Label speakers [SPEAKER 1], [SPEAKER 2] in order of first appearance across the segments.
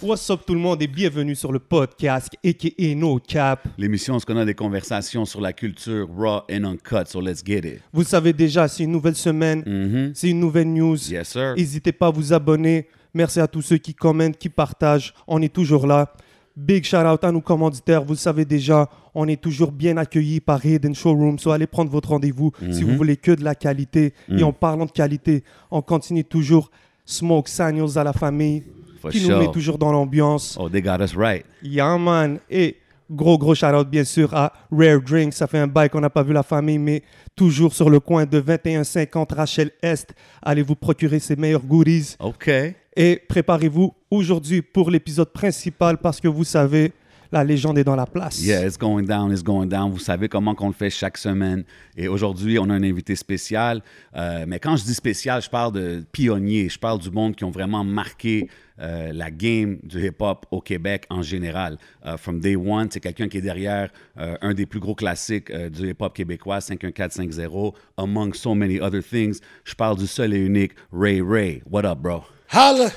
[SPEAKER 1] What's up tout le monde et bienvenue sur le podcast aka No Cap.
[SPEAKER 2] L'émission, on se connaît des conversations sur la culture raw and uncut, so let's get it.
[SPEAKER 1] Vous le savez déjà, c'est une nouvelle semaine,
[SPEAKER 2] Mhm.
[SPEAKER 1] c'est une nouvelle news.
[SPEAKER 2] Yes, sir.
[SPEAKER 1] N'hésitez pas à vous abonner. Merci à tous ceux qui commentent, qui partagent. On est toujours là. Big shout out à nos commanditaires. Vous le savez déjà, on est toujours bien accueillis par Hidden Showroom. So allez prendre votre rendez-vous si
[SPEAKER 2] Mm-hmm.
[SPEAKER 1] vous voulez que de la qualité.
[SPEAKER 2] Mm.
[SPEAKER 1] Et en parlant de qualité, on continue toujours Smoke Saniels à la famille
[SPEAKER 2] For
[SPEAKER 1] qui nous
[SPEAKER 2] sure.
[SPEAKER 1] met toujours dans l'ambiance.
[SPEAKER 2] Oh, they got us right.
[SPEAKER 1] Yeah, man. Et gros, gros shout-out, bien sûr, à Rare Drink. Ça fait un bail qu'on n'a pas vu la famille, mais toujours sur le coin de 2150 Rachel Est. Allez vous procurer ses meilleurs goodies.
[SPEAKER 2] OK.
[SPEAKER 1] Et préparez-vous aujourd'hui pour l'épisode principal parce que vous savez, la légende est dans la place.
[SPEAKER 2] Yeah, it's going down, it's going down. Vous savez comment qu'on le fait chaque semaine. Et aujourd'hui, on a un invité spécial. Euh, mais quand je dis spécial, je parle de pionniers. Je parle du monde qui ont vraiment marqué euh, la game du hip-hop au Québec en général. Euh, from day one, c'est quelqu'un qui est derrière euh, un des plus gros classiques euh, du hip-hop québécois, 51450, among so many other things. Je parle du seul et unique Ray Ray. What up, bro?
[SPEAKER 3] Holla.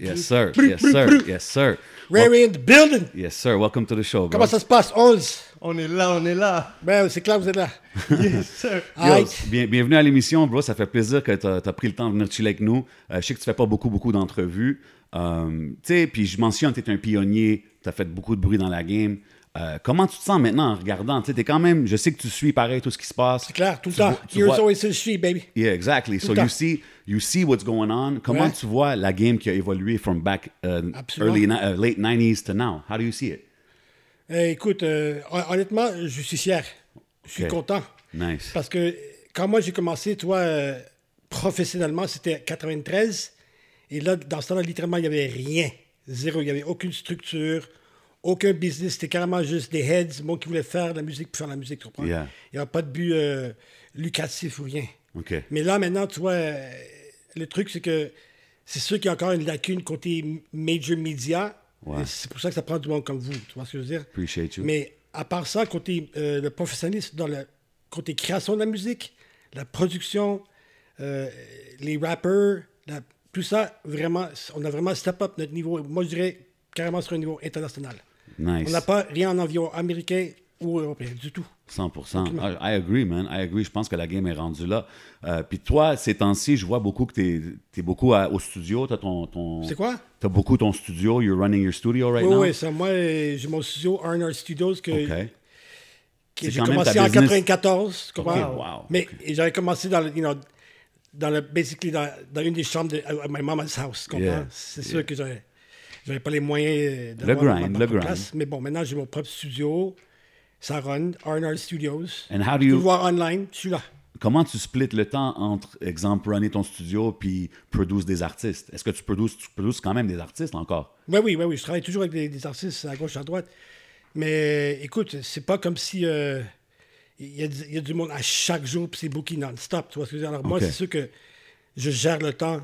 [SPEAKER 2] Yes, sir. Yes, sir. Yes, sir.
[SPEAKER 3] Ray Ray in the building.
[SPEAKER 2] Yes, sir. Welcome to the show, bro.
[SPEAKER 3] Comment ça se passe, 11?
[SPEAKER 1] On est là, on est là.
[SPEAKER 3] Ben, c'est clair, vous êtes là.
[SPEAKER 1] Yes, sir.
[SPEAKER 2] Yo,
[SPEAKER 3] Alright.
[SPEAKER 2] bien- bienvenue à l'émission, bro. Ça fait plaisir que tu as, pris le temps de venir chiller avec nous. Euh, je sais que tu fais pas beaucoup, beaucoup d'entrevues. Euh, tu sais, puis je mentionne, tu es un pionnier, tu as fait beaucoup de bruit dans la game. Euh, comment tu te sens maintenant en regardant? Tu es quand même, je sais que tu suis pareil tout ce qui se passe.
[SPEAKER 3] C'est clair, tout le
[SPEAKER 2] Tu
[SPEAKER 3] temps.
[SPEAKER 2] vois- tu
[SPEAKER 3] Here's
[SPEAKER 2] vois-
[SPEAKER 3] always to the street, baby.
[SPEAKER 2] Yeah, exactly. so
[SPEAKER 3] le temps.
[SPEAKER 2] you see, you see what's going on. Comment
[SPEAKER 3] Ouais.
[SPEAKER 2] tu vois la game qui a évolué from back euh,
[SPEAKER 3] Absolument.
[SPEAKER 2] early, ni- euh, late 90s to now? How do you see it?
[SPEAKER 3] Euh, écoute, euh, hon- honnêtement, je suis fier. Je suis
[SPEAKER 2] Ok.
[SPEAKER 3] content.
[SPEAKER 2] Nice.
[SPEAKER 3] Parce que quand moi j'ai commencé, tu vois, euh, professionnellement, c'était 93. Et là, dans ce temps-là, littéralement, il n'y avait rien. Zéro. Il n'y avait aucune structure, aucun business. C'était carrément juste des heads, moi qui voulais faire de la musique pour faire de la musique. Tu comprends?
[SPEAKER 2] Yeah.
[SPEAKER 3] Il n'y avait pas de but euh, lucratif ou rien.
[SPEAKER 2] OK.
[SPEAKER 3] Mais là, maintenant, tu vois, euh, le truc, c'est que c'est sûr qu'il y a encore une lacune côté m- major media.
[SPEAKER 2] Ouais.
[SPEAKER 3] Et C'est pour ça que ça prend du monde comme vous. Tu vois ce que je veux dire?
[SPEAKER 2] Appreciate you.
[SPEAKER 3] Mais à part ça, côté euh, le professionnalisme, dans le côté création de la musique, la production, euh, les rappers, la- tout ça, vraiment, on a vraiment step up notre niveau. Moi, je dirais carrément sur un niveau international.
[SPEAKER 2] Nice.
[SPEAKER 3] On n'a pas rien en environ américain ou européen du tout.
[SPEAKER 2] 100%. I, I agree, man. I agree. Je pense que la game est rendue là. Euh, Puis toi, ces temps-ci, je vois beaucoup que t'es es beaucoup à- au studio. T'as ton, ton...
[SPEAKER 3] C'est quoi?
[SPEAKER 2] T'as beaucoup ton studio. You're running your studio right
[SPEAKER 3] Oui,
[SPEAKER 2] now.
[SPEAKER 3] oui, ça, moi, euh, j'ai mon studio R&R Studios que
[SPEAKER 2] OK.
[SPEAKER 3] que
[SPEAKER 2] C'est
[SPEAKER 3] j'ai
[SPEAKER 2] quand même
[SPEAKER 3] commencé
[SPEAKER 2] ta
[SPEAKER 3] en
[SPEAKER 2] business.
[SPEAKER 3] 94. tu comprends?
[SPEAKER 2] Ok, wow.
[SPEAKER 3] Mais j'avais commencé dans, le- you know, dans le, basically dans, dans une des chambres de à- à my mama's house. tu comprends?
[SPEAKER 2] Yeah,
[SPEAKER 3] C'est sûr que j'avais, j'avais pas les moyens de
[SPEAKER 2] Le grind, le grind.
[SPEAKER 3] Mais bon, maintenant j'ai mon propre studio. Ça run, R&R Studios.
[SPEAKER 2] And how do
[SPEAKER 3] Tu peux le
[SPEAKER 2] you...
[SPEAKER 3] voir online, je suis là.
[SPEAKER 2] Comment tu splits le temps entre, exemple, runner ton studio puis produce des artistes? Est-ce que tu produces, tu produces quand même des artistes encore?
[SPEAKER 3] Oui, oui, oui, oui. Je travaille toujours avec des, des artistes à gauche, à droite. Mais écoute, c'est pas comme si euh, il y, a du- il y a du monde à chaque jour, puis c'est booking non-stop. Tu vois ce que je veux dire? Alors, moi,
[SPEAKER 2] Ok.
[SPEAKER 3] c'est sûr que je gère le temps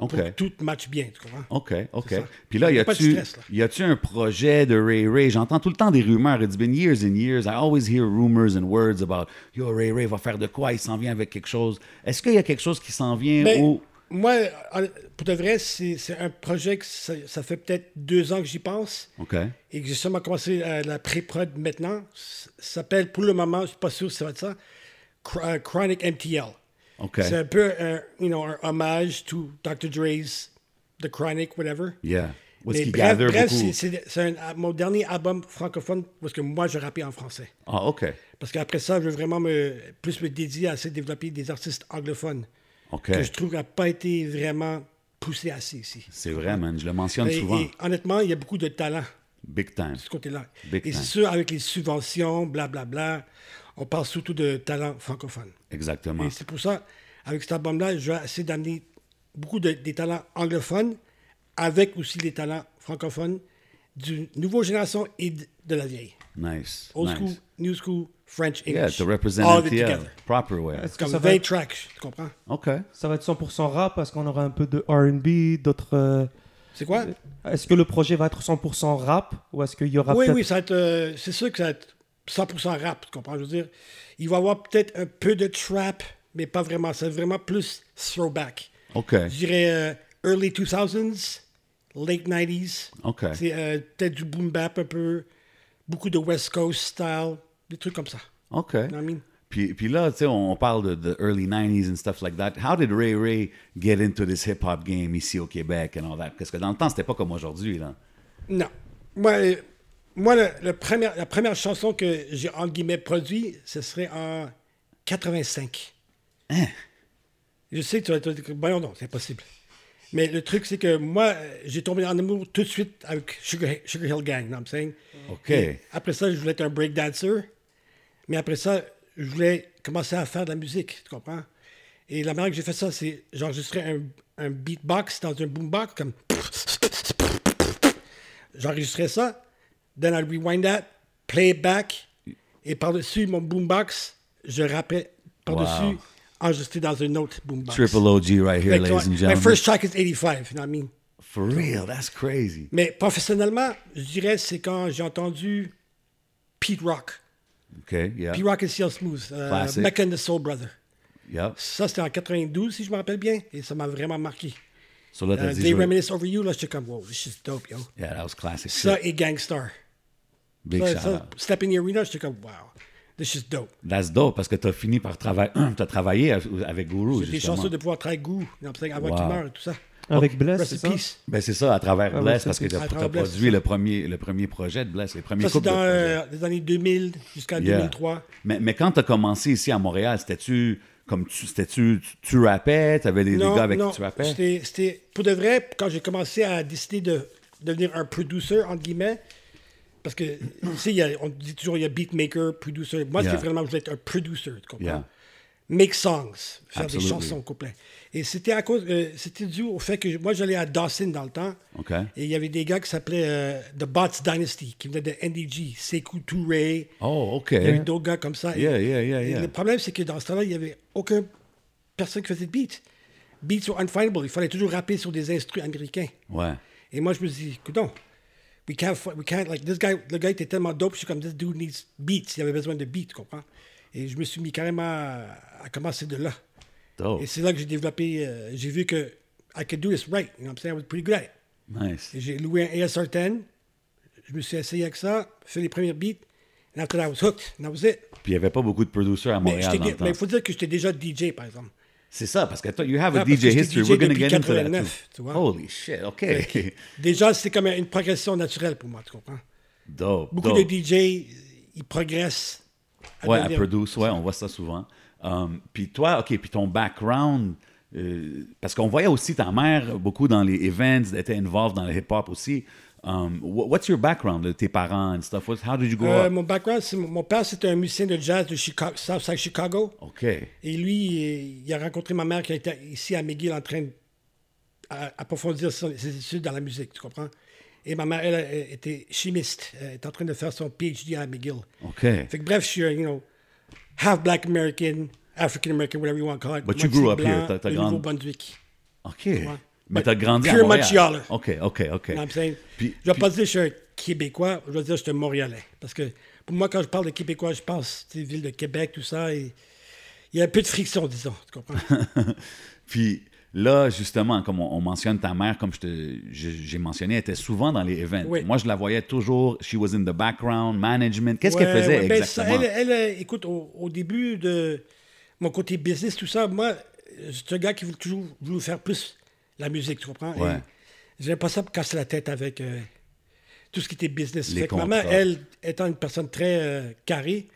[SPEAKER 2] OK.
[SPEAKER 3] pour que tout match bien, tu comprends?
[SPEAKER 2] OK, OK.
[SPEAKER 3] C'est ça.
[SPEAKER 2] Puis là,
[SPEAKER 3] Il
[SPEAKER 2] y
[SPEAKER 3] y a pas de
[SPEAKER 2] a-tu
[SPEAKER 3] stress, là.
[SPEAKER 2] y a-tu un projet de Ray Ray? J'entends tout le temps des rumeurs. It's been years and years. I always hear rumors and words about Yo, Ray Ray va faire de quoi? Il s'en vient avec quelque chose. Est-ce qu'il y a quelque chose qui s'en vient
[SPEAKER 3] Ben,
[SPEAKER 2] ou.
[SPEAKER 3] Moi, en- pour de vrai, c'est c'est un projet que ça, ça fait peut-être deux ans que j'y pense
[SPEAKER 2] OK.
[SPEAKER 3] et que j'ai seulement commencé euh, la pré-prod maintenant. Ça s'appelle, pour le moment, je suis pas sûr si ça va être ça, Chr- euh, Chronic MTL.
[SPEAKER 2] OK.
[SPEAKER 3] C'est un peu un, you know, un hommage to Dr. Dre's The Chronic, whatever.
[SPEAKER 2] Yeah. What's
[SPEAKER 3] Mais
[SPEAKER 2] qu'il
[SPEAKER 3] bref,
[SPEAKER 2] gather
[SPEAKER 3] bref,
[SPEAKER 2] beaucoup?
[SPEAKER 3] c'est- c'est c'est un- mon dernier album francophone parce que moi, je rappais en français.
[SPEAKER 2] Ah, OK.
[SPEAKER 3] Parce qu'après ça, je veux vraiment me, plus me dédier à essayer de développer des artistes anglophones
[SPEAKER 2] OK.
[SPEAKER 3] que je trouve n'a pas été vraiment poussé assez ici.
[SPEAKER 2] C'est vrai, man. Je le mentionne
[SPEAKER 3] Et-
[SPEAKER 2] souvent.
[SPEAKER 3] Ben, et honnêtement, il y a beaucoup de talent
[SPEAKER 2] Big time.
[SPEAKER 3] de ce côté-là.
[SPEAKER 2] Big
[SPEAKER 3] Et
[SPEAKER 2] time.
[SPEAKER 3] c'est sûr, avec les subventions, blablabla, on parle surtout de talent francophone.
[SPEAKER 2] Exactement.
[SPEAKER 3] Et c'est pour ça, avec cet album-là, je vais essayer d'amener beaucoup de, des talents anglophones avec aussi des talents francophones d'une nouvelle génération et de de la vieille.
[SPEAKER 2] Nice.
[SPEAKER 3] Old
[SPEAKER 2] nice.
[SPEAKER 3] school, new school, French,
[SPEAKER 2] Yeah,
[SPEAKER 3] English.
[SPEAKER 2] to represent
[SPEAKER 3] all of it
[SPEAKER 2] NTL.
[SPEAKER 3] together.
[SPEAKER 2] Proper way.
[SPEAKER 1] Est-ce que
[SPEAKER 3] Comme
[SPEAKER 1] ça
[SPEAKER 3] 20
[SPEAKER 1] va, être,
[SPEAKER 3] tracks, tu comprends?
[SPEAKER 2] OK.
[SPEAKER 1] ça va être 100% rap parce qu'on aura un peu de RB, d'autres. euh,
[SPEAKER 3] C'est quoi?
[SPEAKER 1] Est-ce que le projet va être 100% rap ou est-ce qu'il y aura
[SPEAKER 3] Oui,
[SPEAKER 1] peut-être
[SPEAKER 3] oui, ça va être, euh, c'est sûr que ça va être 100% rap, tu comprends? Je veux dire, il va y avoir peut-être un peu de trap, mais pas vraiment. C'est vraiment plus throwback.
[SPEAKER 2] OK.
[SPEAKER 3] Je dirais euh, early 2000s, late 90s.
[SPEAKER 2] OK.
[SPEAKER 3] C'est euh, peut-être du boom bap un peu, beaucoup de West Coast style, des trucs comme ça.
[SPEAKER 2] OK.
[SPEAKER 3] You know what I mean?
[SPEAKER 2] Puis, puis là, tu sais, on on parle de the early 90s and stuff like that. How did Ray Ray get into this hip-hop game ici au Québec and all that? Parce que dans le temps, c'était pas comme aujourd'hui, là.
[SPEAKER 3] Non. Moi, euh, moi le, le premier, la première chanson que j'ai en guillemets produit, ce serait en 85. Je sais que tu vas te dire, voyons non, c'est impossible. Mais le truc, c'est que moi, euh, j'ai tombé en amour tout de suite avec Sugar, Sugar Hill Gang, you know what I'm saying?
[SPEAKER 2] OK.
[SPEAKER 3] Et Après ça, je voulais être un breakdancer. Mais après ça, je voulais commencer à faire de la musique, tu comprends? Et la manière que j'ai fait ça, c'est j'enregistrais un, un beatbox dans un boombox, comme. J'enregistrais ça, then I rewind that, play it back, et par-dessus mon boombox, je rappais par-dessus,
[SPEAKER 2] Wow.
[SPEAKER 3] enregistré dans un autre boombox.
[SPEAKER 2] Triple OG right here,
[SPEAKER 3] Fait que,
[SPEAKER 2] ladies and
[SPEAKER 3] ouais,
[SPEAKER 2] gentlemen.
[SPEAKER 3] My first track is 85, you know what I mean?
[SPEAKER 2] For real, that's crazy.
[SPEAKER 3] Mais professionnellement, je dirais c'est quand j'ai entendu Pete Rock.
[SPEAKER 2] OK, yeah.
[SPEAKER 3] Puis Rock and Seal Smooth, euh,
[SPEAKER 2] Classic.
[SPEAKER 3] Mac and the Soul Brother.
[SPEAKER 2] yeah.
[SPEAKER 3] Ça, c'était en 92, si je me rappelle bien, et ça m'a vraiment marqué.
[SPEAKER 2] So là, t'as
[SPEAKER 3] Euh,
[SPEAKER 2] dit...
[SPEAKER 3] They
[SPEAKER 2] je-
[SPEAKER 3] Reminisce Over You, là, j'étais comme, wow, this is dope, yo.
[SPEAKER 2] Yeah, that was classic.
[SPEAKER 3] Ça
[SPEAKER 2] shit.
[SPEAKER 3] et Gangstar.
[SPEAKER 2] Big
[SPEAKER 3] Ça,
[SPEAKER 2] shout
[SPEAKER 3] ça,
[SPEAKER 2] out.
[SPEAKER 3] Step in the Arena, j'étais comme, wow, this is dope.
[SPEAKER 2] That's dope, parce que t'as fini par travailler... T'as travaillé avec Guru,
[SPEAKER 3] J'étais
[SPEAKER 2] justement.
[SPEAKER 3] chanceux de pouvoir traiter Goo, you know what I'm saying, avant
[SPEAKER 2] Wow.
[SPEAKER 3] qu'il meure et tout ça.
[SPEAKER 1] Avec Bless,
[SPEAKER 3] Rest
[SPEAKER 1] c'est
[SPEAKER 3] in
[SPEAKER 1] ça?
[SPEAKER 3] peace.
[SPEAKER 2] Ben c'est ça, à travers
[SPEAKER 1] Ah,
[SPEAKER 2] Bless,
[SPEAKER 1] ouais,
[SPEAKER 2] parce que
[SPEAKER 1] c'est-
[SPEAKER 2] t'as
[SPEAKER 3] à
[SPEAKER 2] as
[SPEAKER 3] travers Bless,
[SPEAKER 2] produit le premier, le premier projet de Bless, les premiers
[SPEAKER 3] Ça, c'est
[SPEAKER 2] couples de
[SPEAKER 3] dans
[SPEAKER 2] projets.
[SPEAKER 3] euh, les années 2000 jusqu'en
[SPEAKER 2] Yeah.
[SPEAKER 3] 2003.
[SPEAKER 2] Mais, mais quand t'as commencé ici à Montréal, c'était-tu comme tu, c'était-tu, tu, tu rappais, t'avais des, des gars avec qui tu rappais?
[SPEAKER 3] c'était- c'était- Pour de vrai, quand j'ai commencé à décider de devenir un producer, entre guillemets, parce que, tu sais, il y a- on dit toujours, il y a beatmaker, producer. Moi,
[SPEAKER 2] Yeah.
[SPEAKER 3] c'est vraiment, je voulais être un producer, tu comprends?
[SPEAKER 2] Yeah.
[SPEAKER 3] Make songs, faire
[SPEAKER 2] Absolutely.
[SPEAKER 3] des chansons complètes. Et c'était à cause, euh, c'était dû au fait que moi, j'allais à Dawson dans le temps.
[SPEAKER 2] OK.
[SPEAKER 3] Et il y avait des gars qui s'appelaient euh, The Bots Dynasty, qui venaient de NDG, Sekou Touré.
[SPEAKER 2] Oh, OK.
[SPEAKER 3] Il y a eu d'autres gars comme ça. Et-
[SPEAKER 2] Yeah, yeah, yeah,
[SPEAKER 3] et
[SPEAKER 2] yeah.
[SPEAKER 3] Le problème, c'est que dans ce temps-là, il n'y avait aucune personne qui faisait de beat. Beats were unfindable. Il fallait toujours rapper sur des instruments américains.
[SPEAKER 2] Ouais.
[SPEAKER 3] Et moi, je me dis, coudon, we can't, fi- we can't, like, this guy, le gars était tellement dope, je suis comme, this dude needs beats. Il avait besoin de beats, tu comprends? Et je me suis mis carrément à, à commencer de là.
[SPEAKER 2] Dope.
[SPEAKER 3] Et c'est là que j'ai développé, euh, j'ai vu que I could do this right. You know what I'm saying? I was pretty good at it.
[SPEAKER 2] Nice.
[SPEAKER 3] Et J'ai loué un ASR 10. Je me suis essayé avec ça, fait les premiers beats. And after that, I was hooked. And that was it.
[SPEAKER 2] Puis il n'y avait pas beaucoup de producers à
[SPEAKER 3] Mais
[SPEAKER 2] Montréal dans le temps.
[SPEAKER 3] il faut dire que j'étais déjà DJ, par exemple.
[SPEAKER 2] C'est ça, parce que toi, you have
[SPEAKER 3] Ah,
[SPEAKER 2] a
[SPEAKER 3] parce que
[SPEAKER 2] DJ
[SPEAKER 3] j'étais
[SPEAKER 2] history.
[SPEAKER 3] DJ
[SPEAKER 2] We're going to
[SPEAKER 3] depuis
[SPEAKER 2] get into that.
[SPEAKER 3] 89, tu
[SPEAKER 2] too.
[SPEAKER 3] vois.
[SPEAKER 2] Holy shit, OK.
[SPEAKER 3] Déjà, c'était comme une progression naturelle pour moi, tu comprends?
[SPEAKER 2] dope,
[SPEAKER 3] Beaucoup
[SPEAKER 2] dope.
[SPEAKER 3] de DJ, ils progressent.
[SPEAKER 2] Ouais, à
[SPEAKER 3] devenir-
[SPEAKER 2] Produce, ouais, on voit ça souvent. Um, puis toi, OK, puis ton background, euh, parce qu'on voyait aussi ta mère beaucoup dans les events, elle était involved dans le hip-hop aussi. Um, wha- what's your background, là, tes parents and stuff? What- how did you grow
[SPEAKER 3] Euh,
[SPEAKER 2] up?
[SPEAKER 3] mon background, c'est mon- mon père, c'était un musicien de jazz de Chicago, Southside Chicago.
[SPEAKER 2] OK.
[SPEAKER 3] Et lui, il a rencontré ma mère qui était ici à McGill en train d'approfondir ses études dans la musique, tu comprends? Et ma mère, elle, elle était chimiste, elle est en train de faire son PhD à McGill.
[SPEAKER 2] OK.
[SPEAKER 3] Fait que bref, je suis, un, you know, half black American, African American, whatever you want to call it.
[SPEAKER 2] But you grew up
[SPEAKER 3] moitié
[SPEAKER 2] here, t'as- t'as
[SPEAKER 3] de
[SPEAKER 2] grandi-
[SPEAKER 3] Nouveau-Brunswick.
[SPEAKER 2] OK. Mais t'as grandi à
[SPEAKER 3] Pure
[SPEAKER 2] Montréal. OK,
[SPEAKER 3] Montréaler.
[SPEAKER 2] OK, OK.
[SPEAKER 3] You know what I'm saying?
[SPEAKER 2] Puis-
[SPEAKER 3] je vais
[SPEAKER 2] puis-
[SPEAKER 3] pas dire que je suis un Québécois, je vais dire que je suis un Montréalais. Parce que pour moi, quand je parle de Québécois, je pense des villes de Québec, tout ça. Et il y a un peu de friction, disons. Tu comprends?
[SPEAKER 2] Puis là, justement, comme on, on mentionne ta mère, comme je te- je- j'ai mentionné, elle était souvent dans les events.
[SPEAKER 3] Oui.
[SPEAKER 2] Moi, je la voyais toujours. She was in the background, management. Qu'est-ce
[SPEAKER 3] Ouais,
[SPEAKER 2] qu'elle faisait
[SPEAKER 3] ouais, ben, ça,
[SPEAKER 2] exactement?
[SPEAKER 3] elle, elle, euh, écoute, au, au début de mon côté business, tout ça, moi, euh, c'est un gars qui voulait toujours voulu faire plus la musique, tu comprends?
[SPEAKER 2] Ouais.
[SPEAKER 3] Et J'aimais pas ça me casser la tête avec euh, tout ce qui était business.
[SPEAKER 2] Les
[SPEAKER 3] Fait que maman,
[SPEAKER 2] contrats.
[SPEAKER 3] elle, étant une personne très euh, carrée,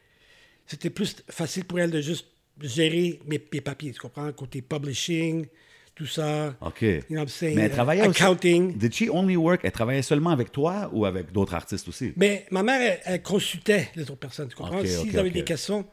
[SPEAKER 3] c'était plus facile pour elle de juste gérer mes, mes papiers, tu comprends? Côté publishing, tout ça.
[SPEAKER 2] OK.
[SPEAKER 3] You know what I'm saying?
[SPEAKER 2] Mais elle
[SPEAKER 3] Euh,
[SPEAKER 2] travaillait aussi-
[SPEAKER 3] Accounting.
[SPEAKER 2] Did she only work? Elle travaillait seulement avec toi ou avec d'autres artistes aussi?
[SPEAKER 3] Mais ma mère, elle, elle consultait les autres personnes. Tu comprends?
[SPEAKER 2] Ok,
[SPEAKER 3] S'ils
[SPEAKER 2] ok,
[SPEAKER 3] avaient
[SPEAKER 2] ok.
[SPEAKER 3] des questions,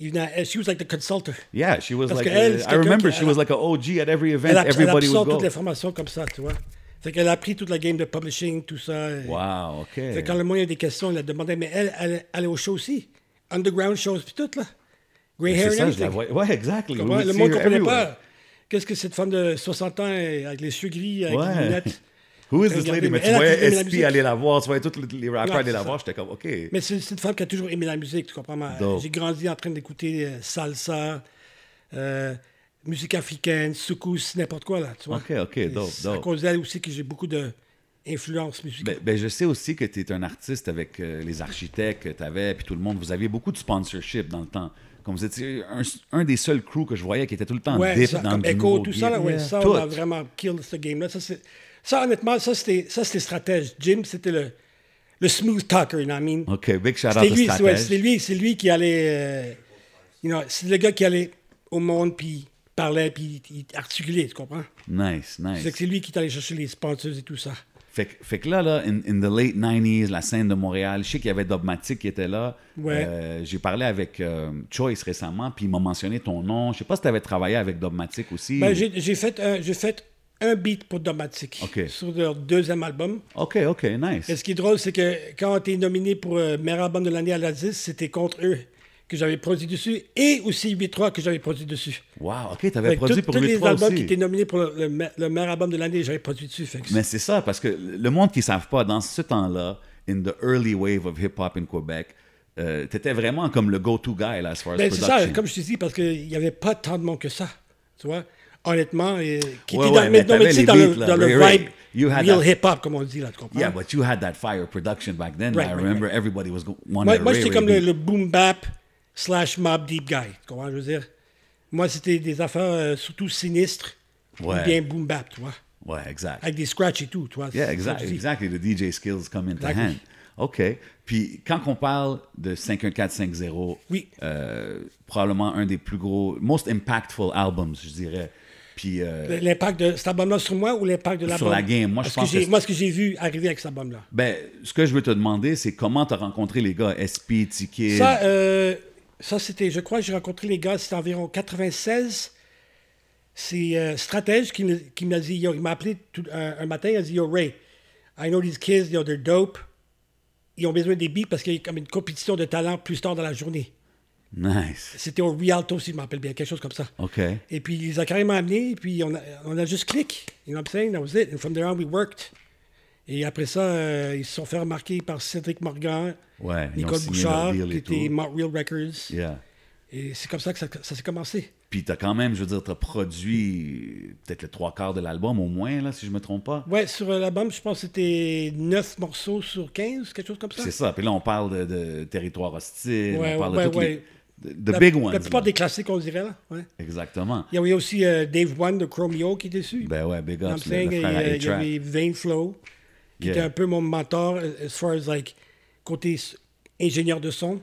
[SPEAKER 3] ils venaient. elle- She was like the consultant.
[SPEAKER 2] Yeah, she was
[SPEAKER 3] Parce
[SPEAKER 2] like.
[SPEAKER 3] que elle,
[SPEAKER 2] uh,
[SPEAKER 3] c'est
[SPEAKER 2] I remember
[SPEAKER 3] quelqu'un qui-
[SPEAKER 2] she was like an OG at every event.
[SPEAKER 3] Elle, a- elle
[SPEAKER 2] Everybody would
[SPEAKER 3] absorbe
[SPEAKER 2] go.
[SPEAKER 3] toute l'information comme ça, tu vois. Fait qu'elle a appris toute la game de publishing, tout ça.
[SPEAKER 2] Wow, OK.
[SPEAKER 3] Fait que quand le monde a des questions, elle a demandé. Mais elle, elle allait au show aussi. Underground shows, puis tout, là. Grey hair
[SPEAKER 2] Ben, C'est
[SPEAKER 3] and
[SPEAKER 2] ça, je la
[SPEAKER 3] everything.
[SPEAKER 2] voyais. Ouais, exactly.
[SPEAKER 3] Comment-
[SPEAKER 2] We would
[SPEAKER 3] le
[SPEAKER 2] see
[SPEAKER 3] monde
[SPEAKER 2] her
[SPEAKER 3] ne comprenait
[SPEAKER 2] everywhere.
[SPEAKER 3] pas. Qu'est-ce que cette femme de 60 ans, euh, avec les cheveux gris, avec les
[SPEAKER 2] Ouais.
[SPEAKER 3] lunettes.
[SPEAKER 2] Who is this
[SPEAKER 3] Regardez,
[SPEAKER 2] lady? Mais
[SPEAKER 3] mais
[SPEAKER 2] tu
[SPEAKER 3] elle a toujours
[SPEAKER 2] voyais
[SPEAKER 3] aimé la
[SPEAKER 2] SP
[SPEAKER 3] musique.
[SPEAKER 2] aller la voir, tu voyais tous les les rappers
[SPEAKER 3] Ouais,
[SPEAKER 2] aller la
[SPEAKER 3] c'est
[SPEAKER 2] voir, j'étais comme, OK.
[SPEAKER 3] Mais c'est c'est une femme qui a toujours aimé la musique, tu comprends? ma-
[SPEAKER 2] Dope.
[SPEAKER 3] J'ai grandi en train d'écouter euh, salsa, euh, musique africaine, soukous, n'importe quoi, là, tu vois.
[SPEAKER 2] Ok, ok,
[SPEAKER 3] Et
[SPEAKER 2] dope,
[SPEAKER 3] c'est À
[SPEAKER 2] dope.
[SPEAKER 3] cause d'elle aussi que j'ai beaucoup de influence musicale.
[SPEAKER 2] Ben, ben, je sais aussi que tu es un artiste avec euh, les architectes que tu avais, puis tout le monde. Vous aviez beaucoup de sponsorship dans le temps. Comme vous étiez un, un des seuls crews que je voyais qui était tout le temps
[SPEAKER 3] ouais,
[SPEAKER 2] dip
[SPEAKER 3] ça,
[SPEAKER 2] dans
[SPEAKER 3] comme
[SPEAKER 2] le no
[SPEAKER 3] Echo, tout
[SPEAKER 2] gear.
[SPEAKER 3] ça, là, ouais, ça,
[SPEAKER 2] Tout.
[SPEAKER 3] on a vraiment kill ce game-là. Ça, c'est- ça, honnêtement, ça, c'était ça, c'était stratège. Jim, c'était le, le smooth talker, you know what I mean?
[SPEAKER 2] OK, big shout-out
[SPEAKER 3] C'était
[SPEAKER 2] de
[SPEAKER 3] lui, c'est- ouais,
[SPEAKER 2] Stratège.
[SPEAKER 3] c'était lui, c'est lui qui allait. euh, you know, c'est le gars qui allait au monde, puis il parlait, puis il il articulait, tu comprends?
[SPEAKER 2] Nice,
[SPEAKER 3] C'est que
[SPEAKER 2] nice. Hmm.
[SPEAKER 3] c'est lui qui est allé chercher les sponsors et tout ça.
[SPEAKER 2] Fait, que- fait que là, là in, in the late 90s, la scène de Montréal, je sais qu'il y avait Dogmatic qui était là.
[SPEAKER 3] Ouais.
[SPEAKER 2] Euh, J'ai parlé avec euh, Choice récemment, puis il m'a mentionné ton nom. Je sais pas si tu avais travaillé avec Dogmatic aussi.
[SPEAKER 3] Ben,
[SPEAKER 2] ou-
[SPEAKER 3] j'ai j'ai fait, un- j'ai fait un beat pour Domatic
[SPEAKER 2] Ok.
[SPEAKER 3] sur leur deuxième album.
[SPEAKER 2] OK, OK, nice.
[SPEAKER 3] Et ce qui est drôle, c'est que quand tu es nominé pour euh, meilleur album de l'année à la 10, c'était contre eux que j'avais produit dessus et aussi 8-3 que j'avais produit dessus.
[SPEAKER 2] Wow, OK, tu avais
[SPEAKER 3] Fait que
[SPEAKER 2] produit
[SPEAKER 3] tout-
[SPEAKER 2] pour
[SPEAKER 3] tous
[SPEAKER 2] lui
[SPEAKER 3] les albums
[SPEAKER 2] aussi.
[SPEAKER 3] qui étaient nominés pour le, le me- le meilleur album de l'année, j'avais produit dessus. Fait que
[SPEAKER 2] Mais c'est ça, parce que le monde qui ne savent pas, dans ce temps-là, in the early wave of hip-hop in Quebec, euh, t'étais vraiment comme le go-to guy, là, as far as
[SPEAKER 3] Ben, c'est
[SPEAKER 2] production.
[SPEAKER 3] ça, comme je te dis, parce qu'il n'y avait pas tant de monde que ça. Tu vois, honnêtement, et, qui
[SPEAKER 2] Ouais,
[SPEAKER 3] était
[SPEAKER 2] ouais,
[SPEAKER 3] dans,
[SPEAKER 2] mais
[SPEAKER 3] mais, non,
[SPEAKER 2] t'avais
[SPEAKER 3] mais tu sais,
[SPEAKER 2] les
[SPEAKER 3] dans le,
[SPEAKER 2] beats, là,
[SPEAKER 3] dans le
[SPEAKER 2] Ray Ray.
[SPEAKER 3] vibe
[SPEAKER 2] You had
[SPEAKER 3] real
[SPEAKER 2] that-
[SPEAKER 3] hip-hop, comme on dit, là, tu comprends?
[SPEAKER 2] Yeah, but you had that fire production back then.
[SPEAKER 3] Right,
[SPEAKER 2] I
[SPEAKER 3] right,
[SPEAKER 2] remember everybody was go- wanting
[SPEAKER 3] moi,
[SPEAKER 2] a
[SPEAKER 3] moi
[SPEAKER 2] Ray
[SPEAKER 3] j'étais
[SPEAKER 2] Ray
[SPEAKER 3] comme le,
[SPEAKER 2] beat.
[SPEAKER 3] le boom bap slash mob deep guy. Tu comprends, je veux dire? Moi, c'était des affaires euh, surtout sinistres,
[SPEAKER 2] Ouais.
[SPEAKER 3] ou bien boom bap, tu vois,
[SPEAKER 2] Ouais, exact.
[SPEAKER 3] avec des scratchs et tout, tu vois.
[SPEAKER 2] Yeah,
[SPEAKER 3] c'est ça que
[SPEAKER 2] exact,
[SPEAKER 3] je dis.
[SPEAKER 2] exactly. The DJ skills come into
[SPEAKER 3] Exactly.
[SPEAKER 2] hand. OK. Puis quand on parle de 51450,
[SPEAKER 3] Oui.
[SPEAKER 2] euh, probablement un des plus gros, most impactful albums, je dirais. Puis euh,
[SPEAKER 3] L'impact de cet album-là sur moi ou l'impact de l'album?
[SPEAKER 2] la game, moi, je
[SPEAKER 3] Parce que
[SPEAKER 2] pense que
[SPEAKER 3] j'ai-
[SPEAKER 2] c'est-
[SPEAKER 3] Moi, ce que j'ai vu arriver avec cet album-là.
[SPEAKER 2] Ben, ce que je veux te demander, c'est comment t'as rencontré les gars, SP, Ticket.
[SPEAKER 3] Ça, euh, ça c'était, je crois, que j'ai rencontré les gars, c'était environ 96. C'est euh, Stratège qui, me- qui m'a dit, yo, il m'a appelé tout- un, un matin, il a dit, yo, Ray, I know these kids, yo, they're dope. Ils ont besoin des beats parce qu'il y a comme une compétition de talent plus tard dans la journée.
[SPEAKER 2] Nice.
[SPEAKER 3] C'était au Rialto, si je m'appelle bien, quelque chose comme ça.
[SPEAKER 2] OK.
[SPEAKER 3] Et puis, il les a carrément amenés, et puis on a, on a juste click. You know what I'm saying? That was it. And from there on, we worked. Et après ça, euh, ils se sont fait remarquer par Cédric Morgan,
[SPEAKER 2] Ouais, ils ont
[SPEAKER 3] Nicole
[SPEAKER 2] signé leur
[SPEAKER 3] Bouchard,
[SPEAKER 2] deal
[SPEAKER 3] qui
[SPEAKER 2] et
[SPEAKER 3] était
[SPEAKER 2] tout.
[SPEAKER 3] Montreal Records.
[SPEAKER 2] Yeah.
[SPEAKER 3] Et c'est comme ça que ça, ça s'est commencé.
[SPEAKER 2] Puis t'as quand même, je veux dire, t'as produit peut-être le trois quarts de l'album au moins, là, si je me trompe pas.
[SPEAKER 3] Ouais, sur euh, l'album, je pense que c'était 9 morceaux sur 15, quelque chose comme ça.
[SPEAKER 2] C'est ça. Puis là, on parle de, de territoire hostile,
[SPEAKER 3] Ouais,
[SPEAKER 2] on parle
[SPEAKER 3] ouais,
[SPEAKER 2] de toutes
[SPEAKER 3] ouais.
[SPEAKER 2] les... The
[SPEAKER 3] la,
[SPEAKER 2] big ones.
[SPEAKER 3] La plupart
[SPEAKER 2] là.
[SPEAKER 3] des classiques, on dirait, là. Ouais.
[SPEAKER 2] Exactement.
[SPEAKER 3] Il y avait aussi euh, Dave One de Chromeo qui était dessus.
[SPEAKER 2] Ben ouais, big
[SPEAKER 3] You know what
[SPEAKER 2] ups,
[SPEAKER 3] I'm
[SPEAKER 2] le,
[SPEAKER 3] saying?
[SPEAKER 2] le
[SPEAKER 3] Et,
[SPEAKER 2] frère à
[SPEAKER 3] euh, Il y
[SPEAKER 2] A-Track.
[SPEAKER 3] avait Vain Flow, qui était
[SPEAKER 2] Yeah.
[SPEAKER 3] un peu mon mentor, euh, as far as, like, côté s- ingénieur de son.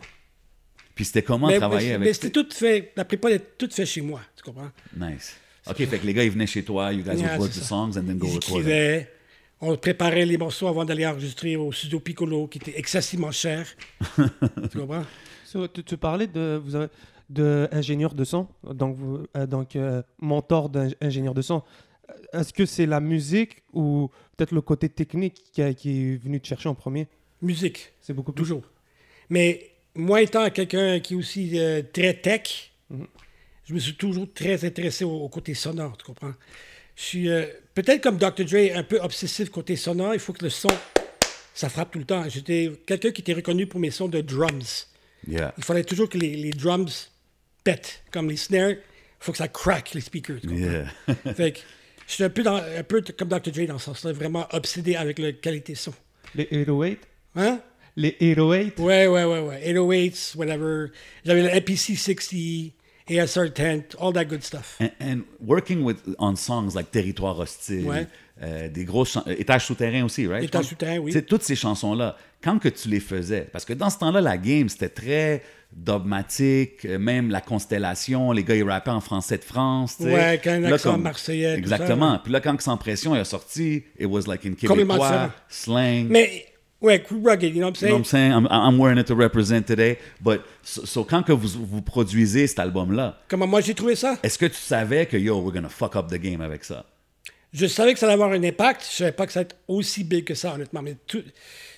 [SPEAKER 2] Puis c'était comment
[SPEAKER 3] mais
[SPEAKER 2] travailler
[SPEAKER 3] mais-
[SPEAKER 2] avec...
[SPEAKER 3] mais c'était tout fait, la prépa était toute faite chez moi, tu comprends?
[SPEAKER 2] Nice. OK, fait que les gars, ils venaient chez toi, you guys
[SPEAKER 3] Yeah,
[SPEAKER 2] would work
[SPEAKER 3] c'est
[SPEAKER 2] the
[SPEAKER 3] ça.
[SPEAKER 2] songs and then go
[SPEAKER 3] Ils
[SPEAKER 2] record them.
[SPEAKER 3] écrivaient. On préparait les morceaux avant d'aller enregistrer au studio Piccolo, qui était excessivement cher. tu comprends?
[SPEAKER 1] So, tu, tu parlais de vous avez- de ingénieur de son, donc vous- euh, donc euh, mentor d'ingénieur de son. Euh, Est-ce que c'est la musique ou peut-être le côté technique qui, a- qui est venu te chercher en premier
[SPEAKER 3] Musique,
[SPEAKER 1] C'est beaucoup plus.
[SPEAKER 3] toujours. Mais moi étant quelqu'un qui est aussi euh, très tech, je me suis toujours très intéressé au, au côté sonore, tu comprends? Je suis euh, peut-être comme Dr. Dre, un peu obsessif côté sonore, il faut que le son, ça frappe tout le temps. J'étais quelqu'un qui était reconnu pour mes sons de drums.
[SPEAKER 2] Yeah.
[SPEAKER 3] Il fallait toujours que les, les drums pètent, comme les snares, il faut que ça craque les speakers, tu comprends?
[SPEAKER 2] Yeah.
[SPEAKER 3] Fait que je suis un peu, dans- un peu comme Dr. Dre dans ce sens-là, vraiment obsédé avec la qualité son.
[SPEAKER 1] Les 808
[SPEAKER 3] Hein?
[SPEAKER 1] Les 808
[SPEAKER 3] Ouais, ouais, ouais, ouais. 808s, whatever. J'avais le MPC 60, ASR 10, all that good stuff.
[SPEAKER 2] And, and working with on songs like Territoire hostile,
[SPEAKER 3] Ouais.
[SPEAKER 2] euh, des grosses chansons, Étage souterrain aussi, right?
[SPEAKER 3] Étage
[SPEAKER 2] Je pense-
[SPEAKER 3] souterrain, oui.
[SPEAKER 2] Tu sais, toutes ces chansons-là, quand que tu les faisais, parce que dans ce temps-là, la game, c'était très dogmatique, euh, même la constellation, les gars, ils rappaient en français de France, tu sais.
[SPEAKER 3] Ouais, quand un
[SPEAKER 2] Là,
[SPEAKER 3] accent marseillais, tout ça,
[SPEAKER 2] Exactement. Puis là, quand Sans Pression est sorti, it was like in
[SPEAKER 3] Complètement
[SPEAKER 2] Québécois,
[SPEAKER 3] différent.
[SPEAKER 2] slang.
[SPEAKER 3] Mais, ouais, crew rugged, you know what I'm
[SPEAKER 2] You know what
[SPEAKER 3] saying?
[SPEAKER 2] I'm saying? I'm, I'm wearing it to represent today. But, so, so quand que vous, vous produisez cet album-là,
[SPEAKER 3] Comment moi j'ai trouvé ça?
[SPEAKER 2] est-ce que tu savais que, yo, we're gonna fuck up the game avec ça?
[SPEAKER 3] Je savais que ça allait avoir un impact. Je savais pas que ça allait être aussi big que ça, honnêtement. Mais tu,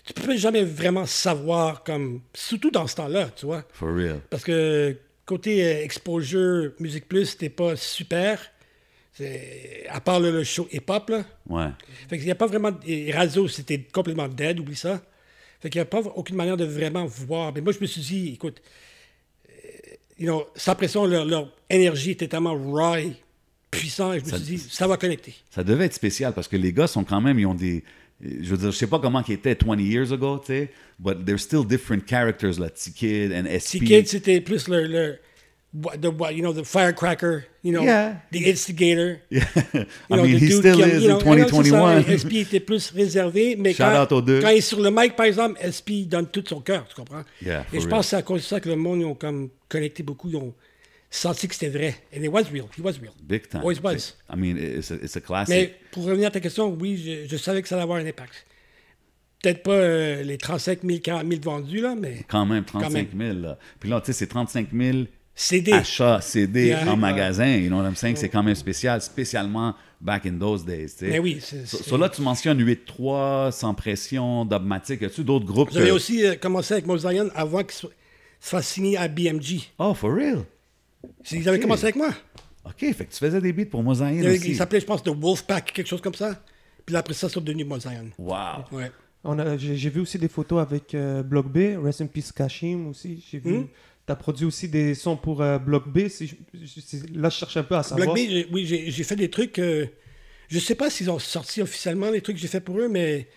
[SPEAKER 3] tu peux jamais vraiment savoir, comme, surtout dans ce temps-là, tu vois.
[SPEAKER 2] For real.
[SPEAKER 3] Parce que côté euh, exposure, Musique Plus, c'était pas super. C'est- À part le, le show hip-hop, là.
[SPEAKER 2] Ouais.
[SPEAKER 3] Fait qu'il n'y a pas vraiment. et Radio, c'était complètement dead, oublie ça. Fait qu'il n'y a pas aucune manière de vraiment voir. Mais moi, je me suis dit, écoute, euh, you know, sans pression, leur, leur énergie était tellement raw et puissant. Et je me
[SPEAKER 2] Ça-
[SPEAKER 3] suis dit, ça va connecter.
[SPEAKER 2] Ça devait être spécial parce que les gars sont quand même, ils ont des, je veux dire, je sais pas comment il était 20 years ago, tu sais, but there's still different characters, là, T-Kid and SP.
[SPEAKER 3] T-Kid, c'était plus le, le, the, you know, the firecracker, you know,
[SPEAKER 2] Yeah.
[SPEAKER 3] the instigator.
[SPEAKER 2] Yeah. I
[SPEAKER 3] You know,
[SPEAKER 2] mean,
[SPEAKER 3] the
[SPEAKER 2] he
[SPEAKER 3] dude
[SPEAKER 2] still
[SPEAKER 3] qui a-
[SPEAKER 2] is
[SPEAKER 3] you
[SPEAKER 2] in
[SPEAKER 3] know, alors, c'est ça,
[SPEAKER 2] 2021.
[SPEAKER 3] SP était plus réservé, mais
[SPEAKER 2] Shout
[SPEAKER 3] quand,
[SPEAKER 2] out aux deux.
[SPEAKER 3] quand il est sur le mic, par exemple, SP donne tout son cœur, tu comprends?
[SPEAKER 2] Yeah,
[SPEAKER 3] Et
[SPEAKER 2] for
[SPEAKER 3] je
[SPEAKER 2] real.
[SPEAKER 3] pense que c'est à cause de ça que le monde, ils ont comme connecté beaucoup, ils ont senti que c'était vrai. And it was real, he was real.
[SPEAKER 2] Big time.
[SPEAKER 3] Always was.
[SPEAKER 2] I mean, it's a, it's a classic.
[SPEAKER 3] Mais pour revenir à ta question, oui, je, je savais que ça allait avoir un impact. Peut-être pas euh, les 35 000, 40 000 vendus, là, mais
[SPEAKER 2] quand même,
[SPEAKER 3] même.
[SPEAKER 2] 35 000. là. Puis là, tu sais, c'est 35 000
[SPEAKER 3] CD.
[SPEAKER 2] achats CD
[SPEAKER 3] Yeah. Oh.
[SPEAKER 2] en magasin. You know what I'm saying? C'est quand même spécial, spécialement back in those days. tu sais.
[SPEAKER 3] Mais oui, c'est-
[SPEAKER 2] So,
[SPEAKER 3] c'est-
[SPEAKER 2] so là, tu mentionnes 8-3, Sans Pression, Dogmatic. Y a-tu d'autres groupes?
[SPEAKER 3] J'avais
[SPEAKER 2] que-
[SPEAKER 3] aussi euh, commencé avec Mos Lion avant qu'il soit, se fasse signer à BMG.
[SPEAKER 2] Oh, for real?
[SPEAKER 3] C'est- Ils avaient commencé avec moi.
[SPEAKER 2] OK, fait que tu faisais des beats pour Mosaïen
[SPEAKER 3] Il, y avait-
[SPEAKER 2] aussi.
[SPEAKER 3] il s'appelait, je pense, The Wolfpack, quelque chose comme ça. Puis là, après ça, ils sont devenus Mos Lion.
[SPEAKER 2] Wow.
[SPEAKER 3] Ouais.
[SPEAKER 1] On a- J'ai j'ai vu aussi des photos avec euh, Block B, Rest in Peace Kashim aussi. J'ai
[SPEAKER 3] Hmm?
[SPEAKER 1] vu. T'as produit aussi des sons pour euh, Block B. si je- je- c'est- là, je cherche un peu à savoir.
[SPEAKER 3] Block B, j'ai- oui, j'ai j'ai fait des trucs. euh, je sais pas s'ils ont sorti officiellement les trucs que j'ai fait pour eux, mais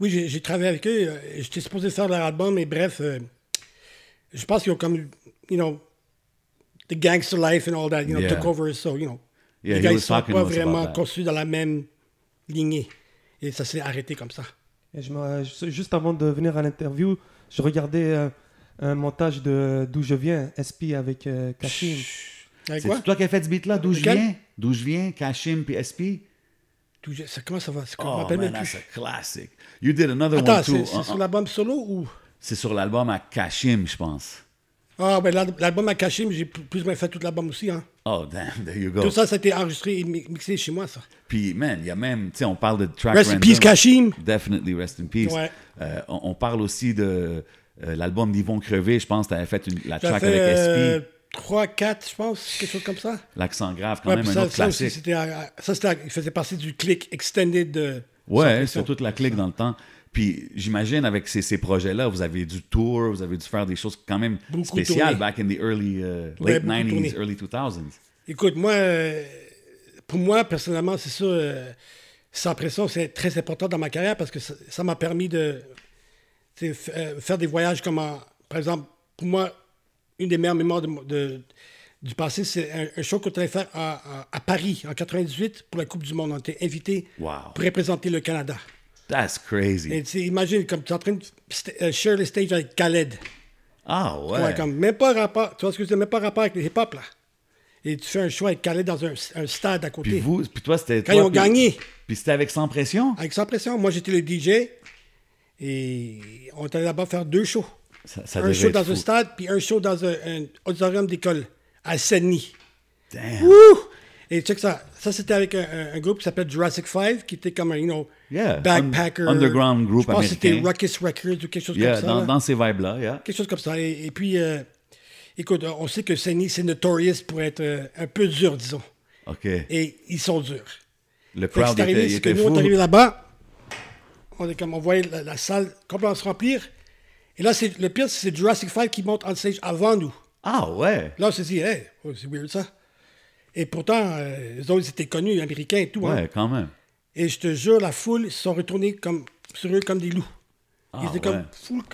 [SPEAKER 3] oui, j'ai j'ai travaillé avec eux. euh, J'étais supposé faire leur album, mais bref, euh, je pense qu'ils ont comme, you know, the gangster life and all that, you know,
[SPEAKER 2] Yeah.
[SPEAKER 3] took over, so, you know.
[SPEAKER 2] Yeah,
[SPEAKER 3] les
[SPEAKER 2] he
[SPEAKER 3] gars,
[SPEAKER 2] was
[SPEAKER 3] ils sont
[SPEAKER 2] talking
[SPEAKER 3] pas
[SPEAKER 2] to us about
[SPEAKER 3] vraiment
[SPEAKER 2] that.
[SPEAKER 3] conçus dans la même lignée. Et ça s'est arrêté comme ça.
[SPEAKER 1] Et je me- je- juste avant de venir à l'interview, je regardais euh, un montage de d'où je viens, SP avec euh, Kashim.
[SPEAKER 3] Avec quoi?
[SPEAKER 2] C'est toi qui as fait ce beat-là? D'où je
[SPEAKER 3] Lequel?
[SPEAKER 2] viens? D'où je viens? Kashim puis SP?
[SPEAKER 3] Tout- je- ça- comment ça va? C'est quoi? Je
[SPEAKER 2] Oh,
[SPEAKER 3] m'appelle
[SPEAKER 2] man,
[SPEAKER 3] même
[SPEAKER 2] that's a
[SPEAKER 3] plus.
[SPEAKER 2] classic. You did another
[SPEAKER 3] Attends,
[SPEAKER 2] one, too.
[SPEAKER 3] c'est c'est
[SPEAKER 2] Uh,
[SPEAKER 3] sur
[SPEAKER 2] uh,
[SPEAKER 3] l'album solo ou...
[SPEAKER 2] C'est sur l'album à Kashim, je pense.
[SPEAKER 3] Ah, ben l'al- l'album à Kashim, j'ai plus plus ou moins fait tout l'album aussi, hein.
[SPEAKER 2] Oh, damn, there you go.
[SPEAKER 3] Tout ça, ça a été enregistré et mi- mixé chez moi, ça.
[SPEAKER 2] Puis, man, il y a même, tu sais, on parle de track
[SPEAKER 3] Rest in
[SPEAKER 2] random.
[SPEAKER 3] peace, Kashim.
[SPEAKER 2] Definitely rest in peace.
[SPEAKER 3] Ouais.
[SPEAKER 2] Euh, on, on parle aussi de euh, l'album d'Yvon Crevé. Je pense que tu avais fait une, la
[SPEAKER 3] J'avais
[SPEAKER 2] track
[SPEAKER 3] fait
[SPEAKER 2] avec
[SPEAKER 3] euh,
[SPEAKER 2] SP.
[SPEAKER 3] 3, 4, je pense, quelque chose comme ça.
[SPEAKER 2] L'accent grave, quand
[SPEAKER 3] Ouais,
[SPEAKER 2] même,
[SPEAKER 3] puis
[SPEAKER 2] un
[SPEAKER 3] ça,
[SPEAKER 2] autre
[SPEAKER 3] ça aussi,
[SPEAKER 2] classique.
[SPEAKER 3] c'était à- à- ça, c'était à- il faisait partie du click extended de. Sans
[SPEAKER 2] ouais,
[SPEAKER 3] Pression.
[SPEAKER 2] c'est toute la clique dans le temps. Puis, j'imagine, avec ces, ces projets-là, vous avez du tour, vous avez dû faire des choses quand même
[SPEAKER 3] Beaucoup
[SPEAKER 2] spéciales
[SPEAKER 3] tourné.
[SPEAKER 2] back in the early, euh,
[SPEAKER 3] Ouais,
[SPEAKER 2] late
[SPEAKER 3] beaucoup
[SPEAKER 2] 90s,
[SPEAKER 3] tourné.
[SPEAKER 2] early 2000s.
[SPEAKER 3] Écoute, moi, euh, pour moi, personnellement, c'est ça. euh, sans pression, c'est très important dans ma carrière parce que ça ça m'a permis de tu sais, f- euh, faire des voyages comme en- Par exemple, pour moi, une des meilleures mémoires de mo- de- du passé, c'est un, un show qu'on allait faire à, à- à Paris en 98 pour la Coupe du Monde. On était invité
[SPEAKER 2] Wow.
[SPEAKER 3] pour représenter le Canada.
[SPEAKER 2] That's crazy.
[SPEAKER 3] Et tu sais, imagine, comme tu es en train de sta- euh, share le stage avec Khaled.
[SPEAKER 2] Ah, ouais.
[SPEAKER 3] Ouais, comme même pas rapport, tu vois ce que je veux dire, même pas rapport avec le hip-hop, là. Et tu fais un choix avec Khaled dans un, un stade à côté.
[SPEAKER 2] Puis vous, puis toi, c'était.
[SPEAKER 3] Quand
[SPEAKER 2] toi,
[SPEAKER 3] ils ont
[SPEAKER 2] puis-
[SPEAKER 3] gagné.
[SPEAKER 2] Puis c'était avec Sans Pression?
[SPEAKER 3] Avec sans pression, moi j'étais le DJ et on est allé là-bas faire deux shows.
[SPEAKER 2] Ça, ça
[SPEAKER 3] un
[SPEAKER 2] devait
[SPEAKER 3] show
[SPEAKER 2] être
[SPEAKER 3] dans
[SPEAKER 2] fou.
[SPEAKER 3] un stade, puis un show dans un, un auditorium d'école à Saint-Denis.
[SPEAKER 2] Damn.
[SPEAKER 3] Ouh! Et check ça, ça c'était avec un, un- un groupe qui s'appelle Jurassic 5, qui était comme un, you know,
[SPEAKER 2] Yeah,
[SPEAKER 3] backpacker.
[SPEAKER 2] un- underground group
[SPEAKER 3] Je pense que c'était
[SPEAKER 2] américain.
[SPEAKER 3] Ruckus Records ou quelque chose
[SPEAKER 2] Yeah,
[SPEAKER 3] comme ça.
[SPEAKER 2] dans,
[SPEAKER 3] là.
[SPEAKER 2] dans ces vibes-là, yeah.
[SPEAKER 3] Quelque chose comme ça. Et, et puis, euh, écoute, on sait que Saint-Denis, c'est notorious pour être euh, un peu dur, disons.
[SPEAKER 2] OK.
[SPEAKER 3] Et ils sont durs.
[SPEAKER 2] le
[SPEAKER 3] Fait que
[SPEAKER 2] crowd
[SPEAKER 3] c'est arrivé,
[SPEAKER 2] était, il
[SPEAKER 3] c'est que
[SPEAKER 2] était
[SPEAKER 3] nous, on est
[SPEAKER 2] fou.
[SPEAKER 3] arrivé là-bas, on, est comme, on voyait la, la salle complètement se remplir. Et là, c'est, le pire, c'est Jurassic 5 qui monte en stage avant nous.
[SPEAKER 2] Ah ouais.
[SPEAKER 3] Là, on s'est dit, hey, oh, c'est weird ça. Et pourtant, euh, les autres ils étaient connus, américains et tout. hein.
[SPEAKER 2] Ouais, quand même.
[SPEAKER 3] Et je te jure, la foule, ils se sont retournés comme, sur eux comme des loups.
[SPEAKER 2] Ah,
[SPEAKER 3] Ils étaient
[SPEAKER 2] ouais.
[SPEAKER 3] comme, fous le oh,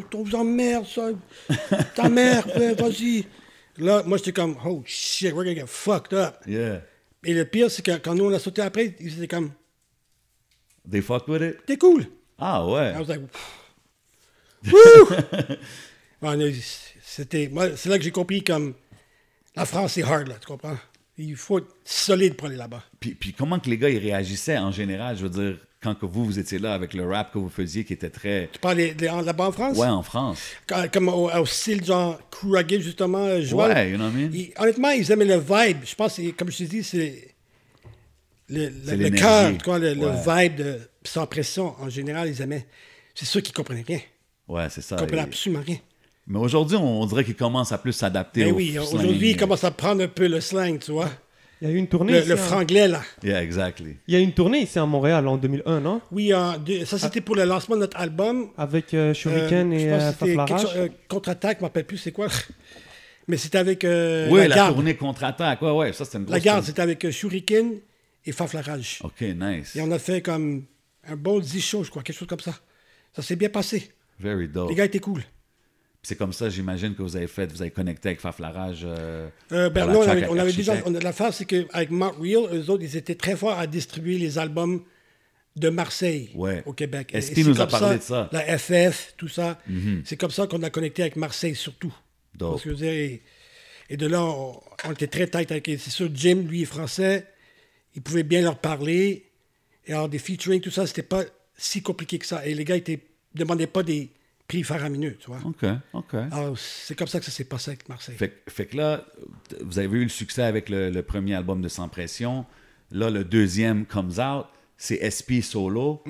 [SPEAKER 3] camp, on vous emmerde, ça. Ta mère, ouais, vas-y. Là, moi, j'étais comme, oh shit, we're gonna get fucked up.
[SPEAKER 2] Yeah.
[SPEAKER 3] Et le pire, c'est que quand nous, on a sauté après, ils étaient comme,
[SPEAKER 2] They fucked with it?
[SPEAKER 3] t'es cool.
[SPEAKER 2] Ah ouais.
[SPEAKER 3] I was like, Woo! On a- C'était, moi, c'est là que j'ai compris comme la France c'est hard là, tu comprends? Il faut être solide pour aller là-bas.
[SPEAKER 2] Puis, puis comment que les gars, ils réagissaient en général, je veux dire, quand que vous, vous étiez là avec le rap que vous faisiez qui était très...
[SPEAKER 3] Tu parles des- des- en- là-bas en France?
[SPEAKER 2] Ouais, en France.
[SPEAKER 3] Quand- comme au, au style genre crew reggae, justement, euh, Joël.
[SPEAKER 2] Ouais, you know what I mean?
[SPEAKER 3] Ils- honnêtement, ils aimaient le vibe. Je pense, que, comme je te dis, c'est le, le, le
[SPEAKER 2] l'énergie.
[SPEAKER 3] cœur, tu vois, le, le
[SPEAKER 2] Ouais.
[SPEAKER 3] vibe de sans pression. En général, ils aimaient. C'est sûr qu'ils comprenaient rien.
[SPEAKER 2] Ouais, c'est ça.
[SPEAKER 3] Ils comprenaient
[SPEAKER 2] Et-
[SPEAKER 3] absolument rien.
[SPEAKER 2] Mais aujourd'hui, on on dirait qu'ils commencent à plus s'adapter
[SPEAKER 3] Mais
[SPEAKER 2] au
[SPEAKER 3] Ben oui,
[SPEAKER 2] slang. hein.
[SPEAKER 3] aujourd'hui, ils commencent à prendre un peu le slang, tu vois.
[SPEAKER 1] Il y a eu une tournée.
[SPEAKER 3] Le,
[SPEAKER 1] ici,
[SPEAKER 3] le
[SPEAKER 1] hein.
[SPEAKER 3] franglais, là.
[SPEAKER 2] Yeah, exactly.
[SPEAKER 1] Il y a eu une tournée ici à Montréal en 2001, non
[SPEAKER 3] Oui, en deux-
[SPEAKER 1] Ah.
[SPEAKER 3] ça c'était pour le lancement de notre album.
[SPEAKER 1] Avec euh,
[SPEAKER 3] Euh,
[SPEAKER 1] Shuriken
[SPEAKER 3] je
[SPEAKER 1] et
[SPEAKER 3] pense
[SPEAKER 1] euh,
[SPEAKER 3] que c'était quelque
[SPEAKER 1] Faflarage.
[SPEAKER 3] chose- euh, Contre-attaque, je ne me rappelle plus c'est quoi. Mais c'était avec euh,
[SPEAKER 2] oui,
[SPEAKER 3] la,
[SPEAKER 2] la,
[SPEAKER 3] garde.
[SPEAKER 2] tournée contre-attaque. Ouais, ouais, ça, c'est une
[SPEAKER 3] La
[SPEAKER 2] grosse
[SPEAKER 3] garde,
[SPEAKER 2] tournée.
[SPEAKER 3] c'était avec euh, Shuriken et Faflarage.
[SPEAKER 2] OK, nice.
[SPEAKER 3] Et on a fait comme un bon 10 shows, je crois, quelque chose comme ça. Ça s'est bien passé.
[SPEAKER 2] Very dope.
[SPEAKER 3] Les gars étaient cool.
[SPEAKER 2] Puis C'est comme ça, j'imagine, que vous avez fait, vous avez connecté avec Faflarage. euh,
[SPEAKER 3] Euh, ben
[SPEAKER 2] pour la
[SPEAKER 3] non, on
[SPEAKER 2] track
[SPEAKER 3] avait, on avait déjà.
[SPEAKER 2] Architect.
[SPEAKER 3] on- L'affaire, c'est qu'avec Mount Real, eux autres, ils étaient très forts à distribuer les albums de Marseille
[SPEAKER 2] Ouais.
[SPEAKER 3] au Québec.
[SPEAKER 2] Est-ce
[SPEAKER 3] Et
[SPEAKER 2] qu'il
[SPEAKER 3] c'est
[SPEAKER 2] nous a
[SPEAKER 3] comme
[SPEAKER 2] parlé de ça? Mm-hmm.
[SPEAKER 3] La FF, tout ça. C'est comme ça qu'on a connecté avec Marseille, surtout.
[SPEAKER 2] Dope.
[SPEAKER 3] Parce que, je veux dire, et, et de là, on, on était très tight avec. C'est sûr, Jim, lui, est français. Il pouvait bien leur parler. Et alors, des featuring, tout ça, c'était pas si compliqué que ça. Et les gars, ils ne demandaient pas des prix faramineux, tu vois.
[SPEAKER 2] OK, OK.
[SPEAKER 3] Alors, c'est comme ça que ça s'est passé avec Marseille.
[SPEAKER 2] Fait, que- fait que là, t- vous avez eu le succès avec le, le premier album de Sans Pression. Là, le deuxième comes out. C'est SP solo.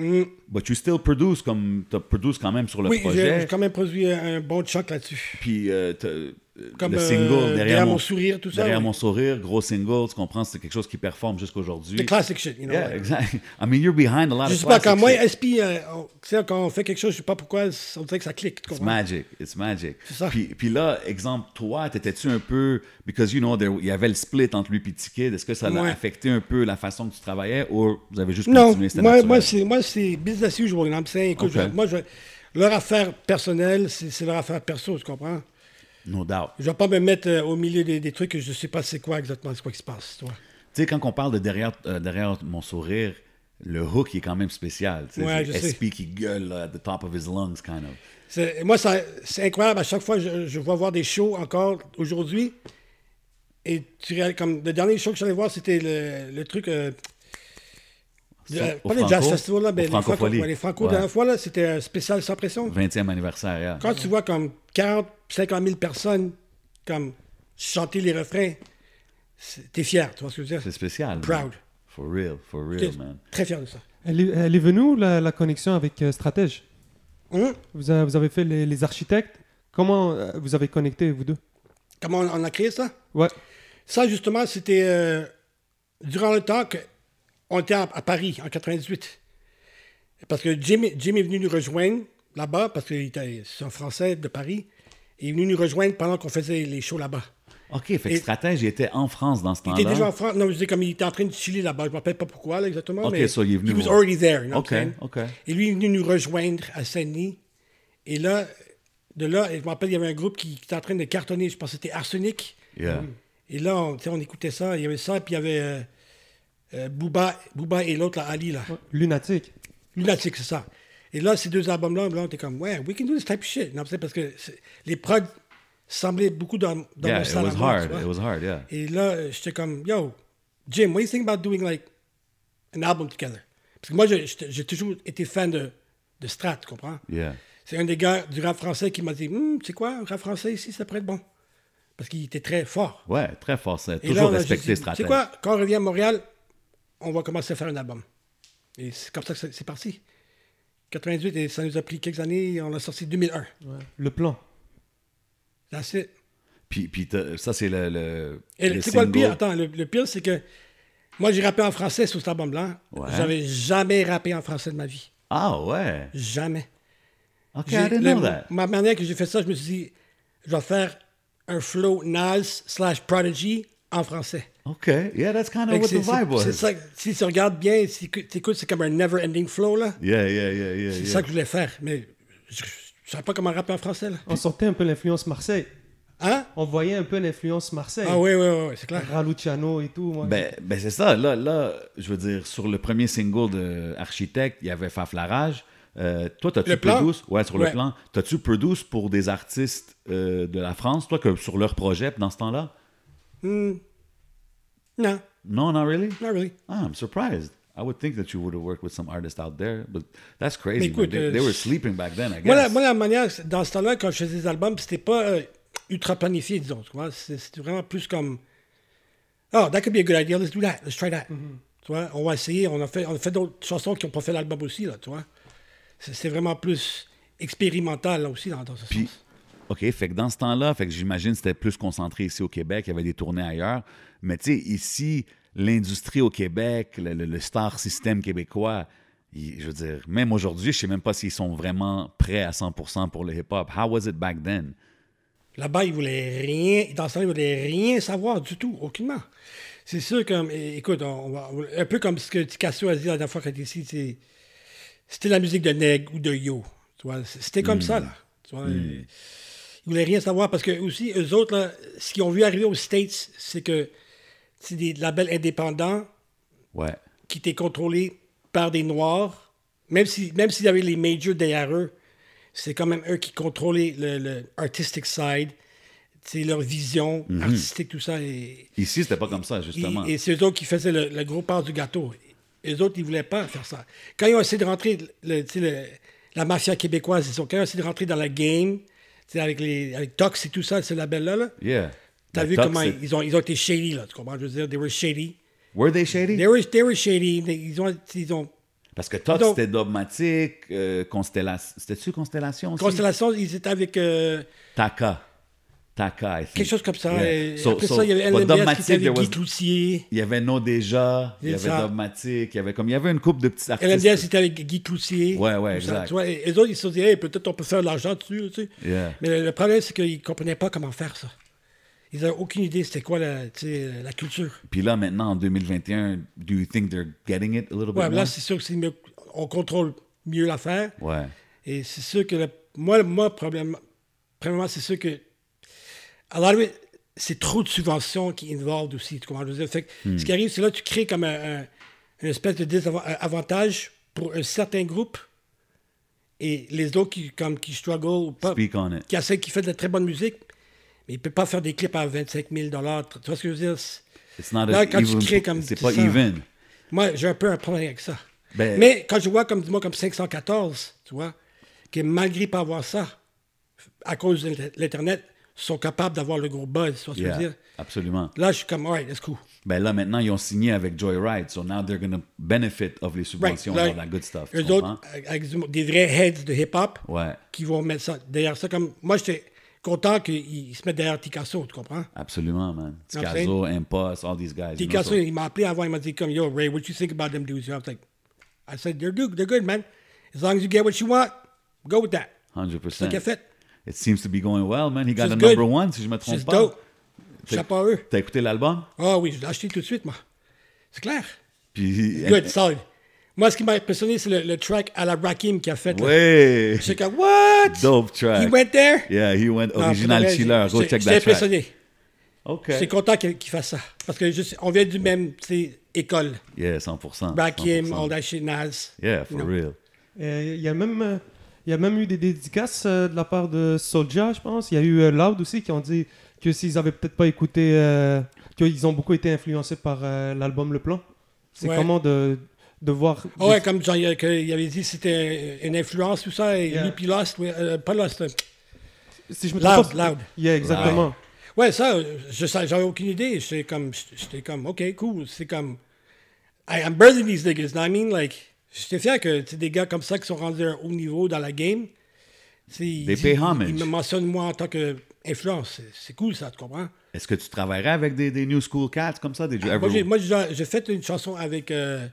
[SPEAKER 2] But you still produce, comme tu produces quand même sur le
[SPEAKER 3] Mm. oui, j'ai
[SPEAKER 2] projet.
[SPEAKER 3] j'ai quand même produit un bon choc là-dessus.
[SPEAKER 2] Puis euh, t'as, euh,
[SPEAKER 3] Comme,
[SPEAKER 2] le
[SPEAKER 3] euh,
[SPEAKER 2] single derrière,
[SPEAKER 3] Derrière mon sourire, tout ça,
[SPEAKER 2] Derrière
[SPEAKER 3] oui.
[SPEAKER 2] mon sourire, gros single, tu comprends, c'est quelque chose qui performe jusqu'à aujourd'hui.
[SPEAKER 3] The classic shit, you know.
[SPEAKER 2] Yeah, exact. I mean, you're behind a lot
[SPEAKER 3] Je
[SPEAKER 2] of
[SPEAKER 3] sais pas,
[SPEAKER 2] classic
[SPEAKER 3] quand moi,
[SPEAKER 2] shit.
[SPEAKER 3] SP, euh, on- tu sais, quand on fait quelque chose, je sais pas pourquoi, on dirait que ça clique. tu
[SPEAKER 2] It's
[SPEAKER 3] comprends?
[SPEAKER 2] magic, it's magic.
[SPEAKER 3] ça.
[SPEAKER 2] Puis, puis là, exemple, toi, t'étais-tu un peu, because you know, there- il y avait le split entre lui et Ticket, est-ce que ça l'a
[SPEAKER 3] Ouais.
[SPEAKER 2] affecté un peu la façon que tu travaillais ou vous avez juste
[SPEAKER 3] Non,
[SPEAKER 2] continué, c'était
[SPEAKER 3] moi,
[SPEAKER 2] naturel?
[SPEAKER 3] moi, c'est, moi, c'est business as usual. you know what I'm saying? Écoute,
[SPEAKER 2] Ok.
[SPEAKER 3] je- moi, je- leur affaire personnelle, c'est, c'est leur affaire perso, tu comprends?
[SPEAKER 2] No doubt.
[SPEAKER 3] Je vais pas me mettre euh, au milieu des, des trucs que je sais pas c'est quoi exactement, c'est quoi qui se passe, tu vois.
[SPEAKER 2] Tu sais, quand on parle de derrière, euh, derrière mon sourire, le hook il est quand même spécial. tu sais, c'est
[SPEAKER 3] Ouais, je sais.
[SPEAKER 2] SP qui gueule là, at the top of his lungs, kind of.
[SPEAKER 3] C'est- moi, ça- c'est incroyable. À chaque fois, je, je vois voir des shows encore aujourd'hui. Et tu réalises, comme le dernier show que j'allais voir, c'était le, le truc. euh, de-
[SPEAKER 2] Au
[SPEAKER 3] euh, pas le
[SPEAKER 2] Franco?
[SPEAKER 3] jazz festival, là,
[SPEAKER 2] Au
[SPEAKER 3] mais les
[SPEAKER 2] Francofolie.
[SPEAKER 3] Franco, ouais, les Franco,
[SPEAKER 2] Ouais.
[SPEAKER 3] la dernière fois, là, c'était un spécial sans pression.
[SPEAKER 2] 20e anniversaire, yeah.
[SPEAKER 3] Quand tu vois comme 40, 50 000 personnes comme chanter les refrains, c'est- t'es fier, tu vois ce que je veux dire?
[SPEAKER 2] C'est spécial. man.
[SPEAKER 3] Proud.
[SPEAKER 2] For real, for
[SPEAKER 3] T'es
[SPEAKER 2] real, man.
[SPEAKER 3] très fier de ça.
[SPEAKER 1] Elle est, elle est venue où, la, la connexion avec euh, Stratège
[SPEAKER 3] Hum?
[SPEAKER 1] vous avez, vous avez fait les, les architectes. Comment euh, vous avez connecté, vous deux
[SPEAKER 3] Comment on- on a créé ça?
[SPEAKER 1] Ouais.
[SPEAKER 3] Ça, justement, c'était euh, durant le temps qu'on était à, à Paris, en 98. Parce que Jim, Jim est venu nous rejoindre là-bas, parce qu'il était c'est un Français de Paris. Il est venu nous rejoindre pendant qu'on faisait les shows là-bas.
[SPEAKER 2] OK, fait que
[SPEAKER 3] Et-
[SPEAKER 2] Stratège, il était en France dans ce
[SPEAKER 3] Il
[SPEAKER 2] temps-là.
[SPEAKER 3] était déjà en France. Non, je disais comme il était en train de chiller là-bas. Je ne me rappelle pas pourquoi là, exactement.
[SPEAKER 2] Ok,
[SPEAKER 3] mais
[SPEAKER 2] so il est venu
[SPEAKER 3] He was
[SPEAKER 2] voir.
[SPEAKER 3] already there. you know
[SPEAKER 2] Ok,
[SPEAKER 3] what I'm saying?
[SPEAKER 2] ok.
[SPEAKER 3] Et lui, il est venu nous rejoindre à Saint-Denis. Et là, de là, je me rappelle, il y avait un groupe qui, qui était en train de cartonner. Je pense que c'était Arsenic.
[SPEAKER 2] Yeah.
[SPEAKER 3] Et là, on, tu sais, on écoutait ça. Il y avait ça, puis il y avait euh, euh, Booba, Booba et l'autre, là, Ali, là.
[SPEAKER 1] Lunatique.
[SPEAKER 3] Lunatic, c'est ça. Et là, ces deux albums-là, là, on était comme, ouais, we can do this type of shit. Non, c'est parce que c'est- les prods semblaient beaucoup dans, dans
[SPEAKER 2] Yeah,
[SPEAKER 3] mon
[SPEAKER 2] it
[SPEAKER 3] style à
[SPEAKER 2] was
[SPEAKER 3] moi,
[SPEAKER 2] hard.
[SPEAKER 3] tu vois.
[SPEAKER 2] It was hard, yeah.
[SPEAKER 3] Et là, euh, j'étais comme, yo, Jim, what do you think about doing like an album together? Parce que moi, je- j'étais- j'ai toujours été fan de, de Strat, tu comprends?
[SPEAKER 2] Yeah.
[SPEAKER 3] C'est un des gars du rap français qui m'a dit, Hum, tu sais quoi, rap français ici, ça pourrait être bon. Parce qu'il était très fort.
[SPEAKER 2] Ouais, très fort. ça.
[SPEAKER 3] Et
[SPEAKER 2] Toujours
[SPEAKER 3] là, on a juste
[SPEAKER 2] respecté
[SPEAKER 3] dit,
[SPEAKER 2] Stratège.
[SPEAKER 3] Tu sais quoi, quand on revient à Montréal, on va commencer à faire un album. Et c'est comme ça que c'est c'est parti. 98, et ça nous a pris quelques années, on l'a sorti 2001.
[SPEAKER 1] Le plan.
[SPEAKER 3] Là, c'est-
[SPEAKER 2] Puis, puis t'as- ça, c'est le, le,
[SPEAKER 3] Et
[SPEAKER 2] le
[SPEAKER 3] c'est quoi le
[SPEAKER 2] single.
[SPEAKER 3] pire? Attends, le, le pire, c'est que moi, j'ai rappé en français sur cet album-là.
[SPEAKER 2] Ouais.
[SPEAKER 3] J'avais jamais rappé en français de ma vie.
[SPEAKER 2] Ah ouais.
[SPEAKER 3] Jamais.
[SPEAKER 2] OK,
[SPEAKER 3] J'ai-
[SPEAKER 2] I didn't
[SPEAKER 3] la-
[SPEAKER 2] know that.
[SPEAKER 3] Ma manière que j'ai fait ça, je me suis dit, je vais faire un flow Nas slash Prodigy en français.
[SPEAKER 2] OK. Yeah, that's kind
[SPEAKER 3] Fait
[SPEAKER 2] of
[SPEAKER 3] que
[SPEAKER 2] what
[SPEAKER 3] c'est-
[SPEAKER 2] the vibe
[SPEAKER 3] c'est-
[SPEAKER 2] was.
[SPEAKER 3] c'est ça que- si tu regardes bien, si tu écoutes, c'est comme un never-ending flow, là.
[SPEAKER 2] Yeah, yeah, yeah, yeah.
[SPEAKER 3] C'est
[SPEAKER 2] yeah.
[SPEAKER 3] ça que je voulais faire, mais je ne savais pas comment rapper en français, là.
[SPEAKER 1] On sortait un peu l'influence Marseille.
[SPEAKER 3] Hein?
[SPEAKER 1] On voyait un peu l'influence Marseille.
[SPEAKER 3] Ah oui, oui, oui, oui, c'est clair.
[SPEAKER 1] Raluciano et tout. ouais.
[SPEAKER 2] Ben, ben, c'est ça. Là, là, je veux dire, sur le premier single de Architecte, il y avait Faflarage. Euh, toi, t'as-tu
[SPEAKER 3] Le plan?
[SPEAKER 2] produce? Ouais, sur le
[SPEAKER 3] Ouais.
[SPEAKER 2] plan. T'as-tu produce pour des artistes euh, de la France, toi, que sur leur projet dans ce temps-là?
[SPEAKER 3] Non,
[SPEAKER 2] Non, not really?
[SPEAKER 3] not really.
[SPEAKER 2] Ah, I'm surprised. I would think that you would have worked with some artists out there, but that's crazy.
[SPEAKER 3] Mais écoute,
[SPEAKER 2] man. They,
[SPEAKER 3] euh,
[SPEAKER 2] they were sleeping back then, I guess.
[SPEAKER 3] Moi la, moi, la manière, c'est- dans ce temps-là, quand je faisais des albums, c'était pas euh, ultra planifié, disons. tu vois. C'est- C'était vraiment plus comme Oh, that could be a good idea, let's do that, let's try that. Tu vois, on va essayer, on a fait, on a fait d'autres chansons qui n'ont pas fait l'album aussi, là, tu vois. C'est c'est vraiment plus expérimental, là aussi, dans, dans ce
[SPEAKER 2] Puis,
[SPEAKER 3] sens.
[SPEAKER 2] OK, fait que dans ce temps-là, fait que j'imagine que c'était plus concentré ici au Québec, il y avait des tournées ailleurs. Mais tu sais, ici, l'industrie au Québec, le, le- le star system québécois, il- je veux dire, même aujourd'hui, je sais même pas s'ils sont vraiment prêts à 100% pour le hip-hop. How was it back then?
[SPEAKER 3] Là-bas, ils voulaient rien, dans ce temps-là, ils voulaient rien savoir du tout, aucunement. C'est sûr que, écoute, on, on va- un peu comme ce que Ticasso a dit la dernière fois qu'il était ici, c'est c'était la musique de Neg ou de Yo. Tu vois, C'était comme ça, là. Tu vois, Ils voulaient rien savoir parce que, aussi, eux autres, là, ce qu'ils ont vu arriver aux States, c'est que c'est des labels indépendants
[SPEAKER 2] Ouais.
[SPEAKER 3] qui étaient contrôlés par des Noirs, même s'ils si, même s'il y avait les majors derrière eux, c'est quand même eux qui contrôlaient le, le artistic side, tu sais, leur vision artistique, tout ça. Et,
[SPEAKER 2] Ici, c'était pas comme ça, Mhm. justement.
[SPEAKER 3] et- et c'est eux autres qui faisaient le, le gros part du gâteau. Les autres, ils voulaient pas faire ça. Quand ils ont essayé de rentrer, le- tu sais, le- la mafia québécoise, ils ont quand ils ont essayé de rentrer dans la game, tu sais, avec, les, avec Tox et tout ça, ce label-là, là,
[SPEAKER 2] Yeah.
[SPEAKER 3] t'as
[SPEAKER 2] Mais
[SPEAKER 3] vu
[SPEAKER 2] Tox,
[SPEAKER 3] comment
[SPEAKER 2] Ben, c'est-
[SPEAKER 3] ils, ils ont, ils ont été shady, là, tu comprends? Je veux dire, they were shady.
[SPEAKER 2] Were they shady?
[SPEAKER 3] They were, they were shady. They- Ils ont, ils ont,
[SPEAKER 2] Parce que Tox,
[SPEAKER 3] Donc-
[SPEAKER 2] c'était dogmatique, euh, Constellation. C'était-tu Constellation aussi?
[SPEAKER 3] Constellation, ils étaient avec euh,
[SPEAKER 2] Taka. Taka, I think.
[SPEAKER 3] quelque chose comme ça.
[SPEAKER 2] Yeah.
[SPEAKER 3] Et
[SPEAKER 2] So-
[SPEAKER 3] après
[SPEAKER 2] so-
[SPEAKER 3] ça, il y avait
[SPEAKER 2] but
[SPEAKER 3] LMBS qui
[SPEAKER 2] Dogmatic,
[SPEAKER 3] était avec
[SPEAKER 2] there
[SPEAKER 3] Guy
[SPEAKER 2] was-
[SPEAKER 3] Cloutier.
[SPEAKER 2] Il y avait No Déjà, il y avait
[SPEAKER 3] C'est ça.
[SPEAKER 2] Dogmatic, il y avait comme il y avait une coupe de petits artistes.
[SPEAKER 3] LMDS c'était avec Guy Cloutier.
[SPEAKER 2] Ouais, ouais,
[SPEAKER 3] Tout ça,
[SPEAKER 2] exact.
[SPEAKER 3] tu vois, et les autres, ils se sont dit, Hey, peut-être on peut faire de l'argent dessus. Tu sais.
[SPEAKER 2] Yeah.
[SPEAKER 3] Mais le, le problème, c'est qu'ils ne comprenaient pas comment faire ça. Ils n'avaient aucune idée c'était quoi la, tu sais, la culture.
[SPEAKER 2] Puis là maintenant en 2021, do you think they're getting it a little bit
[SPEAKER 3] Ouais, mais là,
[SPEAKER 2] more?
[SPEAKER 3] c'est sûr que c'est mieux- on contrôle mieux l'affaire.
[SPEAKER 2] Ouais.
[SPEAKER 3] Et c'est sûr que le- moi, moi problème, premièrement, c'est sûr que. Alors, oui, c'est trop de subventions qui involvent aussi. Tu comprends? Je veux dire, fait que Ce qui arrive, c'est là, tu crées comme un, un- une espèce de désavantage pour un certain groupe et les autres qui, comme, qui struggle ou pas.
[SPEAKER 2] Speak on it.
[SPEAKER 3] Qui, essaient- qui fait de la très bonne musique, mais ils ne peuvent pas faire des clips à 25 000 Tu vois ce que je veux dire? C'est-
[SPEAKER 2] It's not
[SPEAKER 3] Là,
[SPEAKER 2] a
[SPEAKER 3] quand tu
[SPEAKER 2] even-
[SPEAKER 3] crées comme
[SPEAKER 2] c'est
[SPEAKER 3] tu
[SPEAKER 2] pas
[SPEAKER 3] sens-
[SPEAKER 2] even.
[SPEAKER 3] Moi, j'ai un peu un problème avec ça.
[SPEAKER 2] Ben-
[SPEAKER 3] Mais quand je vois, comme dis-moi, comme 514, tu vois, que malgré pas avoir ça, à cause de l'Inter- l'Internet, sont capables d'avoir le gros buzz, tu vois ce que je
[SPEAKER 2] Yeah,
[SPEAKER 3] veux dire?
[SPEAKER 2] absolument.
[SPEAKER 3] Là, je suis comme, alright, let's go.
[SPEAKER 2] Ben là maintenant ils ont signé avec Joyride, so now they're gonna benefit of les
[SPEAKER 3] Right,
[SPEAKER 2] subventions
[SPEAKER 3] là,
[SPEAKER 2] of that good stuff. tu
[SPEAKER 3] Eux
[SPEAKER 2] comprends?
[SPEAKER 3] autres, avec du- des vrais heads de hip-hop,
[SPEAKER 2] Ouais,
[SPEAKER 3] qui vont mettre ça derrière ça. Comme, moi, j'étais content qu'ils se mettent derrière Picasso, tu comprends?
[SPEAKER 2] Ah, absolument, man.
[SPEAKER 3] I'm saying-
[SPEAKER 2] Ticazo, Impost, all these guys. you know,
[SPEAKER 3] Picasso,
[SPEAKER 2] so-
[SPEAKER 3] il m'a appelé avant, il m'a dit comme, yo, Ray, what you think about them dudes? I was like, I said, they're good, they're good, man. As long as you get what you want, go with that. C'est ça
[SPEAKER 2] 100%.
[SPEAKER 3] qu'il a fait.
[SPEAKER 2] It seems to be going well, man. He got
[SPEAKER 3] She's
[SPEAKER 2] a
[SPEAKER 3] good.
[SPEAKER 2] number one, si je me trompe
[SPEAKER 3] She's
[SPEAKER 2] pas.
[SPEAKER 3] dope. Chapeau à eux.
[SPEAKER 2] T'as écouté l'album?
[SPEAKER 3] Ah oui, je l'ai acheté tout de suite, moi. C'est clair.
[SPEAKER 2] Puis.
[SPEAKER 3] Good, solid. Moi, ce qui m'a impressionné, c'est le, le track à la Rakim qu'il a fait. là.
[SPEAKER 2] Ouais!
[SPEAKER 3] J'étais comme, what?
[SPEAKER 2] Dope track.
[SPEAKER 3] He went there?
[SPEAKER 2] Yeah, he went
[SPEAKER 3] Non,
[SPEAKER 2] original
[SPEAKER 3] pour de vrai,
[SPEAKER 2] chiller.
[SPEAKER 3] j'ai-
[SPEAKER 2] Go
[SPEAKER 3] j'ai-
[SPEAKER 2] check
[SPEAKER 3] j'étais
[SPEAKER 2] that track.
[SPEAKER 3] impressionné.
[SPEAKER 2] OK.
[SPEAKER 3] J'étais content qu'il qu'il fasse ça. Parce que je sais- on vient du même, tu sais, école.
[SPEAKER 2] Yeah, 100%.
[SPEAKER 3] Rakim,
[SPEAKER 2] 100%.
[SPEAKER 3] all that shit, Nas.
[SPEAKER 2] Yeah, for
[SPEAKER 3] Non.
[SPEAKER 2] real.
[SPEAKER 1] Euh, Il y, a même, euh, il y a même eu des dédicaces euh, de la part de Soldier, je pense. Il y a eu euh, Loud aussi qui ont dit que s'ils avaient peut-être pas écouté, euh, qu'ils ont beaucoup été influencés par euh, l'album Le Plan. C'est
[SPEAKER 3] Ouais.
[SPEAKER 1] comment de, de voir.
[SPEAKER 3] Ah ouais, comme genre, il a- que- il avait dit, c'était une influence, tout ça. Et
[SPEAKER 1] Yeah.
[SPEAKER 3] lui, puis Lost, ouais, euh, pas Lost. euh,
[SPEAKER 1] si je me
[SPEAKER 3] Loud,
[SPEAKER 1] trompe pas,
[SPEAKER 3] Loud.
[SPEAKER 1] Yeah, exactement.
[SPEAKER 3] Ouais, ça, euh, je sais- j'avais aucune idée. J'étais comme, j'étais comme, ok, cool. C'est comme, I, I'm birthing these niggas. know what I mean, like, j'étais fier que tu sais, des gars comme ça qui sont rendus à un haut niveau dans la game. They
[SPEAKER 2] They pay homage.
[SPEAKER 3] Ils me mentionnent moi en tant qu'influence. C'est- C'est cool ça, tu comprends?
[SPEAKER 2] Est-ce que tu travaillerais avec des, des New School Cats comme ça? Did you
[SPEAKER 3] Moi,
[SPEAKER 2] ever...
[SPEAKER 3] j'ai- Ah, Moi, j'ai j'ai fait une chanson avec, euh,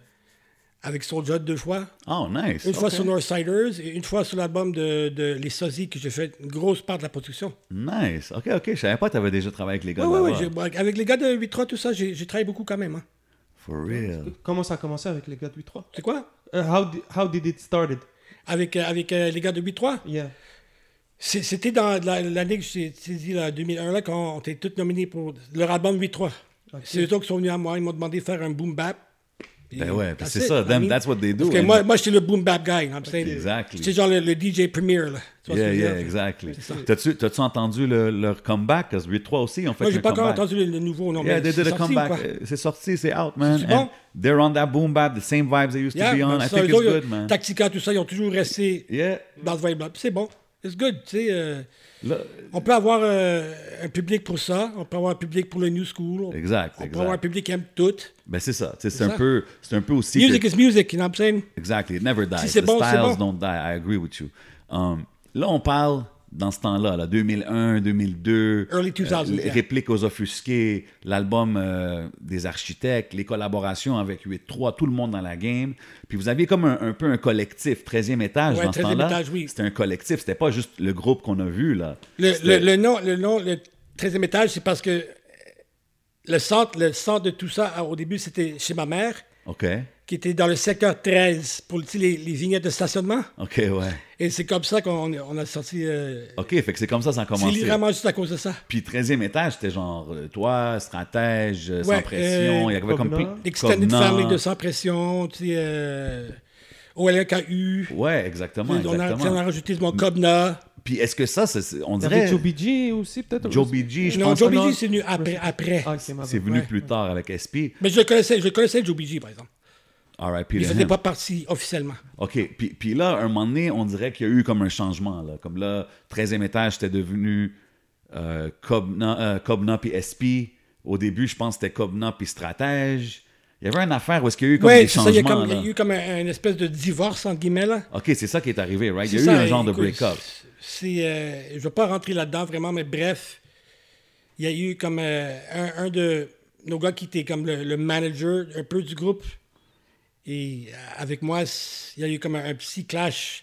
[SPEAKER 3] avec Soulja deux fois.
[SPEAKER 2] Oh, nice.
[SPEAKER 3] Une fois
[SPEAKER 2] Okay.
[SPEAKER 3] sur Northsiders et une fois sur l'album de, de Les Sosies que j'ai fait une grosse part de la production.
[SPEAKER 2] Nice. OK, OK. Je savais pas que tu avais déjà travaillé avec les gars
[SPEAKER 3] Ouais, ouais, ouais,
[SPEAKER 2] là-bas.
[SPEAKER 3] j'ai- Avec les gars de 8-3, tout ça, j'ai j'ai travaillé beaucoup quand même. hein.
[SPEAKER 2] For real.
[SPEAKER 1] Comment ça a commencé avec les gars de 8-3
[SPEAKER 3] C'est quoi?
[SPEAKER 1] Euh, how, di- how did it started
[SPEAKER 3] avec, euh, avec euh, les gars de 8-3.
[SPEAKER 1] Yeah.
[SPEAKER 3] C'est- C'était dans la- l'année que je t'ai t'ai dit, là, 2001, là, quand on était tous nominés pour leur album 8-3.
[SPEAKER 1] Ok.
[SPEAKER 3] C'est eux autres qui sont venus à moi, ils m'ont demandé de faire un boom bap.
[SPEAKER 2] Ben ouais,
[SPEAKER 3] That's
[SPEAKER 2] c'est
[SPEAKER 3] it,
[SPEAKER 2] ça.
[SPEAKER 3] I
[SPEAKER 2] Them-
[SPEAKER 3] mean.
[SPEAKER 2] that's what they do.
[SPEAKER 3] Parce que
[SPEAKER 2] And-
[SPEAKER 3] moi, moi j'étais le boom bap guy. I'm saying.
[SPEAKER 2] Exactly.
[SPEAKER 3] J'étais genre le, le DJ premier. Là. Tu vois ce que
[SPEAKER 2] Yeah,
[SPEAKER 3] je veux
[SPEAKER 2] yeah,
[SPEAKER 3] dire?
[SPEAKER 2] exactly. T'as-tu t'as-tu entendu le- leur comeback? Parce que 8-3 aussi, ont fait
[SPEAKER 3] Moi, j'ai
[SPEAKER 2] un
[SPEAKER 3] pas encore
[SPEAKER 2] comeback.
[SPEAKER 3] entendu le, le nouveau. Non,
[SPEAKER 2] Yeah,
[SPEAKER 3] mais
[SPEAKER 2] they
[SPEAKER 3] c'est
[SPEAKER 2] did a
[SPEAKER 3] sorti ou
[SPEAKER 2] comeback.
[SPEAKER 3] quoi?
[SPEAKER 2] Euh, C'est sorti, c'est out, man.
[SPEAKER 3] C'est-tu
[SPEAKER 2] And
[SPEAKER 3] bon?
[SPEAKER 2] they're on that boom bap, the same vibes they used
[SPEAKER 3] Yeah,
[SPEAKER 2] to be on.
[SPEAKER 3] ben,
[SPEAKER 2] I
[SPEAKER 3] ça,
[SPEAKER 2] think
[SPEAKER 3] eux
[SPEAKER 2] it's
[SPEAKER 3] autres,
[SPEAKER 2] good, man.
[SPEAKER 3] Tactica, tout ça, ils ont toujours resté
[SPEAKER 2] Yeah.
[SPEAKER 3] dans ce vibe-là. Puis C'est bon. It's good. Tu sais, euh,
[SPEAKER 2] Là,
[SPEAKER 3] on peut avoir euh, un public pour ça. On peut avoir un public pour le new school. on-
[SPEAKER 2] Exact,
[SPEAKER 3] On
[SPEAKER 2] exact.
[SPEAKER 3] peut avoir un public qui aime tout.
[SPEAKER 2] Ben c'est ça. tu sais, C'est un
[SPEAKER 3] ça.
[SPEAKER 2] peu, c'est un peu aussi. que-
[SPEAKER 3] Music is music, you know what I'm saying?
[SPEAKER 2] Exactly. It never dies.
[SPEAKER 3] Si c'est
[SPEAKER 2] The
[SPEAKER 3] bon, c'est
[SPEAKER 2] styles
[SPEAKER 3] bon.
[SPEAKER 2] don't die. I agree with you. Um, là, on parle dans ce temps-là, là, 2001, 2002.
[SPEAKER 3] Early 2000s,
[SPEAKER 2] euh, les
[SPEAKER 3] yeah.
[SPEAKER 2] Répliques aux offusqués, l'album euh, des architectes, les collaborations avec 8-3, tout le monde dans la game. Puis vous aviez comme un, un peu un collectif, 13e étage
[SPEAKER 3] Ouais,
[SPEAKER 2] dans ce
[SPEAKER 3] 13e
[SPEAKER 2] temps-là.
[SPEAKER 3] étage, oui.
[SPEAKER 2] C'était un collectif, c'était pas juste le groupe qu'on a vu, là.
[SPEAKER 3] Le,
[SPEAKER 2] C'était-
[SPEAKER 3] le- le nom, le nom, le 13e étage, c'est parce que le centre, le centre de tout ça, à- au début, euh, c'était chez ma mère.
[SPEAKER 2] OK.
[SPEAKER 3] qui était dans le secteur 13 pour tu sais, les, les vignettes de stationnement.
[SPEAKER 2] OK, ouais.
[SPEAKER 3] Et c'est comme ça qu'on on a sorti. euh,
[SPEAKER 2] OK, fait que c'est comme ça, ça a
[SPEAKER 3] c'est
[SPEAKER 2] commencé.
[SPEAKER 3] littéralement juste à cause de ça.
[SPEAKER 2] Puis 13e étage, c'était genre euh, toi, stratège, euh, sans
[SPEAKER 3] Ouais,
[SPEAKER 2] pression.
[SPEAKER 3] euh,
[SPEAKER 2] il y avait comme.
[SPEAKER 1] Covenant.
[SPEAKER 2] plein-
[SPEAKER 3] Extended
[SPEAKER 2] Covenant.
[SPEAKER 3] Family de Sans Pression, tu sais, euh, OLKU.
[SPEAKER 2] Ouais, exactement.
[SPEAKER 3] On a, tu sais, on a
[SPEAKER 2] exactement.
[SPEAKER 3] rajouté mon Cobna.
[SPEAKER 2] Puis est-ce que ça, c'est- c'est- on
[SPEAKER 1] Il y avait
[SPEAKER 2] dirait.
[SPEAKER 1] Joe BG aussi, peut-être
[SPEAKER 2] Joe BG, je
[SPEAKER 3] Non,
[SPEAKER 2] pense.
[SPEAKER 3] Joe
[SPEAKER 1] que non.
[SPEAKER 3] BG, c'est venu après. après.
[SPEAKER 1] Ah, ok, ma
[SPEAKER 2] C'est
[SPEAKER 1] bad.
[SPEAKER 2] venu
[SPEAKER 3] Ouais.
[SPEAKER 2] plus tard avec SP.
[SPEAKER 3] Mais je le connaissais, je le connaissais Joe BG, par exemple.
[SPEAKER 2] Alright,
[SPEAKER 3] Il
[SPEAKER 2] puis
[SPEAKER 3] ne
[SPEAKER 2] le
[SPEAKER 3] faisait
[SPEAKER 2] hymne.
[SPEAKER 3] pas partie officiellement.
[SPEAKER 2] OK. Puis, puis là, un moment donné, on dirait qu'il y a eu comme un changement. Là. Comme là, 13e étage, c'était devenu euh, Cobna, euh, Cobna puis SP. Au début, je pense que c'était Cobna puis Stratège. Il y avait une affaire où est-ce qu'il y a eu comme
[SPEAKER 3] Oui,
[SPEAKER 2] des
[SPEAKER 3] c'est ça, il y a,
[SPEAKER 2] changements.
[SPEAKER 3] comme, il y a
[SPEAKER 2] là.
[SPEAKER 3] eu comme un, une espèce de divorce, entre guillemets, là.
[SPEAKER 2] OK, c'est ça qui est arrivé, right? Il y a
[SPEAKER 3] C'est
[SPEAKER 2] eu
[SPEAKER 3] ça,
[SPEAKER 2] un genre de
[SPEAKER 3] écoute,
[SPEAKER 2] break-up.
[SPEAKER 3] c'est, euh, je ne vais pas rentrer là-dedans vraiment, mais bref, il y a eu comme euh, un, un de nos gars qui était comme le, le manager un peu du groupe. Et euh, avec moi, c- il y a eu comme un, un petit clash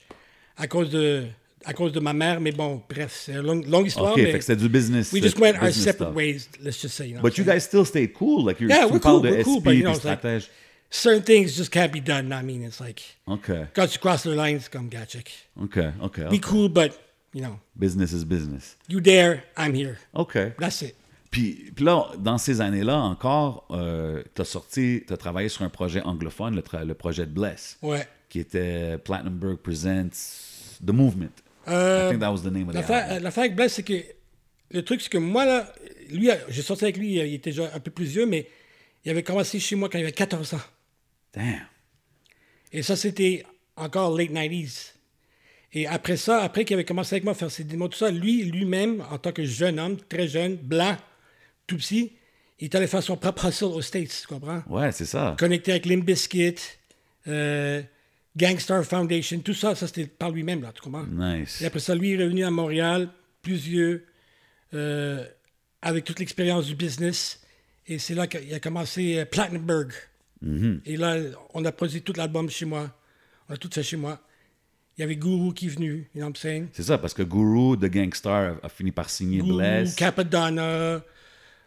[SPEAKER 3] à cause, de, à cause de ma mère. Mais bon, bref, c'est une longue, longue histoire.
[SPEAKER 2] OK,
[SPEAKER 3] mais
[SPEAKER 2] fait que c'était du business.
[SPEAKER 3] we just went our
[SPEAKER 2] business
[SPEAKER 3] separate
[SPEAKER 2] stuff.
[SPEAKER 3] ways, let's just say. you know
[SPEAKER 2] But
[SPEAKER 3] what I'm
[SPEAKER 2] you
[SPEAKER 3] saying?
[SPEAKER 2] guys still stayed cool. Like, you
[SPEAKER 3] Yeah,
[SPEAKER 2] tu
[SPEAKER 3] we're
[SPEAKER 2] parles
[SPEAKER 3] cool,
[SPEAKER 2] de
[SPEAKER 3] we're
[SPEAKER 2] SP
[SPEAKER 3] cool, but you know,
[SPEAKER 2] puis
[SPEAKER 3] it's like-
[SPEAKER 2] Stratège.
[SPEAKER 3] Certain things just can't be done. I mean, it's like,
[SPEAKER 2] OK,
[SPEAKER 3] quand tu cross the lines, c'est comme Gatchik.
[SPEAKER 2] OK, OK.
[SPEAKER 3] Be cool, but, you know,
[SPEAKER 2] Business is business.
[SPEAKER 3] you there, I'm here.
[SPEAKER 2] OK.
[SPEAKER 3] That's it.
[SPEAKER 2] Puis, puis là, dans ces années-là encore, euh, t'as sorti, t'as travaillé sur un projet anglophone, le, tra- le projet de Bless,
[SPEAKER 3] Ouais.
[SPEAKER 2] qui était Platinumburg Presents The Movement. I
[SPEAKER 3] Euh,
[SPEAKER 2] think that was the name of the
[SPEAKER 3] L'affaire
[SPEAKER 2] album.
[SPEAKER 3] l'affaire avec Blaise, c'est que le truc, c'est que moi, là, lui, euh, j'ai sorti avec lui, il était déjà un peu plus vieux, mais il avait commencé chez moi quand il avait 14 ans.
[SPEAKER 2] Damn.
[SPEAKER 3] Et ça, c'était encore late 90s. Et après ça, après qu'il avait commencé avec moi à faire ses démos, tout ça, lui, lui-même, en tant que jeune homme, très jeune, blanc, tout petit, il est allé faire son propre hustle aux States, tu comprends?
[SPEAKER 2] Ouais, c'est ça.
[SPEAKER 3] Connecté avec Limp Bizkit, euh, Gangstar Foundation, tout ça, ça c'était par lui-même, là, tu comprends?
[SPEAKER 2] Nice.
[SPEAKER 3] Et après ça, lui, il est revenu à Montréal, plus vieux, euh, avec toute l'expérience du business. Et c'est là qu'il a commencé euh, Plattenberg.
[SPEAKER 2] Mhm.
[SPEAKER 3] Et là, on a produit tout l'album chez moi. On a tout fait chez moi. Il y avait Guru qui est venu, you know what I'm saying?
[SPEAKER 2] C'est ça, parce que Guru de Gangstar a fini par signer
[SPEAKER 3] Guru,
[SPEAKER 2] Bless.
[SPEAKER 3] Capadonna.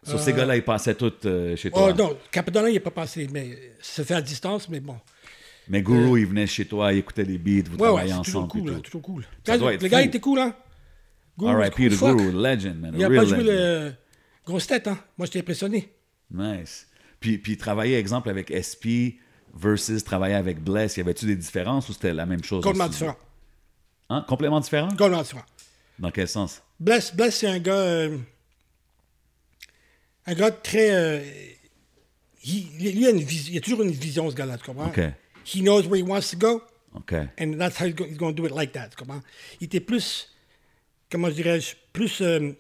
[SPEAKER 2] Sur ces gars-là, ils passaient tous euh, chez toi.
[SPEAKER 3] Oh non, Capadonna, il n'est pas passé, mais ça se fait à distance, mais bon.
[SPEAKER 2] Mais Guru, il venait chez toi, il écoutait les beats, vous
[SPEAKER 3] Euh, Ouais, ouais,
[SPEAKER 2] travailliez
[SPEAKER 3] c'est toujours
[SPEAKER 2] ensemble.
[SPEAKER 3] cool,
[SPEAKER 2] puis
[SPEAKER 3] là,
[SPEAKER 2] tout.
[SPEAKER 3] toujours cool.
[SPEAKER 2] Ça
[SPEAKER 3] Gars,
[SPEAKER 2] doit être
[SPEAKER 3] le gars
[SPEAKER 2] fou.
[SPEAKER 3] était cool, hein? Guru,
[SPEAKER 2] R.I.P.
[SPEAKER 3] cool,
[SPEAKER 2] the
[SPEAKER 3] fuck.
[SPEAKER 2] Guru, legend, man. a
[SPEAKER 3] Il n'a
[SPEAKER 2] real
[SPEAKER 3] pas joué
[SPEAKER 2] legend.
[SPEAKER 3] le grosse tête, hein? Moi, j'étais impressionné.
[SPEAKER 2] Nice. Puis, puis travailler, exemple, avec SP versus travailler avec Bless, y avait-tu des différences ou c'était la même chose? en
[SPEAKER 3] Complètement
[SPEAKER 2] studio?
[SPEAKER 3] différent.
[SPEAKER 2] Hein? Complètement différent?
[SPEAKER 3] Complètement différent.
[SPEAKER 2] Dans quel sens?
[SPEAKER 3] Bless, Bless, c'est un gars. euh, un gars très. euh, il, lui, il a une vis- il a toujours une vision, ce gars-là, tu comprends?
[SPEAKER 2] OK.
[SPEAKER 3] He knows where he wants to go,
[SPEAKER 2] OK.
[SPEAKER 3] and that's how he's go- he's going to do it like that, tu comprends? Il était plus. Comment je dirais-je? Plus euh,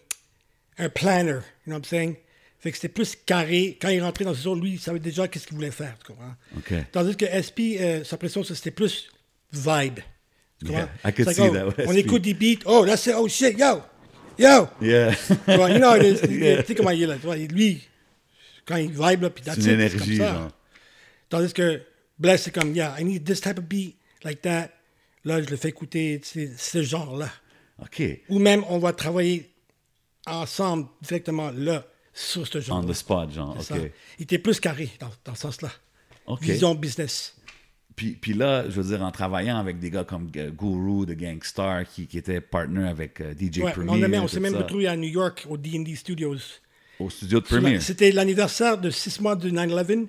[SPEAKER 3] un planner, you know what I'm saying? Fait que c'était plus carré. Quand il rentrait dans ce zone, lui, il savait déjà qu'est-ce qu'il voulait faire, tu comprends?
[SPEAKER 2] OK.
[SPEAKER 3] Tandis que SP, euh, sa pression, ça, c'était plus vibe. tu
[SPEAKER 2] Yeah,
[SPEAKER 3] comprends?
[SPEAKER 2] I could
[SPEAKER 3] C'est
[SPEAKER 2] see
[SPEAKER 3] qu'on-
[SPEAKER 2] that with
[SPEAKER 3] On
[SPEAKER 2] SP.
[SPEAKER 3] écoute des beats. Oh, là, c'est. Oh shit, yo! Yo!
[SPEAKER 2] Yeah.
[SPEAKER 3] Tu vois, you know, it is. Tu sais comment il est là. tu vois, lui, quand il vibe, là, puis that's
[SPEAKER 2] C'est
[SPEAKER 3] it,
[SPEAKER 2] une
[SPEAKER 3] c'est
[SPEAKER 2] énergie,
[SPEAKER 3] comme ça.
[SPEAKER 2] genre.
[SPEAKER 3] Tandis que Bless, c'est comme, yeah, I need this type of beat, like that. Là, je le fais écouter, tu sais, ce genre-là.
[SPEAKER 2] OK.
[SPEAKER 3] Ou même, on va travailler ensemble directement là, sur ce
[SPEAKER 2] On the
[SPEAKER 3] genre-là.
[SPEAKER 2] spot, genre.
[SPEAKER 3] Ça,
[SPEAKER 2] OK.
[SPEAKER 3] Il était plus carré dans, dans ce sens-là.
[SPEAKER 2] OK.
[SPEAKER 3] Vision business.
[SPEAKER 2] Puis, puis là, je veux dire, en travaillant avec des gars comme euh, Guru de Gangstar qui, qui était partner avec euh, DJ
[SPEAKER 3] Ouais,
[SPEAKER 2] Premier.
[SPEAKER 3] on a même- on
[SPEAKER 2] tout
[SPEAKER 3] s'est même
[SPEAKER 2] ça,
[SPEAKER 3] retrouvé à New York, au D&D Studios.
[SPEAKER 2] Au studio de Premier.
[SPEAKER 3] C'était l'anniversaire de six mois de 9-11.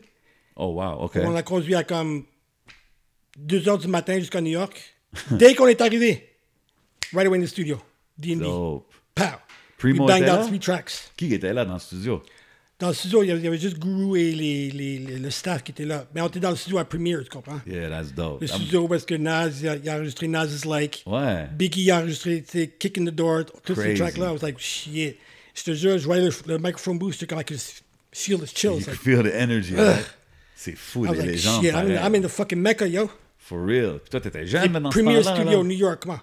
[SPEAKER 2] Oh, wow. OK.
[SPEAKER 3] On l'a conduit à comme 2 heures du matin jusqu'à New York. Dès qu'on est arrivé, right away in the studio, D&D.
[SPEAKER 2] Dope.
[SPEAKER 3] Pow!
[SPEAKER 2] Primo
[SPEAKER 3] We banged
[SPEAKER 2] était là?
[SPEAKER 3] out three tracks.
[SPEAKER 2] Qui était là dans le studio?
[SPEAKER 3] Dans le studio, il y avait, il y avait juste Guru et les, les- les- le staff qui était là. Mais on était dans le studio à Premiere, tu comprends?
[SPEAKER 2] Yeah, that's dope.
[SPEAKER 3] Le
[SPEAKER 2] Ah,
[SPEAKER 3] studio où est-ce que Nas, il a, il a enregistré Nas is Like.
[SPEAKER 2] Ouais.
[SPEAKER 3] Biggie a enregistré, tu sais, Kick in the Door. Tous
[SPEAKER 2] Crazy.
[SPEAKER 3] ces tracks-là, I was like, shit. Je te jure, je voyais le, le microphone boost, j'étais comme, I could feel the
[SPEAKER 2] You
[SPEAKER 3] chills.
[SPEAKER 2] can
[SPEAKER 3] Like,
[SPEAKER 2] feel the energy. right? C'est fou,
[SPEAKER 3] I was
[SPEAKER 2] les
[SPEAKER 3] like,
[SPEAKER 2] légendes.
[SPEAKER 3] shit, bah, I'm,
[SPEAKER 2] pareil.
[SPEAKER 3] in- I'm in the fucking Mecca, yo.
[SPEAKER 2] For real. Puis toi, t'étais jeune maintenant.
[SPEAKER 3] Premier
[SPEAKER 2] ce temps-là,
[SPEAKER 3] studio,
[SPEAKER 2] là.
[SPEAKER 3] New York, come on.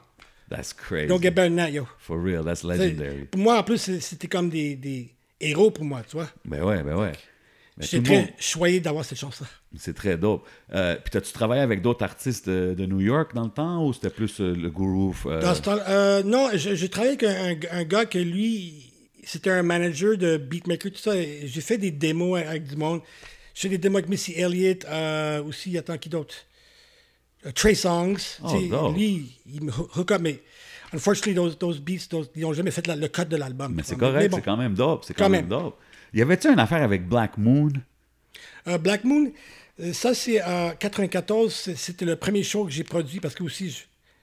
[SPEAKER 2] That's crazy.
[SPEAKER 3] Don't get better than that, yo.
[SPEAKER 2] For real, that's
[SPEAKER 3] T'sais,
[SPEAKER 2] legendary.
[SPEAKER 3] Pour moi, en plus, c'est- c'était comme des, des héros pour moi, tu vois.
[SPEAKER 2] Ben ouais, ben ouais. Ben, tout
[SPEAKER 3] J'étais
[SPEAKER 2] le
[SPEAKER 3] très
[SPEAKER 2] monde-
[SPEAKER 3] choyé d'avoir cette chance-là.
[SPEAKER 2] C'est très dope. Euh, puis t'as-tu travaillé avec d'autres artistes de, de New York dans le temps ou c'était plus euh, le guru? euh,
[SPEAKER 3] Dans ce temps- euh, non, je- j'ai travaillé avec un, un- un gars que lui, c'était un manager de beatmaker, tout ça. et J'ai fait des démos avec du monde. Chez les démos avec Missy Elliott, euh, aussi, attends, qui d'autre? Euh, Trey Songs.
[SPEAKER 2] Oh,
[SPEAKER 3] Tu sais,
[SPEAKER 2] dope.
[SPEAKER 3] lui, il me hoo- hook up, mais unfortunately, those, those beats, those- ils n'ont jamais fait la- le code de l'album.
[SPEAKER 2] Mais c'est
[SPEAKER 3] Mais
[SPEAKER 2] correct,
[SPEAKER 3] bon.
[SPEAKER 2] c'est quand même dope. C'est quand,
[SPEAKER 3] Quand
[SPEAKER 2] même.
[SPEAKER 3] même.
[SPEAKER 2] dope. Y avait-tu une affaire avec Black Moon?
[SPEAKER 3] Euh, Black Moon, euh, ça c'est en 94, c'est- c'était le premier show que j'ai produit parce que aussi je,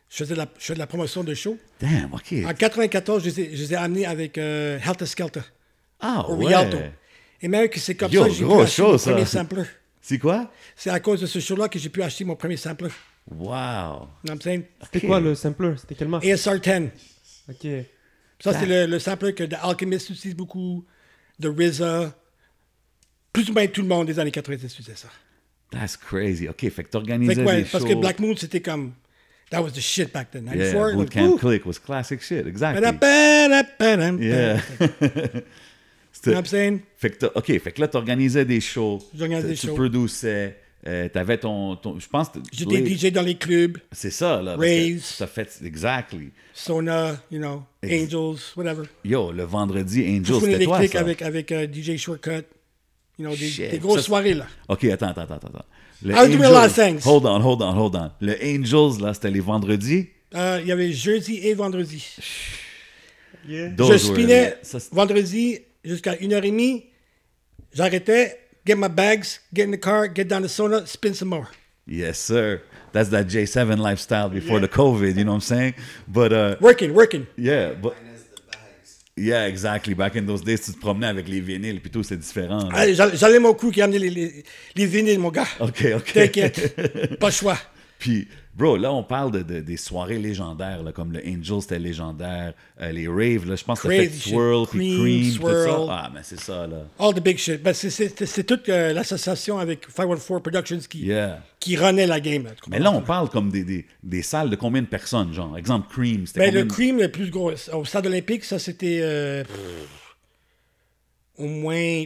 [SPEAKER 3] je faisais de la, je faisais de la promotion de show.
[SPEAKER 2] Damn, OK.
[SPEAKER 3] En 94, je les ai, je les ai amenés avec euh, Helter Skelter
[SPEAKER 2] Ah
[SPEAKER 3] au
[SPEAKER 2] ouais.
[SPEAKER 3] Rialto. Et même que c'est comme
[SPEAKER 2] Yo,
[SPEAKER 3] ça que j'ai pu
[SPEAKER 2] grosse
[SPEAKER 3] acheter mon
[SPEAKER 2] chose, ça.
[SPEAKER 3] premier sampler.
[SPEAKER 2] C'est quoi?
[SPEAKER 3] C'est à cause de ce show-là que j'ai pu acheter mon premier sampler. You
[SPEAKER 2] Wow.
[SPEAKER 3] know what I'm saying?
[SPEAKER 1] C'était quoi le sampler C'était quelle marque
[SPEAKER 3] ASR-10.
[SPEAKER 1] Ok.
[SPEAKER 3] Ça,
[SPEAKER 2] Bah.
[SPEAKER 3] c'est le, le sampler que The Alchemist utilise beaucoup, The RZA. Plus ou moins tout le monde des années 90 faisait ça.
[SPEAKER 2] That's crazy. OK, fait que
[SPEAKER 3] Fait
[SPEAKER 2] t'organisais
[SPEAKER 3] que, ouais,
[SPEAKER 2] des
[SPEAKER 3] parce
[SPEAKER 2] shows.
[SPEAKER 3] que Black Moon, c'était comme... That was the shit back then. 94,
[SPEAKER 2] Yeah,
[SPEAKER 3] like,
[SPEAKER 2] Bootcamp
[SPEAKER 3] woo!
[SPEAKER 2] Click was classic shit. Exactly.
[SPEAKER 3] Ba-da-ba-da-ba-dam.
[SPEAKER 2] Yeah.
[SPEAKER 3] You know
[SPEAKER 2] C'était-
[SPEAKER 3] what I'm saying?
[SPEAKER 2] Fait que, t'as- OK, fait que là, t'organisais des shows.
[SPEAKER 3] J'organisais
[SPEAKER 2] T-
[SPEAKER 3] des
[SPEAKER 2] tu
[SPEAKER 3] shows.
[SPEAKER 2] produisais. euh, t'avais ton, ton- Je pense. que-
[SPEAKER 3] J'étais
[SPEAKER 2] les-
[SPEAKER 3] DJ dans les clubs,
[SPEAKER 2] C'est ça, là. parce que
[SPEAKER 3] Raves.
[SPEAKER 2] T'as fait. Exactly.
[SPEAKER 3] Sona, you know,
[SPEAKER 2] Ex-
[SPEAKER 3] Angels, whatever.
[SPEAKER 2] Yo, le vendredi,
[SPEAKER 3] Je
[SPEAKER 2] Angel,
[SPEAKER 3] prenais
[SPEAKER 2] c'était
[SPEAKER 3] des
[SPEAKER 2] toi,
[SPEAKER 3] clics
[SPEAKER 2] ça.
[SPEAKER 3] avec, avec euh, DJ Shortcut. You know, des,
[SPEAKER 2] Shit.
[SPEAKER 3] des grosses
[SPEAKER 2] Ça, c'est-
[SPEAKER 3] soirées, là.
[SPEAKER 2] OK, attends, attends, attends, attends. Le
[SPEAKER 3] I was doing a lot of
[SPEAKER 2] Angels-
[SPEAKER 3] things.
[SPEAKER 2] Hold on, hold on, hold on. Le Angels, là, c'était les vendredis.
[SPEAKER 3] Euh, Il y avait jeudi et vendredi.
[SPEAKER 1] Yeah.
[SPEAKER 2] Those were-
[SPEAKER 3] je spinais
[SPEAKER 2] ça, c'est-
[SPEAKER 3] vendredi jusqu'à 1h30. J'arrêtais, get my bags, get in the car, get down to Sona, spin some more.
[SPEAKER 2] Yes, sir. That's that J7 lifestyle before the COVID, you know what I'm saying? But, uh,
[SPEAKER 3] Working, working.
[SPEAKER 2] yeah, but... Yeah, exactly. Back in those days, tu te promenais avec les vinyles, puis tout, c'est différent. là.
[SPEAKER 3] Ah, j'a- J'allais mon coup qui amenait les, les, les vinyles, mon gars.
[SPEAKER 2] OK, OK.
[SPEAKER 3] T'inquiète, pas le choix.
[SPEAKER 2] Puis, bro, là, on parle de, de- des soirées légendaires, là, comme le Angel, c'était légendaire. euh, les Raves, là, je pense que t'as fait
[SPEAKER 3] Crazy
[SPEAKER 2] Swirl,
[SPEAKER 3] shit.
[SPEAKER 2] puis
[SPEAKER 3] Cream,
[SPEAKER 2] Cream, tout
[SPEAKER 3] Swirl.
[SPEAKER 2] ça. Ah, mais c'est ça, là.
[SPEAKER 3] All the big shit. Ben, c'est- c'est c'est toute euh, l'association avec 514 Productions qui,
[SPEAKER 2] Yeah.
[SPEAKER 3] qui runnait la game. là, tu comprends?
[SPEAKER 2] Mais là, on parle comme des, des, des salles de combien de personnes, genre? Exemple, Cream, c'était
[SPEAKER 3] Ben,
[SPEAKER 2] combien
[SPEAKER 3] le
[SPEAKER 2] de-
[SPEAKER 3] cream le plus gros au stade olympique, ça c'était euh, pff, au moins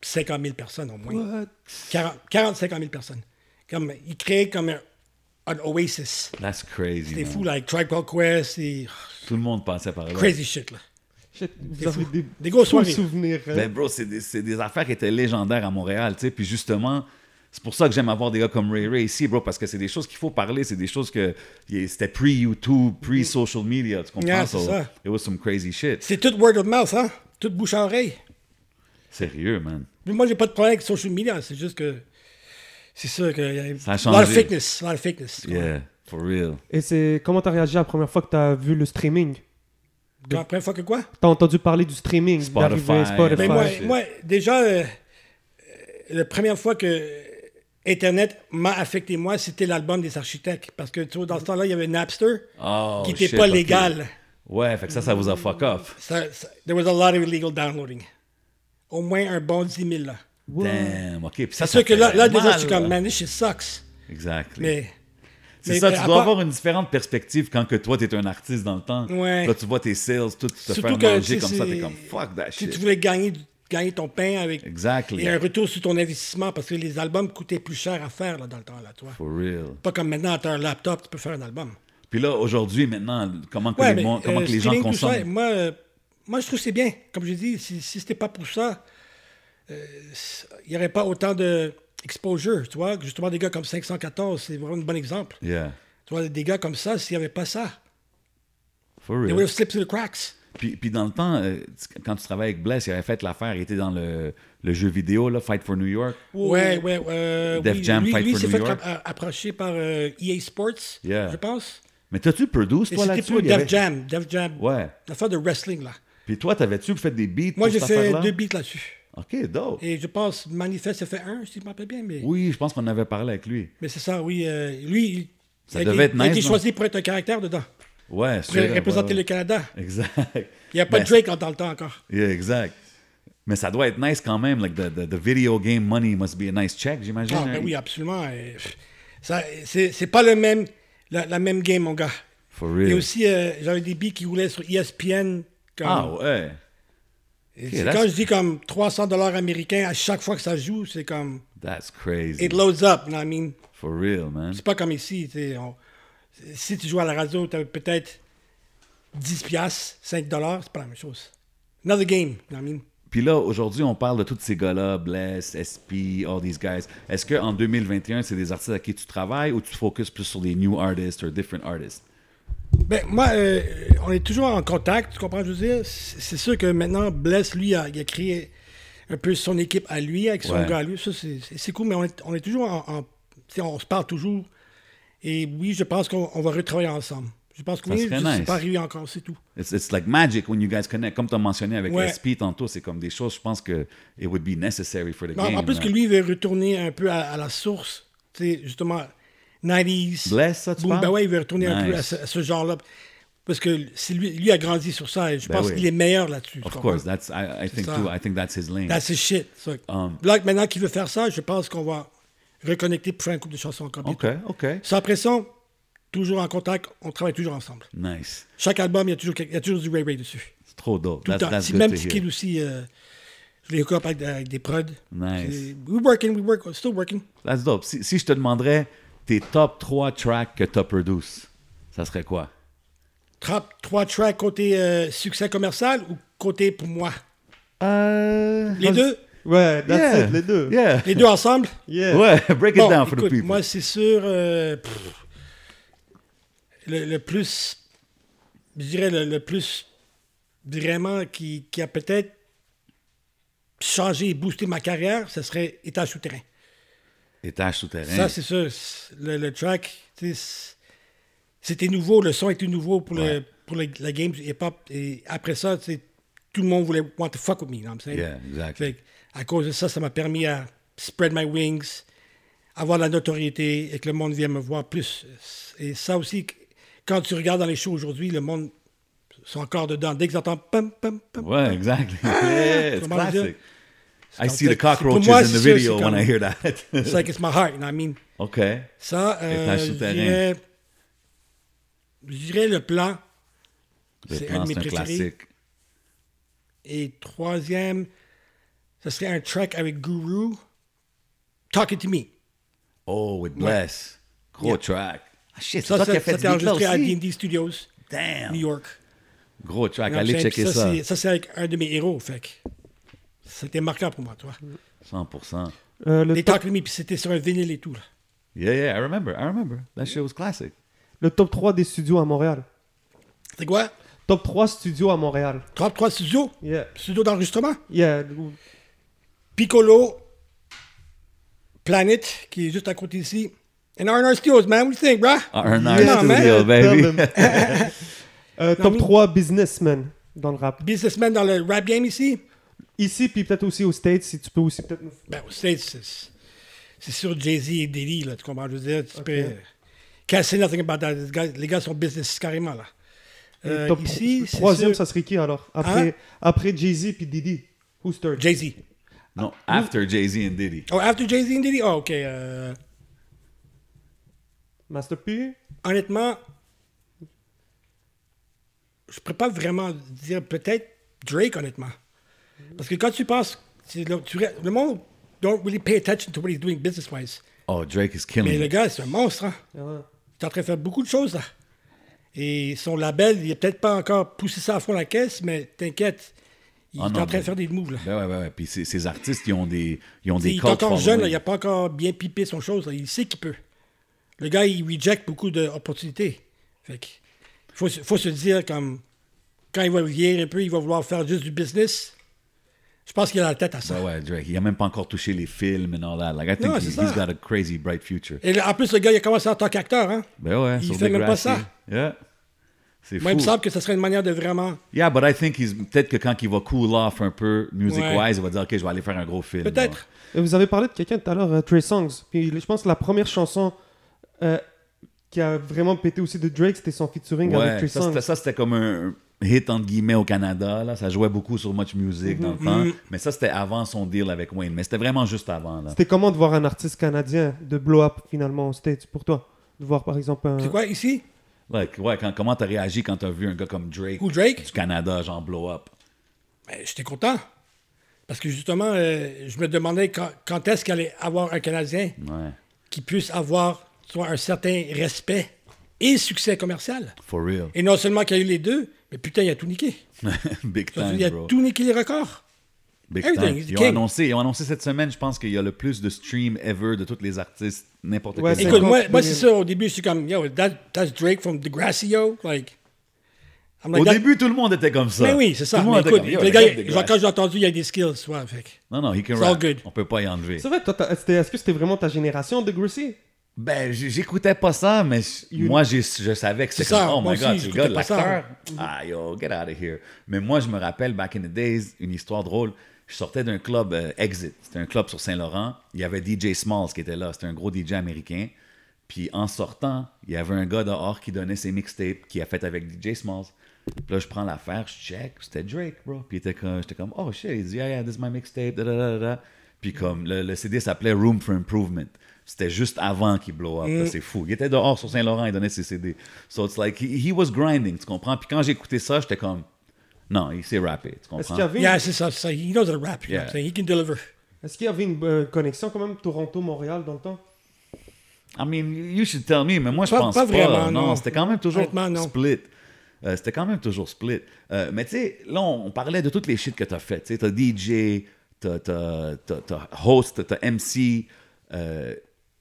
[SPEAKER 3] 50 000 personnes, au moins. 40-50 000 personnes. Comme, ils créaient comme un, un oasis.
[SPEAKER 2] That's crazy,
[SPEAKER 3] C'était
[SPEAKER 2] man.
[SPEAKER 3] fou, like Tribe Called Quest, et
[SPEAKER 2] Tout le monde passait par là.
[SPEAKER 3] crazy shit, là.
[SPEAKER 1] Shit, vous avez
[SPEAKER 3] fou.
[SPEAKER 1] des,
[SPEAKER 3] Des grosses
[SPEAKER 1] fous
[SPEAKER 3] soirées.
[SPEAKER 1] souvenirs. hein.
[SPEAKER 2] Ben, bro, c'est des, c'est des affaires qui étaient légendaires à Montréal, tu sais. Puis justement, c'est pour ça que j'aime avoir des gars comme Ray Ray ici, bro, parce que c'est des choses qu'il faut parler. C'est des choses que y- c'était pre-YouTube, pre-social media, tu comprends?
[SPEAKER 3] Yeah, c'est ça.
[SPEAKER 2] It was some crazy shit.
[SPEAKER 3] C'est tout word of mouth, hein? Tout bouche à oreille.
[SPEAKER 2] Sérieux, man.
[SPEAKER 3] Mais moi, j'ai pas de problème avec social media, c'est juste que. C'est sûr qu'il y a
[SPEAKER 2] Ça a
[SPEAKER 3] lot of
[SPEAKER 2] changé.
[SPEAKER 3] fakeness, lot of fakeness.
[SPEAKER 2] Yeah, for real.
[SPEAKER 1] Et c'est comment t'as réagi la première fois que t'as vu le streaming
[SPEAKER 3] Quand- Après, fois que quoi?
[SPEAKER 1] T'as entendu parler du streaming
[SPEAKER 2] Spotify,
[SPEAKER 1] d'arriver, Spotify.
[SPEAKER 2] Ben,
[SPEAKER 3] Mais moi,
[SPEAKER 2] Ouais.
[SPEAKER 3] moi, déjà, euh, euh, la première fois que euh, Internet m'a affecté, moi, c'était l'album des architectes. Parce que, tu vois, dans ce temps-là, il y avait Napster,
[SPEAKER 2] Oh,
[SPEAKER 3] qui n'était
[SPEAKER 2] shit,
[SPEAKER 3] pas
[SPEAKER 2] ok.
[SPEAKER 3] légal.
[SPEAKER 2] Ouais, fait que ça, ça vous a fuck off.
[SPEAKER 3] Ça- ça- there was a lot of illegal downloading. Au moins un bon 10 000, là.
[SPEAKER 2] Damn, OK. Puis ça, ça
[SPEAKER 3] C'est sûr que là,
[SPEAKER 2] fait
[SPEAKER 3] là déjà,
[SPEAKER 2] mal,
[SPEAKER 3] je suis comme,
[SPEAKER 2] là.
[SPEAKER 3] man, this shit sucks.
[SPEAKER 2] Exactly.
[SPEAKER 3] Mais,
[SPEAKER 2] C'est
[SPEAKER 3] mais-
[SPEAKER 2] ça,
[SPEAKER 3] mais
[SPEAKER 2] tu
[SPEAKER 3] à
[SPEAKER 2] dois
[SPEAKER 3] part-
[SPEAKER 2] avoir une différente perspective quand que toi, t'es un artiste dans le temps.
[SPEAKER 3] Ouais.
[SPEAKER 2] Là, tu vois tes sales, tout se
[SPEAKER 3] Surtout
[SPEAKER 2] faire
[SPEAKER 3] que,
[SPEAKER 2] manger
[SPEAKER 3] tu sais,
[SPEAKER 2] comme ça, t'es
[SPEAKER 3] c'est-
[SPEAKER 2] comme fuck that
[SPEAKER 3] si
[SPEAKER 2] shit.
[SPEAKER 3] tu voulais gagner, du- gagner ton pain avec.
[SPEAKER 2] Exactly.
[SPEAKER 3] Et un retour sur ton investissement, parce que les albums coûtaient plus cher à faire, là, dans le temps, là, toi.
[SPEAKER 2] For real.
[SPEAKER 3] Pas comme maintenant, t'as un laptop, tu peux faire un album.
[SPEAKER 2] Puis là, aujourd'hui, maintenant, comment que
[SPEAKER 3] Ouais,
[SPEAKER 2] les,
[SPEAKER 3] mais,
[SPEAKER 2] mon- comment
[SPEAKER 3] euh,
[SPEAKER 2] que les gens
[SPEAKER 3] streaming, tout ça,
[SPEAKER 2] consomment?
[SPEAKER 3] moi, euh, moi, je trouve que c'est bien. Comme je dis, si, si c'était pas pour ça, euh, c- il n'y aurait pas autant de exposure, tu vois. Justement, des gars comme 514, c'est vraiment un bon exemple.
[SPEAKER 2] Yeah.
[SPEAKER 3] Tu vois, des gars comme ça, s'il n'y avait pas ça,
[SPEAKER 2] For
[SPEAKER 3] they would
[SPEAKER 2] real.
[SPEAKER 3] have slipped through the cracks.
[SPEAKER 2] Puis, puis dans le temps, euh, tu- quand tu travaillais avec Bless, il avait fait l'affaire, il était dans le, le jeu vidéo, là, Fight for New York.
[SPEAKER 3] Ouais, ouais, euh,
[SPEAKER 2] Def
[SPEAKER 3] oui,
[SPEAKER 2] Jam,
[SPEAKER 3] lui,
[SPEAKER 2] Fight
[SPEAKER 3] lui,
[SPEAKER 2] for
[SPEAKER 3] s'est
[SPEAKER 2] New
[SPEAKER 3] fait
[SPEAKER 2] York.
[SPEAKER 3] a- approcher par euh, EA Sports,
[SPEAKER 2] Yeah.
[SPEAKER 3] je pense.
[SPEAKER 2] Mais t'as-tu produce,
[SPEAKER 3] Et
[SPEAKER 2] toi,
[SPEAKER 3] c'était
[SPEAKER 2] là-dessus?
[SPEAKER 3] pour
[SPEAKER 2] Il y
[SPEAKER 3] Def
[SPEAKER 2] avait-
[SPEAKER 3] Jam, Def Jam.
[SPEAKER 2] Ouais.
[SPEAKER 3] L'affaire de wrestling, là.
[SPEAKER 2] Puis toi, t'avais-tu fait des beats
[SPEAKER 3] Moi,
[SPEAKER 2] pour
[SPEAKER 3] j'ai
[SPEAKER 2] cette
[SPEAKER 3] fait
[SPEAKER 2] affaire-là?
[SPEAKER 3] deux beats là-dessus.
[SPEAKER 2] OK, dope.
[SPEAKER 3] Et je pense, Manifest a fait un, si je me rappelle bien, mais...
[SPEAKER 2] Oui, je pense qu'on avait parlé avec lui.
[SPEAKER 3] Mais c'est ça, oui. euh, lui, il-
[SPEAKER 2] Ça
[SPEAKER 3] il a
[SPEAKER 2] devait
[SPEAKER 3] été-
[SPEAKER 2] être
[SPEAKER 3] il a été
[SPEAKER 2] nice, non?
[SPEAKER 3] choisi pour être un caractère dedans.
[SPEAKER 2] Ouais,
[SPEAKER 3] Pour
[SPEAKER 2] c'est
[SPEAKER 3] représenter
[SPEAKER 2] ouais,
[SPEAKER 3] le Canada.
[SPEAKER 2] ouais. Exact.
[SPEAKER 3] Il n'y a pas
[SPEAKER 2] Ben,
[SPEAKER 3] de Drake en- dans le temps encore.
[SPEAKER 2] Yeah, exact. Mais ça doit être nice quand même. Like the, the, the video game money must be a nice check, j'imagine.
[SPEAKER 3] Ah, ben
[SPEAKER 2] hein?
[SPEAKER 3] oui, absolument. et, pff, ça, C'est c'est pas le même, la, la même game, mon gars.
[SPEAKER 2] For real.
[SPEAKER 3] Et aussi, euh, j'avais des billes qui roulaient sur E ESPN. Comme,
[SPEAKER 2] ah ouais.
[SPEAKER 3] Et
[SPEAKER 2] ok,
[SPEAKER 3] c'est
[SPEAKER 2] that's-
[SPEAKER 3] quand je dis comme 300 dollars américains à chaque fois que ça joue, c'est comme
[SPEAKER 2] That's crazy.
[SPEAKER 3] it loads up. you know what I mean?
[SPEAKER 2] For real, man.
[SPEAKER 3] C'est pas comme ici. tu sais, on- si tu joues à la radio, tu as peut-être 10 piastres, 5 dollars, c'est pas la même chose. Another game, you know what I mean?
[SPEAKER 2] Puis là, aujourd'hui, on parle de tous ces gars-là, Bless, SP, all these guys. Est-ce qu'en 2021, c'est des artistes à qui tu travailles ou tu focuses plus sur des new artists ou different artists?
[SPEAKER 3] Ben, moi, euh, on est toujours en contact, tu comprends, je veux dire? C'est c'est sûr que maintenant, Bless, lui, a- il a créé un peu son équipe à lui, avec son
[SPEAKER 2] Ouais.
[SPEAKER 3] gars à lui. Ça, c'est- c'est c'est cool, mais on est, on est toujours en. en- tu sais, on se parle toujours. Et oui, je pense qu'on on va retravailler ensemble. Je pense que
[SPEAKER 2] Ça
[SPEAKER 3] oui,
[SPEAKER 2] serait
[SPEAKER 3] je- c'est
[SPEAKER 2] nice.
[SPEAKER 3] pas arrivé encore, c'est tout.
[SPEAKER 2] It's, it's like magic when you guys connect. Comme tu as mentionné avec
[SPEAKER 3] Ouais.
[SPEAKER 2] SP tantôt, c'est comme des choses, je pense que it would be necessary for the
[SPEAKER 3] Mais en-
[SPEAKER 2] game.
[SPEAKER 3] en plus
[SPEAKER 2] là.
[SPEAKER 3] que lui, il veut retourner un peu à, à la source, tu sais, justement, 90s.
[SPEAKER 2] Bless, ça, tu
[SPEAKER 3] Boom,
[SPEAKER 2] parles?
[SPEAKER 3] ben ouais, il veut retourner un peu
[SPEAKER 2] Nice.
[SPEAKER 3] à ce, à ce genre-là. Parce que c'est lui, lui a grandi sur ça et je
[SPEAKER 2] Ben
[SPEAKER 3] pense
[SPEAKER 2] oui.
[SPEAKER 3] qu'il est meilleur là-dessus. tu
[SPEAKER 2] Of
[SPEAKER 3] comprends?
[SPEAKER 2] course, that's, I, I think
[SPEAKER 3] ça.
[SPEAKER 2] too, I think that's his lane.
[SPEAKER 3] That's his shit. ça.
[SPEAKER 2] Um,
[SPEAKER 3] Là, maintenant qu'il veut faire ça, je pense qu'on va reconnecter pour faire un couple de chansons encore.
[SPEAKER 2] OK,
[SPEAKER 3] bientôt.
[SPEAKER 2] OK.
[SPEAKER 3] Sans pression, toujours en contact, on travaille toujours ensemble.
[SPEAKER 2] Nice.
[SPEAKER 3] Chaque album, il y a toujours, quelque- il y a toujours du Ray Ray dessus.
[SPEAKER 2] C'est trop dope.
[SPEAKER 3] Tout le
[SPEAKER 2] That's,
[SPEAKER 3] temps.
[SPEAKER 2] that's
[SPEAKER 3] Si
[SPEAKER 2] good
[SPEAKER 3] même
[SPEAKER 2] to
[SPEAKER 3] Petit
[SPEAKER 2] hear.
[SPEAKER 3] Kid aussi, euh, je l'ai hook up avec, avec des prods.
[SPEAKER 2] Nice.
[SPEAKER 3] C'est- We working, we work, still working.
[SPEAKER 2] That's dope. Si, si je te demandais tes top 3 tracks que tu as produce, ça serait quoi?
[SPEAKER 3] Trap, trois tracks côté euh, succès commercial ou côté pour moi Les deux
[SPEAKER 1] Ouais, that's
[SPEAKER 2] Uh, Yeah.
[SPEAKER 1] it, les deux.
[SPEAKER 2] Yeah.
[SPEAKER 3] Les deux ensemble
[SPEAKER 1] Yeah.
[SPEAKER 2] Ouais, break it
[SPEAKER 3] Bon,
[SPEAKER 2] down for the
[SPEAKER 3] écoute,
[SPEAKER 2] people.
[SPEAKER 3] Moi, c'est sûr. euh, pff, le, le plus. Je dirais le, le plus vraiment qui, qui a peut-être changé et boosté ma carrière, ce serait Étage souterrain.
[SPEAKER 2] Étage souterrain.
[SPEAKER 3] Ça, c'est sûr. c'est- Le, le track, tu sais, c'est- c'était nouveau, le son était nouveau pour, le,
[SPEAKER 2] Ouais.
[SPEAKER 3] pour le- la game du hip-hop. Et après ça, tu sais, tout le monde voulait want to fuck with me. you know what I'm saying?
[SPEAKER 2] Yeah, exactly.
[SPEAKER 3] Fait que, à cause de ça, ça m'a permis à spread my wings, avoir la notoriété et que le monde vienne me voir plus. Et ça aussi, qu- quand tu regardes dans les shows aujourd'hui, le monde sont encore dedans. Dès que tu entends pam, pam, pam,
[SPEAKER 2] Ouais, exactly. Yeah, it's
[SPEAKER 3] Comment on dit?
[SPEAKER 2] classic. I
[SPEAKER 3] comme
[SPEAKER 2] see
[SPEAKER 3] ça.
[SPEAKER 2] the cockroaches
[SPEAKER 3] Pour moi,
[SPEAKER 2] in the
[SPEAKER 3] c'est ça,
[SPEAKER 2] video
[SPEAKER 3] c'est
[SPEAKER 2] when
[SPEAKER 3] comme-
[SPEAKER 2] I hear that.
[SPEAKER 3] it's like it's my heart, you know what I mean?
[SPEAKER 2] OK.
[SPEAKER 3] Ça, euh,
[SPEAKER 2] Étage
[SPEAKER 3] je
[SPEAKER 2] souterrain.
[SPEAKER 3] dirais- je dirais le plan.
[SPEAKER 2] Le
[SPEAKER 3] C'est un
[SPEAKER 2] plan,
[SPEAKER 3] de mes
[SPEAKER 2] c'est un
[SPEAKER 3] préférés.
[SPEAKER 2] classique.
[SPEAKER 3] Et troisième, ce serait un track avec Guru, Talking to Me.
[SPEAKER 2] Oh, with Bless. Gros track. Ah, shit, c'est
[SPEAKER 3] Ça,
[SPEAKER 2] toi qui
[SPEAKER 3] ça,
[SPEAKER 2] as fait
[SPEAKER 3] ça
[SPEAKER 2] ce
[SPEAKER 3] t'est enregistré
[SPEAKER 2] beat-là
[SPEAKER 3] à
[SPEAKER 2] aussi?
[SPEAKER 3] D&D Studios,
[SPEAKER 2] Damn.
[SPEAKER 3] New York.
[SPEAKER 2] Gros track,
[SPEAKER 3] Non,
[SPEAKER 2] allez
[SPEAKER 3] c'est-
[SPEAKER 2] checker
[SPEAKER 3] ça,
[SPEAKER 2] ça.
[SPEAKER 3] c'est- Ça, c'est avec un de mes héros, fait que c'était marquant pour moi, toi.
[SPEAKER 2] 100%.
[SPEAKER 1] Euh, le,
[SPEAKER 3] Les
[SPEAKER 1] top,
[SPEAKER 3] Talk to Me, puis c'était sur un vinyle et tout, là.
[SPEAKER 2] Yeah, yeah, I remember, I remember. That shit was classic.
[SPEAKER 1] le top 3 des studios à Montréal.
[SPEAKER 3] C'est quoi?
[SPEAKER 1] Top 3 studios à Montréal.
[SPEAKER 3] 33 Studios,
[SPEAKER 1] Yeah.
[SPEAKER 3] studio d'enregistrement.
[SPEAKER 1] Yeah.
[SPEAKER 3] Piccolo, Planet, qui est juste à côté ici. And R&R Studios, man, what do you think, bruh?
[SPEAKER 2] R&R
[SPEAKER 3] Yeah, man.
[SPEAKER 2] Studio, baby.
[SPEAKER 1] Euh,
[SPEAKER 3] Non,
[SPEAKER 1] top
[SPEAKER 3] mais-
[SPEAKER 1] 3 businessmen dans le rap.
[SPEAKER 3] Businessman dans le rap game ici.
[SPEAKER 1] Ici, puis peut-être aussi aux States, si tu peux aussi peut-être nous...
[SPEAKER 3] Ben, aux States, c'est- c'est sûr Jay-Z et Diddy, là, tu comprends? Je veux dire, tu peux... Can't say nothing about that. Les gars, les gars sont business carrément, là. Euh,
[SPEAKER 1] top
[SPEAKER 3] ici, c'est
[SPEAKER 1] troisième,
[SPEAKER 3] sûr-
[SPEAKER 1] ça serait qui alors Après,
[SPEAKER 3] Hein?
[SPEAKER 1] après Jay-Z puis Diddy. Who's third
[SPEAKER 3] Jay-Z.
[SPEAKER 2] Non, after Jay-Z and Diddy.
[SPEAKER 3] Oh, after Jay-Z et Diddy? Oh, OK. euh,
[SPEAKER 1] Master P
[SPEAKER 3] honnêtement, je pourrais pas vraiment dire peut-être Drake, honnêtement. Parce que quand tu penses... c'est Le, tu re- le monde don't really pay attention to what he's doing business-wise.
[SPEAKER 2] Oh, Drake is killing
[SPEAKER 3] Mais
[SPEAKER 1] Mm.
[SPEAKER 3] le
[SPEAKER 2] it.
[SPEAKER 3] gars, c'est un monstre, hein?
[SPEAKER 1] Ouais.
[SPEAKER 3] Il est en train de faire beaucoup de choses, là. Et son label, il a peut-être pas encore poussé ça à fond la caisse, mais t'inquiète, il
[SPEAKER 2] Ah
[SPEAKER 3] est
[SPEAKER 2] non,
[SPEAKER 3] en train
[SPEAKER 2] mais-
[SPEAKER 3] de faire des moves, là.
[SPEAKER 2] Ben ouais, ouais, ouais. Puis ces, ces artistes, ils ont des, ils ont
[SPEAKER 3] T'sais,
[SPEAKER 2] des
[SPEAKER 3] il est
[SPEAKER 2] cult
[SPEAKER 3] encore jeune, là,
[SPEAKER 2] following.
[SPEAKER 3] il a pas encore bien pipé son chose, là. Il sait qu'il peut. Le gars, il reject beaucoup d'opportunités. Fait que, faut, se- faut se dire, comme, quand il va vieillir un peu, il va vouloir faire juste du business. Je pense qu'il a la tête à ça.
[SPEAKER 2] Ben Ouais, ouais, Drake. Il a même pas encore touché les films and all that. Like, I think
[SPEAKER 3] Non,
[SPEAKER 2] he-
[SPEAKER 3] c'est
[SPEAKER 2] he's
[SPEAKER 3] ça.
[SPEAKER 2] got a crazy bright future.
[SPEAKER 3] Et là, en plus, le gars, il a commencé en tant qu'acteur, hein.
[SPEAKER 2] Ben ouais,
[SPEAKER 3] Il
[SPEAKER 2] sur
[SPEAKER 3] fait même pas
[SPEAKER 2] Degrassi.
[SPEAKER 3] ça.
[SPEAKER 2] Yeah. C'est
[SPEAKER 3] Moi, il me
[SPEAKER 2] fou.
[SPEAKER 3] semble que ça serait une manière de vraiment
[SPEAKER 2] Yeah, but I think he's... Peut-être que quand il va cool off un peu, music-wise,
[SPEAKER 3] Ouais.
[SPEAKER 2] il va dire, OK, je vais aller faire un gros film.
[SPEAKER 3] Peut-être.
[SPEAKER 1] Et vous avez parlé de quelqu'un tout à l'heure, euh, Trey Songz. Puis je pense que la première chanson euh, qui a vraiment pété aussi de Drake, c'était son featuring avec
[SPEAKER 2] Ouais,
[SPEAKER 1] Trey
[SPEAKER 2] ça, c'était-
[SPEAKER 1] Songz.
[SPEAKER 2] ça, c'était comme un hit entre guillemets au Canada. Là. Ça jouait beaucoup sur Much Music dans le temps.
[SPEAKER 3] Mm-hmm.
[SPEAKER 2] Mais ça, c'était avant son deal avec Wayne. Mais c'était vraiment juste avant. Là.
[SPEAKER 1] C'était comment de voir un artiste canadien de blow up finalement aux States pour toi De voir par exemple un.
[SPEAKER 3] C'est quoi, ici?
[SPEAKER 2] Like, ouais, quand- comment t'as réagi quand t'as vu un gars comme Drake
[SPEAKER 3] Ou Drake?
[SPEAKER 2] du Canada, genre blow up?
[SPEAKER 3] Ben, j'étais content. Parce que justement, euh, je me demandais quand, quand est-ce qu'il allait avoir un Canadien
[SPEAKER 2] Ouais,
[SPEAKER 3] qui puisse avoir soit un certain respect et succès commercial.
[SPEAKER 2] for real.
[SPEAKER 3] Et non seulement qu'il y a eu les deux, mais putain, il a tout niqué.
[SPEAKER 2] Big
[SPEAKER 3] Je veux dire,
[SPEAKER 2] time,
[SPEAKER 3] il a
[SPEAKER 2] bro.
[SPEAKER 3] tout niqué les records.
[SPEAKER 2] Big
[SPEAKER 3] Everything,
[SPEAKER 2] time.
[SPEAKER 3] he's the
[SPEAKER 2] Ils ont,
[SPEAKER 3] king.
[SPEAKER 2] annoncé, ils ont annoncé cette semaine, je pense qu'il y a le plus de streams ever de tous les artistes, n'importe
[SPEAKER 1] Ouais,
[SPEAKER 2] quel.
[SPEAKER 1] c'est-
[SPEAKER 3] Écoute, moi,
[SPEAKER 1] 50
[SPEAKER 3] moi,
[SPEAKER 1] million.
[SPEAKER 3] c'est ça. Au début, je suis comme, yo, that- that's Drake from Degrassi, yo. Like, I'm like,
[SPEAKER 2] Au
[SPEAKER 3] that-
[SPEAKER 2] début, tout le monde était comme ça.
[SPEAKER 3] Mais oui, c'est ça.
[SPEAKER 2] Tout le
[SPEAKER 3] Mais
[SPEAKER 2] monde était
[SPEAKER 3] écoute,
[SPEAKER 2] comme, Yo,
[SPEAKER 3] les
[SPEAKER 2] le
[SPEAKER 3] gars,
[SPEAKER 2] rap de
[SPEAKER 3] genre,
[SPEAKER 2] Grash.
[SPEAKER 3] quand j'ai entendu, il y a des skills, ouais. Fait que-
[SPEAKER 2] Non, non, he can
[SPEAKER 3] It's all
[SPEAKER 2] rap.
[SPEAKER 3] good.
[SPEAKER 2] On peut pas y enlever.
[SPEAKER 1] C'est vrai, toi, t'as- c'était- est-ce que c'était vraiment ta génération de Gracie
[SPEAKER 2] Ben, j- j'écoutais pas ça, mais j- moi, j'ai- je savais que
[SPEAKER 3] C'est
[SPEAKER 2] c'était
[SPEAKER 3] ça,
[SPEAKER 2] comme, oh
[SPEAKER 3] moi
[SPEAKER 2] my
[SPEAKER 3] aussi,
[SPEAKER 2] god, c'est le gars
[SPEAKER 3] j'écoutais
[SPEAKER 2] de
[SPEAKER 3] pas ça. Mm-hmm.
[SPEAKER 2] l'acteur. Ah, yo, get out of here. Mais moi, je me rappelle, back in the days, une histoire drôle. Je sortais d'un club euh, Exit. C'était un club sur Saint-Laurent. Il y avait DJ Smalls qui était là. C'était un gros DJ américain. Puis en sortant, il y avait un gars dehors qui donnait ses mixtapes qu'il a fait avec DJ Smalls. Puis là, je prends l'affaire, je check, c'était Drake, bro. Puis il était comme- j'étais comme, oh shit, il dit, yeah, yeah, this is my mixtape, da, da, da, da, da. Puis comme, le, le CD s'appelait Room for Improvement. C'était juste avant qu'il blow up, là, c'est fou. Il était dehors sur Saint-Laurent, il donnait ses CD. So it's like, he, he was grinding, tu comprends? Puis quand j'écoutais ça, j'étais comme, non, il s'est rappé, tu
[SPEAKER 1] Est-ce
[SPEAKER 2] comprends?
[SPEAKER 1] qu'il y avait,
[SPEAKER 3] Yeah, c'est ça, c'est ça. He knows how to rap. you know what I'm
[SPEAKER 2] Yeah.
[SPEAKER 3] saying? He can deliver.
[SPEAKER 1] est-ce qu'il y avait une euh, connexion quand même Toronto-Montréal dans le temps
[SPEAKER 2] I mean, you should tell me, mais moi, je
[SPEAKER 3] Pas-
[SPEAKER 2] pense
[SPEAKER 3] pas
[SPEAKER 2] pas.
[SPEAKER 3] vraiment, non.
[SPEAKER 2] c'était quand même toujours
[SPEAKER 3] Honnêtement, non.
[SPEAKER 2] split. Euh, c'était quand même toujours split. Euh, mais tu sais, là, on, on parlait de toutes les shit que t'as fait. Tu sais, t'as DJ, t'as, t'as- t'as- t'as host, t'as MC. Euh,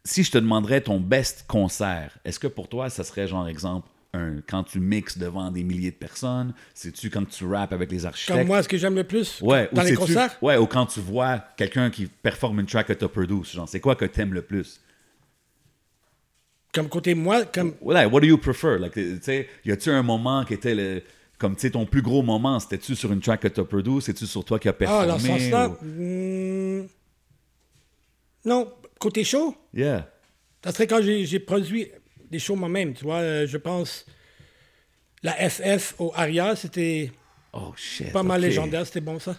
[SPEAKER 2] si je te demanderais ton best concert, est-ce que pour toi, ça serait genre exemple un, quand tu mixes devant des milliers de personnes? C'est-tu quand tu rappes avec les architectes?
[SPEAKER 3] Comme moi, ce que j'aime le plus
[SPEAKER 2] Ouais,
[SPEAKER 3] dans
[SPEAKER 2] ou
[SPEAKER 3] les
[SPEAKER 2] c'est-tu-
[SPEAKER 3] concerts,
[SPEAKER 2] Ouais, ou quand tu vois quelqu'un qui performe une track que t'as produce, genre, c'est quoi que t'aimes le plus?
[SPEAKER 3] comme côté moi, comme
[SPEAKER 2] Voilà, what do you prefer? Like, tu sais, y a-tu un moment qui était le, comme tu sais, ton plus gros moment? C'était-tu sur une track que t'as produit? C'est-tu sur toi qui a performé?
[SPEAKER 3] Ah, dans ce sens-là.
[SPEAKER 2] ou-
[SPEAKER 3] hmm, non, côté show,
[SPEAKER 2] Yeah.
[SPEAKER 3] ça serait quand j'ai j'ai produit des shows moi-même. Tu vois, euh, je pense. La FF au Aria, c'était
[SPEAKER 2] Oh shit.
[SPEAKER 3] pas mal
[SPEAKER 2] ok.
[SPEAKER 3] légendaire, c'était bon ça.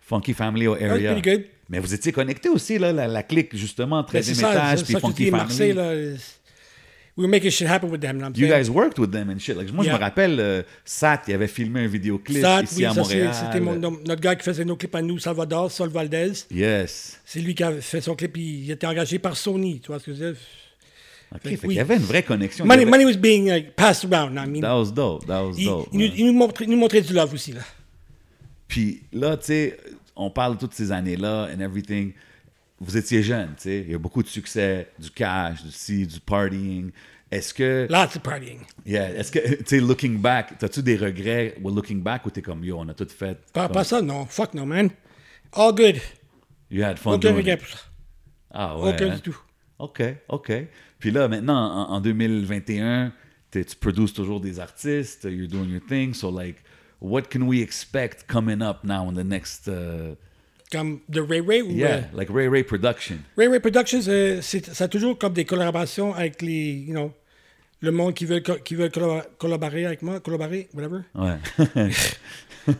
[SPEAKER 2] Funky Family au Area.
[SPEAKER 3] Ah, pretty good.
[SPEAKER 2] Mais vous étiez connectés aussi, là, la, la clique, justement, 13e
[SPEAKER 3] Mais Ben, c'est ça,
[SPEAKER 2] étage,
[SPEAKER 3] c'est
[SPEAKER 2] puis
[SPEAKER 3] ça que
[SPEAKER 2] Funky
[SPEAKER 3] tu dis, Marseille,
[SPEAKER 2] Family.
[SPEAKER 3] là. is- We were making shit happen with them, you know what I'm
[SPEAKER 2] You
[SPEAKER 3] saying?
[SPEAKER 2] guys worked with them and shit. Like, moi,
[SPEAKER 3] Yeah.
[SPEAKER 2] je me rappelle, euh, Sat, il avait filmé un vidéoclip
[SPEAKER 3] Ça,
[SPEAKER 2] ici
[SPEAKER 3] oui,
[SPEAKER 2] à
[SPEAKER 3] ça, c'est-
[SPEAKER 2] Montréal.
[SPEAKER 3] c'était mon- notre gars qui faisait nos clips à nous, Salvador, Sol Valdez.
[SPEAKER 2] Yes.
[SPEAKER 3] C'est lui qui a fait son clip, il, il était engagé par Sony, tu vois ce que je veux dire?
[SPEAKER 2] Ok,
[SPEAKER 3] Fait que
[SPEAKER 2] fait
[SPEAKER 3] oui.
[SPEAKER 2] Il y avait une vraie connexion. Il
[SPEAKER 3] Money,
[SPEAKER 2] y avait-
[SPEAKER 3] money was being like, passed around, I mean.
[SPEAKER 2] That was dope. That was
[SPEAKER 3] Il,
[SPEAKER 2] dope.
[SPEAKER 3] il nous,
[SPEAKER 2] man.
[SPEAKER 3] il nous montrait, il nous montrait du love aussi, là.
[SPEAKER 2] Puis là, tu sais, on parle de toutes ces années-là and everything. Vous étiez jeune, tu sais. Il y a beaucoup de succès, du cash, du ci, du partying. Est-ce que,
[SPEAKER 3] Lots of partying.
[SPEAKER 2] yeah, est-ce que, tu sais, looking back, t'as-tu des regrets ou looking back ou t'es comme, yo, on a tout fait?
[SPEAKER 3] Pas,
[SPEAKER 2] Comme,
[SPEAKER 3] pas ça, non. Fuck no, man. All good.
[SPEAKER 2] You had fun
[SPEAKER 3] Aucun
[SPEAKER 2] doing
[SPEAKER 3] regret
[SPEAKER 2] it.
[SPEAKER 3] pour ça.
[SPEAKER 2] Ah ouais.
[SPEAKER 3] Aucun
[SPEAKER 2] hein?
[SPEAKER 3] du tout.
[SPEAKER 2] OK, OK. Puis là, maintenant, en, en 2021, t'es- tu produces toujours des artistes, you're doing your thing. So, like, what can we expect coming up now in the next, uh,
[SPEAKER 3] Comme The Ray Ray ou... euh,
[SPEAKER 2] yeah, like Ray Ray Production?
[SPEAKER 3] Ray Ray Productions, euh, c'est- ça a toujours comme des collaborations avec les, you know, le monde qui veut, co- qui veut collabor- collaborer avec moi, collaborer, whatever.
[SPEAKER 2] Ouais.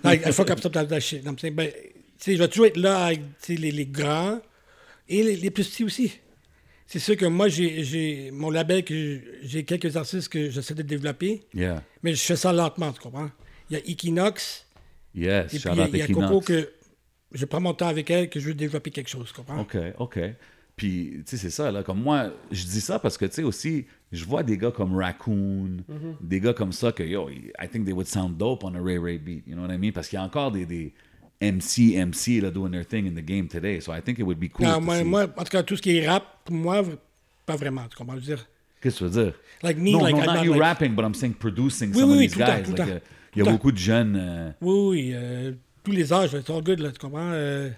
[SPEAKER 3] Like, I fuck up sometimes that shit, you know what I'm saying? But, tu sais, je vais toujours être là avec tu sais, les, les grands et les, les plus petits aussi. C'est sûr que moi, j'ai, j'ai mon label, que j'ai- j'ai quelques artistes que j'essaie de développer,
[SPEAKER 2] Yeah.
[SPEAKER 3] mais je fais ça lentement, tu comprends? Il y a Equinox,
[SPEAKER 2] Yes,
[SPEAKER 3] et puis
[SPEAKER 2] shout
[SPEAKER 3] il y a-
[SPEAKER 2] out
[SPEAKER 3] il y, a
[SPEAKER 2] Equinox.
[SPEAKER 3] Coco que je prends mon temps avec elle, que je veux développer quelque chose, tu comprends?
[SPEAKER 2] OK, OK. Puis, tu sais, c'est ça, là. Comme moi, je dis ça parce que, tu sais, aussi, je vois des gars comme Raccoon,
[SPEAKER 3] Mm-hmm.
[SPEAKER 2] des gars comme ça que, yo, I think they would sound dope on a Ray Ray beat. You know what I mean? Parce qu'il y a encore des, des MC, MC, là, doing their thing in the game today. So I think it would be cool.
[SPEAKER 3] Non,
[SPEAKER 2] to
[SPEAKER 3] Ah, moi,
[SPEAKER 2] see.
[SPEAKER 3] moi, en tout cas, tout ce qui est rap, pour moi, v- pas vraiment, tu comprends? Je veux dire,
[SPEAKER 2] Qu'est-ce que tu veux dire?
[SPEAKER 3] Like me,
[SPEAKER 2] non,
[SPEAKER 3] like,
[SPEAKER 2] non,
[SPEAKER 3] I'm
[SPEAKER 2] not,
[SPEAKER 3] not
[SPEAKER 2] you
[SPEAKER 3] like-
[SPEAKER 2] rapping, but I'm saying producing
[SPEAKER 3] Oui,
[SPEAKER 2] some
[SPEAKER 3] oui,
[SPEAKER 2] of
[SPEAKER 3] oui,
[SPEAKER 2] these
[SPEAKER 3] tout le temps,
[SPEAKER 2] guys.
[SPEAKER 3] tout le
[SPEAKER 2] Like,
[SPEAKER 3] temps,
[SPEAKER 2] euh,
[SPEAKER 3] tout
[SPEAKER 2] Il y
[SPEAKER 3] le
[SPEAKER 2] a
[SPEAKER 3] temps.
[SPEAKER 2] beaucoup de jeunes. euh,
[SPEAKER 3] Oui, oui, euh, tous les âges, it's all good, là, tu comprends? euh,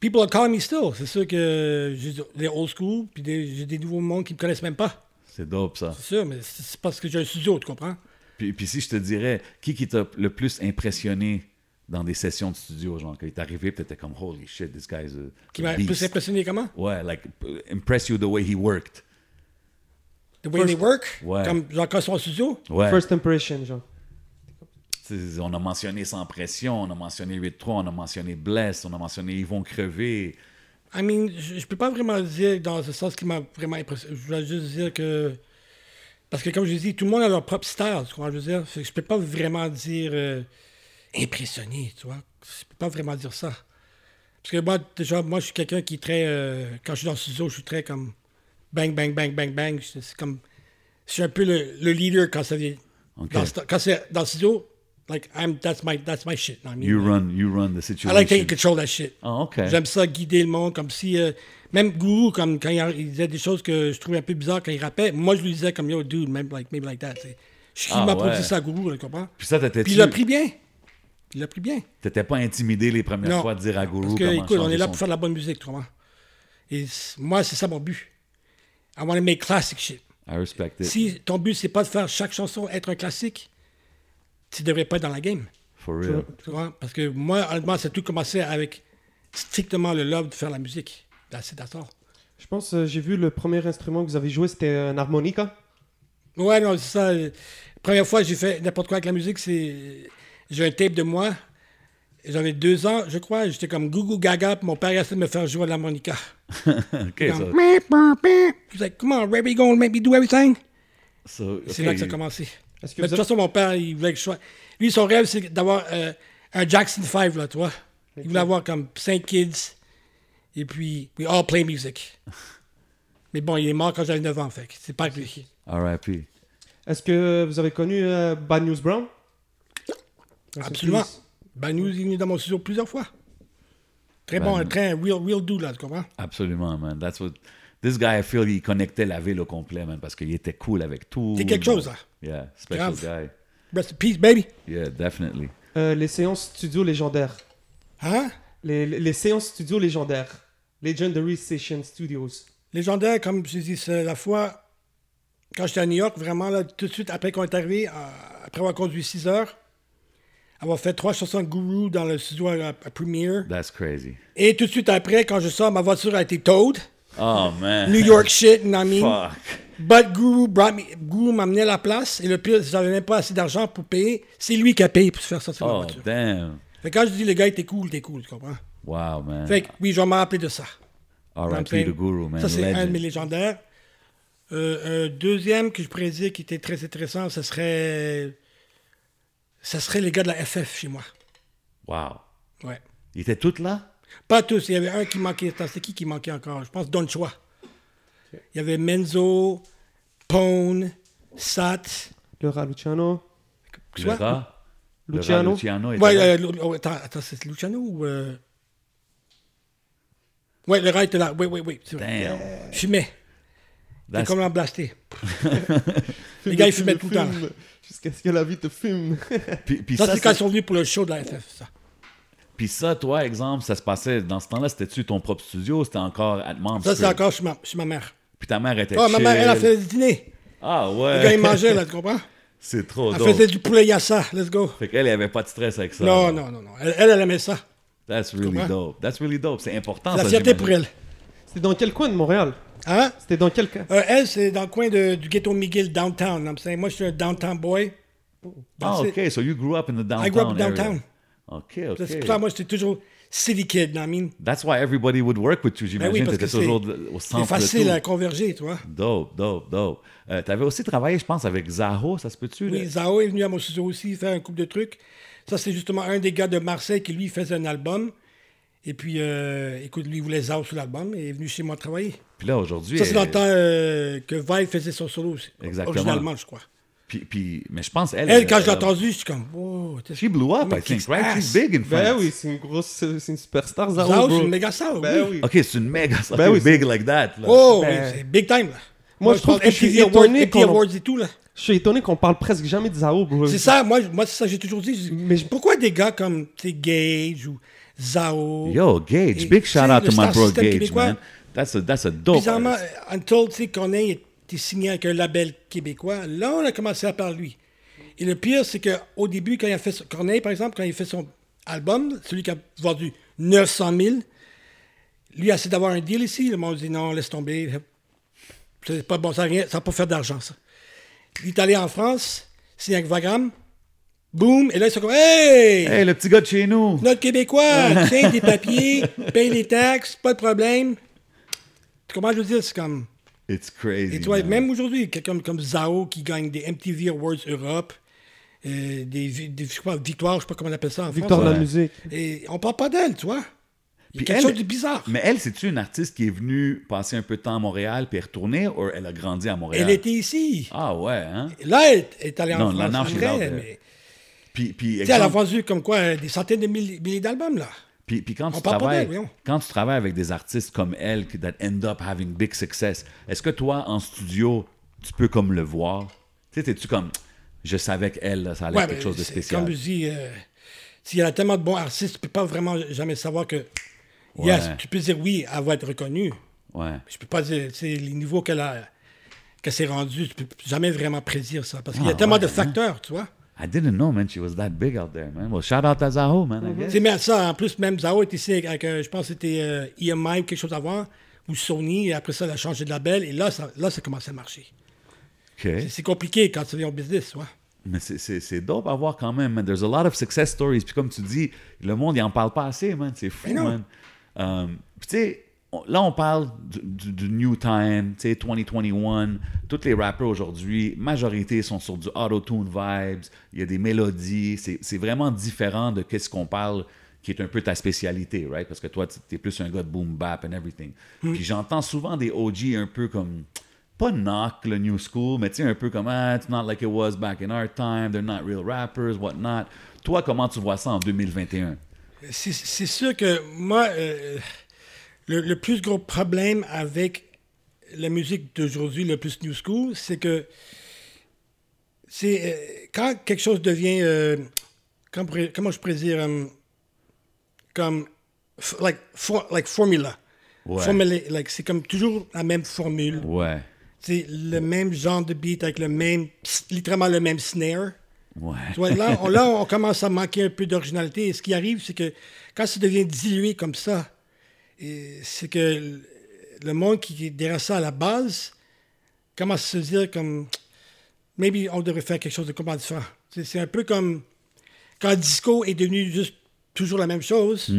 [SPEAKER 3] people are calling me still. C'est sûr que j'ai des old school, puis des- j'ai des nouveaux mondes qui me connaissent même pas.
[SPEAKER 2] c'est dope, ça.
[SPEAKER 3] C'est sûr, mais c'est c'est parce que j'ai un studio, tu comprends?
[SPEAKER 2] Puis, puis si je te dirais, qui qui t'a le plus impressionné dans des sessions de studio, genre, quand il est arrivé, puis t'étais comme, holy shit, this guy's a,
[SPEAKER 3] Qui
[SPEAKER 2] a
[SPEAKER 3] m'a plus
[SPEAKER 2] beast.
[SPEAKER 3] impressionné comment?
[SPEAKER 2] Ouais, like, p- impress you the way he worked.
[SPEAKER 3] The way they work?
[SPEAKER 2] Ouais.
[SPEAKER 3] Comme genre quand ils sont en studio?
[SPEAKER 2] Ouais.
[SPEAKER 1] First impression, genre.
[SPEAKER 2] C'est- On a mentionné Sans Pression, on a mentionné 8-3, on a mentionné Bless, on a mentionné Ils vont crever.
[SPEAKER 3] I mean, je, je peux pas vraiment dire dans ce sens qui m'a vraiment impressionné. Je voulais juste dire que. Parce que, comme je dis, tout le monde a leur propre style, tu comprends? Je veux dire, Fait que je peux pas vraiment dire euh, impressionné, tu vois. Je peux pas vraiment dire ça. Parce que moi, déjà, moi, je suis quelqu'un qui est très. euh, quand je suis dans le studio, je suis très comme. Bang, bang, bang, bang, bang. C'est c'est comme. Je suis un peu le, le leader quand ça vient.
[SPEAKER 2] Ok.
[SPEAKER 3] Dans ce- quand c'est dans le studio, Like I'm that's my that's my shit. I mean,
[SPEAKER 2] You run, you run the
[SPEAKER 3] Mm-hmm. I
[SPEAKER 2] situation.
[SPEAKER 3] like taking control of that shit.
[SPEAKER 2] Ah, ok.
[SPEAKER 3] J'aime ça guider le monde comme si euh, même Guru comme quand il, il disait des choses que je trouvais un peu bizarres quand il rappait, moi je lui disais comme yo dude, même like maybe like that. tu sais. Je suis qui
[SPEAKER 2] Ah,
[SPEAKER 3] m'a
[SPEAKER 2] ouais.
[SPEAKER 3] produit ça à Guru, là, tu comprends?
[SPEAKER 2] Puis ça,
[SPEAKER 3] Puis il l'a
[SPEAKER 2] t'étais-tu-
[SPEAKER 3] pris bien. Il l'a pris bien.
[SPEAKER 2] t'étais pas intimidé les premières
[SPEAKER 3] Non.
[SPEAKER 2] fois de dire à Guru
[SPEAKER 3] Parce que,
[SPEAKER 2] comment
[SPEAKER 3] écoute, on
[SPEAKER 2] changer
[SPEAKER 3] est là
[SPEAKER 2] son-
[SPEAKER 3] pour faire de la bonne musique, tu comprends? Et c- moi, c'est ça mon but. I want to make classic shit.
[SPEAKER 2] I respect it.
[SPEAKER 3] Si ton but, c'est pas de faire chaque chanson être un classique, tu devrais pas être dans la game.
[SPEAKER 2] For real.
[SPEAKER 3] Tu vois? Parce que moi, honnêtement, ça a tout commencé avec strictement le love de faire la musique. C'est d'accord.
[SPEAKER 1] Je pense, euh, j'ai vu le premier instrument que vous avez joué, c'était euh, un harmonica.
[SPEAKER 3] Ouais, non, c'est ça. La première fois, j'ai fait n'importe quoi avec la musique, c'est. J'ai un tape de moi. J'avais deux ans, je crois. J'étais comme Gougou Gaga, puis mon père essayait de me faire jouer à l'harmonica.
[SPEAKER 2] OK, ça...
[SPEAKER 3] Comme, Beep, beep, beep. He's like, come on, Rebbe, gonna make me do everything.
[SPEAKER 2] ça-
[SPEAKER 3] C'est
[SPEAKER 2] ok.
[SPEAKER 3] là que ça a commencé.
[SPEAKER 1] Est-ce que
[SPEAKER 3] Mais de
[SPEAKER 1] vous
[SPEAKER 3] toute façon, mon père, il voulait que je sois. Lui, son rêve, c'est d'avoir euh, un Jackson 5, là, toi. Il voulait avoir comme cinq kids. Et puis, we all play music. Mais bon, il est mort quand j'avais 9 ans, fait. que C'est pas que lui.
[SPEAKER 2] R.I.P.
[SPEAKER 1] Est-ce que vous avez connu euh, Bad News Brown
[SPEAKER 3] Absolument. Ben, nous, il est venu dans mon studio plusieurs fois. Très
[SPEAKER 2] Ben,
[SPEAKER 3] bon,
[SPEAKER 2] non.
[SPEAKER 3] très real, real dude, là, tu comprends?
[SPEAKER 2] Absolument, man. That's what... This guy, I feel, il connectait la ville au complet, man, parce qu'il était cool avec tout.
[SPEAKER 3] C'est
[SPEAKER 2] le
[SPEAKER 3] quelque
[SPEAKER 2] monde.
[SPEAKER 3] chose, là.
[SPEAKER 2] Yeah, special
[SPEAKER 3] Grave.
[SPEAKER 2] guy.
[SPEAKER 3] Rest in peace, baby.
[SPEAKER 2] Yeah, definitely.
[SPEAKER 1] Euh, Les séances studio légendaires.
[SPEAKER 3] Hein?
[SPEAKER 1] Les, les- les séances studio légendaires. Legendary Session Studios.
[SPEAKER 3] Légendaire, comme je dis, c'est la fois, quand j'étais à New York, vraiment, là, tout de suite après qu'on est arrivé, euh, après avoir conduit 6 heures, avoir fait trois chansons de Guru dans le studio à, à Premiere.
[SPEAKER 2] That's crazy.
[SPEAKER 3] Et tout de suite après, quand je sors, ma voiture a été towed.
[SPEAKER 2] Oh, man.
[SPEAKER 3] New York shit, you know what I mean?
[SPEAKER 2] Fuck.
[SPEAKER 3] But Guru, brought me- Guru m'amenait à la place, et le pire, j'avais même pas assez d'argent pour payer. C'est lui qui a payé pour se faire sortir ma
[SPEAKER 2] Oh,
[SPEAKER 3] voiture.
[SPEAKER 2] damn.
[SPEAKER 3] Fait que quand je dis le gars, t'es cool, t'es cool, tu comprends?
[SPEAKER 2] Wow, man.
[SPEAKER 3] Fait que oui, je vais me rappeler de ça. I'm
[SPEAKER 2] R.I.P.
[SPEAKER 3] saying.
[SPEAKER 2] The Guru, man.
[SPEAKER 3] Ça, c'est un de
[SPEAKER 2] Legend.
[SPEAKER 3] mes légendaires. Euh, un deuxième que je prédis qui était très intéressant, ce serait. Ça serait les gars de la FF chez moi.
[SPEAKER 2] Wow.
[SPEAKER 3] Ouais.
[SPEAKER 2] Ils étaient tous là?
[SPEAKER 3] Pas tous, il y avait un qui manquait. Attends, c'est qui qui manquait encore Je pense Don Chua. Il y avait Menzo, Pone, Sat.
[SPEAKER 1] Le Luciano.
[SPEAKER 2] Le
[SPEAKER 3] Soit-
[SPEAKER 2] rat? Le rat
[SPEAKER 1] Luciano.
[SPEAKER 2] Luciano était
[SPEAKER 3] Ouais,
[SPEAKER 2] là.
[SPEAKER 3] euh, Lu- oh, attends, attends, c'est Luciano ou. euh, Ouais, le rat était là. Oui, oui, oui. c'est vrai.
[SPEAKER 2] Damn.
[SPEAKER 3] Fumait. C'est
[SPEAKER 2] That's-
[SPEAKER 3] comme l'en blaster. Les gars, ils fumaient tout le temps.
[SPEAKER 1] Jusqu'à ce que la vie te fume.
[SPEAKER 2] Puis, puis
[SPEAKER 3] Ça,
[SPEAKER 2] ça,
[SPEAKER 3] c'est quand ils
[SPEAKER 2] c'est-
[SPEAKER 3] sont venus pour le show de la FF, ça.
[SPEAKER 2] puis ça, toi, exemple, ça se passait dans ce temps-là, c'était-tu ton propre studio? C'était encore à membre?
[SPEAKER 3] Ça, c'est encore chez ma, chez ma mère.
[SPEAKER 2] Puis ta mère était
[SPEAKER 3] Oh, ma mère, elle a
[SPEAKER 2] chill.
[SPEAKER 3] fait le dîner.
[SPEAKER 2] Ah
[SPEAKER 3] Le gars, il
[SPEAKER 2] ouais.
[SPEAKER 3] mangeait, là, tu comprends?
[SPEAKER 2] C'est trop
[SPEAKER 3] Elle
[SPEAKER 2] drôle.
[SPEAKER 3] faisait du poulet yassa, let's go.
[SPEAKER 2] Fait qu'elle, elle avait pas de stress avec ça.
[SPEAKER 3] Non, non, non, non. Elle, elle, elle aimait ça.
[SPEAKER 2] That's really
[SPEAKER 3] comprends?
[SPEAKER 2] dope. That's really dope. C'est important.
[SPEAKER 3] La
[SPEAKER 2] Ah, ça,
[SPEAKER 3] fierté
[SPEAKER 2] j'imagine.
[SPEAKER 3] pour elle.
[SPEAKER 1] C'était dans quel coin de Montréal
[SPEAKER 3] Hein?
[SPEAKER 1] C'était dans quel coin
[SPEAKER 3] Euh, elle, c'est dans le coin de- du ghetto McGill, downtown. I'm saying. Moi, je suis un downtown boy.
[SPEAKER 2] Ah,
[SPEAKER 3] That's it.
[SPEAKER 2] OK. So you grew up in the downtown
[SPEAKER 3] I grew up
[SPEAKER 2] area.
[SPEAKER 3] downtown.
[SPEAKER 2] OK,
[SPEAKER 3] C'est pour ça,
[SPEAKER 2] OK.
[SPEAKER 3] moi, j'étais toujours city kid, you know what I mean?
[SPEAKER 2] That's why everybody would work with you,
[SPEAKER 3] Ben
[SPEAKER 2] j'imagine.
[SPEAKER 3] oui, parce que
[SPEAKER 2] T'étais
[SPEAKER 3] c'est
[SPEAKER 2] toujours de- au
[SPEAKER 3] c'est
[SPEAKER 2] centre de
[SPEAKER 3] facile
[SPEAKER 2] tout.
[SPEAKER 3] à converger, tu vois.
[SPEAKER 2] Dope, dope, dope. Euh, T'avais aussi travaillé, je pense, avec Zaho, ça se peut-tu? là?
[SPEAKER 3] Oui, Zao est venu à mon studio aussi faire un couple de trucs. Ça, c'est justement un des gars de Marseille qui, lui, faisait un album. Et puis, euh, écoute, lui, il voulait Zao sur l'album et est venu chez moi travailler.
[SPEAKER 2] Puis là, aujourd'hui...
[SPEAKER 3] Ça, c'est
[SPEAKER 2] elle-
[SPEAKER 3] dans le temps euh, que Vibe faisait son solo aussi.
[SPEAKER 2] Exactement.
[SPEAKER 3] Originalement, je crois.
[SPEAKER 2] Puis, puis- mais je pense, elle...
[SPEAKER 3] Elle, quand je l'ai
[SPEAKER 2] elle-
[SPEAKER 3] entendu, je suis comme, wow. tu sais.
[SPEAKER 2] She blew up,
[SPEAKER 3] Mais
[SPEAKER 2] I think,
[SPEAKER 3] kick
[SPEAKER 2] right?
[SPEAKER 3] ass.
[SPEAKER 2] She's big in France.
[SPEAKER 1] Ben oui, c'est une grosse, c'est une superstar Zao,
[SPEAKER 3] Zao,
[SPEAKER 1] bro.
[SPEAKER 3] c'est une méga star.
[SPEAKER 1] Ben
[SPEAKER 3] oui.
[SPEAKER 1] oui.
[SPEAKER 2] OK, c'est une méga... ça
[SPEAKER 1] Ben
[SPEAKER 2] fait
[SPEAKER 1] oui,
[SPEAKER 2] big like that. là.
[SPEAKER 3] Oh,
[SPEAKER 1] Ben-
[SPEAKER 3] oui, c'est big time. Là.
[SPEAKER 1] Moi, je trouve
[SPEAKER 3] pense
[SPEAKER 1] que je suis
[SPEAKER 3] MTV Awards,
[SPEAKER 1] étonné
[SPEAKER 3] MTV
[SPEAKER 1] qu'on en-
[SPEAKER 3] Awards et tout, là.
[SPEAKER 1] Je suis étonné qu'on parle presque jamais de Zao, bro.
[SPEAKER 3] C'est ça, moi, je- moi c'est ça que j'ai toujours dit. je dis,
[SPEAKER 1] Mais je-
[SPEAKER 3] Pourquoi des gars comme tu sais, Gage ou Zao
[SPEAKER 2] Yo, Gage,
[SPEAKER 3] Et
[SPEAKER 2] big
[SPEAKER 3] tu
[SPEAKER 2] shout
[SPEAKER 3] sais,
[SPEAKER 2] out
[SPEAKER 3] le
[SPEAKER 2] to my
[SPEAKER 3] star
[SPEAKER 2] bro
[SPEAKER 3] system
[SPEAKER 2] Gage,
[SPEAKER 3] québécois,
[SPEAKER 2] man. That's a, that's a dope.
[SPEAKER 3] Bizarrement,
[SPEAKER 2] artist.
[SPEAKER 3] euh, Untold, tu sais, Corneille était signé avec un label québécois. Là, on a commencé à parler de lui. Et le pire, c'est qu'au début, quand il a fait son- Corneille, par exemple, quand il a fait son album, celui qui a vendu 900 000, lui a essayé d'avoir un deal ici. Le monde dit non, laisse tomber. C'est pas bon, ça n'a ça va pas faire d'argent, ça. Il est allé en France, signé avec Vagram. Boum! Et là, ils sont comme Hey!
[SPEAKER 2] Hey, le petit gars de chez nous.
[SPEAKER 3] Notre Québécois, tiens des papiers, paye les taxes, pas de problème. Comment je veux dire, c'est comme.
[SPEAKER 2] It's crazy.
[SPEAKER 3] Et tu vois,
[SPEAKER 2] man.
[SPEAKER 3] même aujourd'hui, quelqu'un comme- comme Zao qui gagne des MTV Awards Europe, euh, des, vi- des je sais pas, victoires, je sais pas comment on appelle ça en
[SPEAKER 1] Victoire de
[SPEAKER 2] Ouais.
[SPEAKER 1] la musique.
[SPEAKER 3] France. Et on parle pas d'elle, tu vois. Il
[SPEAKER 2] Puis
[SPEAKER 3] y a quelque
[SPEAKER 2] elle-
[SPEAKER 3] chose de bizarre.
[SPEAKER 2] Mais elle, c'est-tu une artiste qui est venue passer un peu de temps à Montréal puis est retournée ou elle a grandi à Montréal?
[SPEAKER 3] Elle était ici.
[SPEAKER 2] Ah ouais, hein?
[SPEAKER 3] Là, elle est- elle est allée
[SPEAKER 2] Non,
[SPEAKER 3] en
[SPEAKER 2] là, non,
[SPEAKER 3] France
[SPEAKER 2] she's out
[SPEAKER 3] après,
[SPEAKER 2] there.
[SPEAKER 3] mais
[SPEAKER 2] Puis, puis,
[SPEAKER 3] Tu sais, elle a
[SPEAKER 2] exemple-
[SPEAKER 3] vendu comme quoi euh, des centaines de milli- milliers d'albums, là.
[SPEAKER 2] Puis, puis quand, tu
[SPEAKER 3] On parle pas
[SPEAKER 2] travailles,
[SPEAKER 3] d'elle, voyons.
[SPEAKER 2] quand tu travailles avec des artistes comme elle, qui- that end up having big success, est-ce que toi, en studio, tu peux comme le voir? Tu sais, t'es-tu comme, je savais qu'elle, là, ça allait
[SPEAKER 3] Ouais,
[SPEAKER 2] être quelque
[SPEAKER 3] mais
[SPEAKER 2] chose de
[SPEAKER 3] c'est
[SPEAKER 2] spécial.
[SPEAKER 3] Comme je dis, euh, s'il y a tellement de bons artistes, tu peux pas vraiment jamais savoir que. Yes,
[SPEAKER 2] Ouais.
[SPEAKER 3] tu peux dire oui, elle va être reconnue.
[SPEAKER 2] Ouais.
[SPEAKER 3] Je peux pas dire, tu sais, les niveaux qu'elle a. qu'elle s'est rendue, tu peux jamais vraiment prédire ça. Parce qu'il y
[SPEAKER 2] Ah,
[SPEAKER 3] a tellement
[SPEAKER 2] ouais,
[SPEAKER 3] de
[SPEAKER 2] hein.
[SPEAKER 3] facteurs, tu vois.
[SPEAKER 2] I didn't know, man, she was that big out there, man. Well, shout out to Zaho, man, I guess.
[SPEAKER 3] Tu sais, mais ça, en plus, même Zao était ici avec, euh, je pense, que c'était euh, EMI ou quelque chose avant, ou Sony, et après ça, elle a changé de label, et là, ça, là, ça commençait à marcher.
[SPEAKER 2] OK.
[SPEAKER 3] C'est- C'est compliqué quand tu viens au business, ouais.
[SPEAKER 2] Mais c'est- c'est c'est dope à voir quand même, man. There's a lot of success stories. Puis comme tu dis, le monde, il en parle pas assez, man. C'est fou,
[SPEAKER 3] Mais non.
[SPEAKER 2] man. Euh, puis tu sais, on- là, on parle du, du- du New Time, tu sais, 2021. Tous les rappers aujourd'hui, majorité sont sur du auto-tune vibes. Il y a des mélodies. C'est c'est vraiment différent de qu'est-ce qu'on parle qui est un peu ta spécialité, right? Parce que toi, tu es plus un gars de boom bap and everything. Puis j'entends souvent des OG un peu comme pas knock le new school, mais tu sais, un peu comme ah, it's not like it was back in our time, they're not real rappers, whatnot. Toi, comment tu vois ça en 2021?
[SPEAKER 3] C'est- C'est sûr que moi, euh, le, le plus gros problème avec la musique d'aujourd'hui, le plus new school, c'est que c'est euh, quand quelque chose devient, euh, comme pour- comment je pourrais dire, euh, comme f- like, for- like formula.
[SPEAKER 2] Ouais.
[SPEAKER 3] Formula- like, c'est comme toujours la même formule.
[SPEAKER 2] Ouais,
[SPEAKER 3] C'est le même genre de beat avec le même, littéralement le même snare.
[SPEAKER 2] ouais.
[SPEAKER 3] Tu vois, là, on, là, on commence à manquer un peu d'originalité. Et ce qui arrive, c'est que quand ça devient dilué comme ça, et c'est que l- le monde qui est derrière ça à la base commence à se dire comme maybe on devrait faire quelque chose de complètement différent. C'est, c'est un peu comme quand disco est devenu juste toujours la même chose.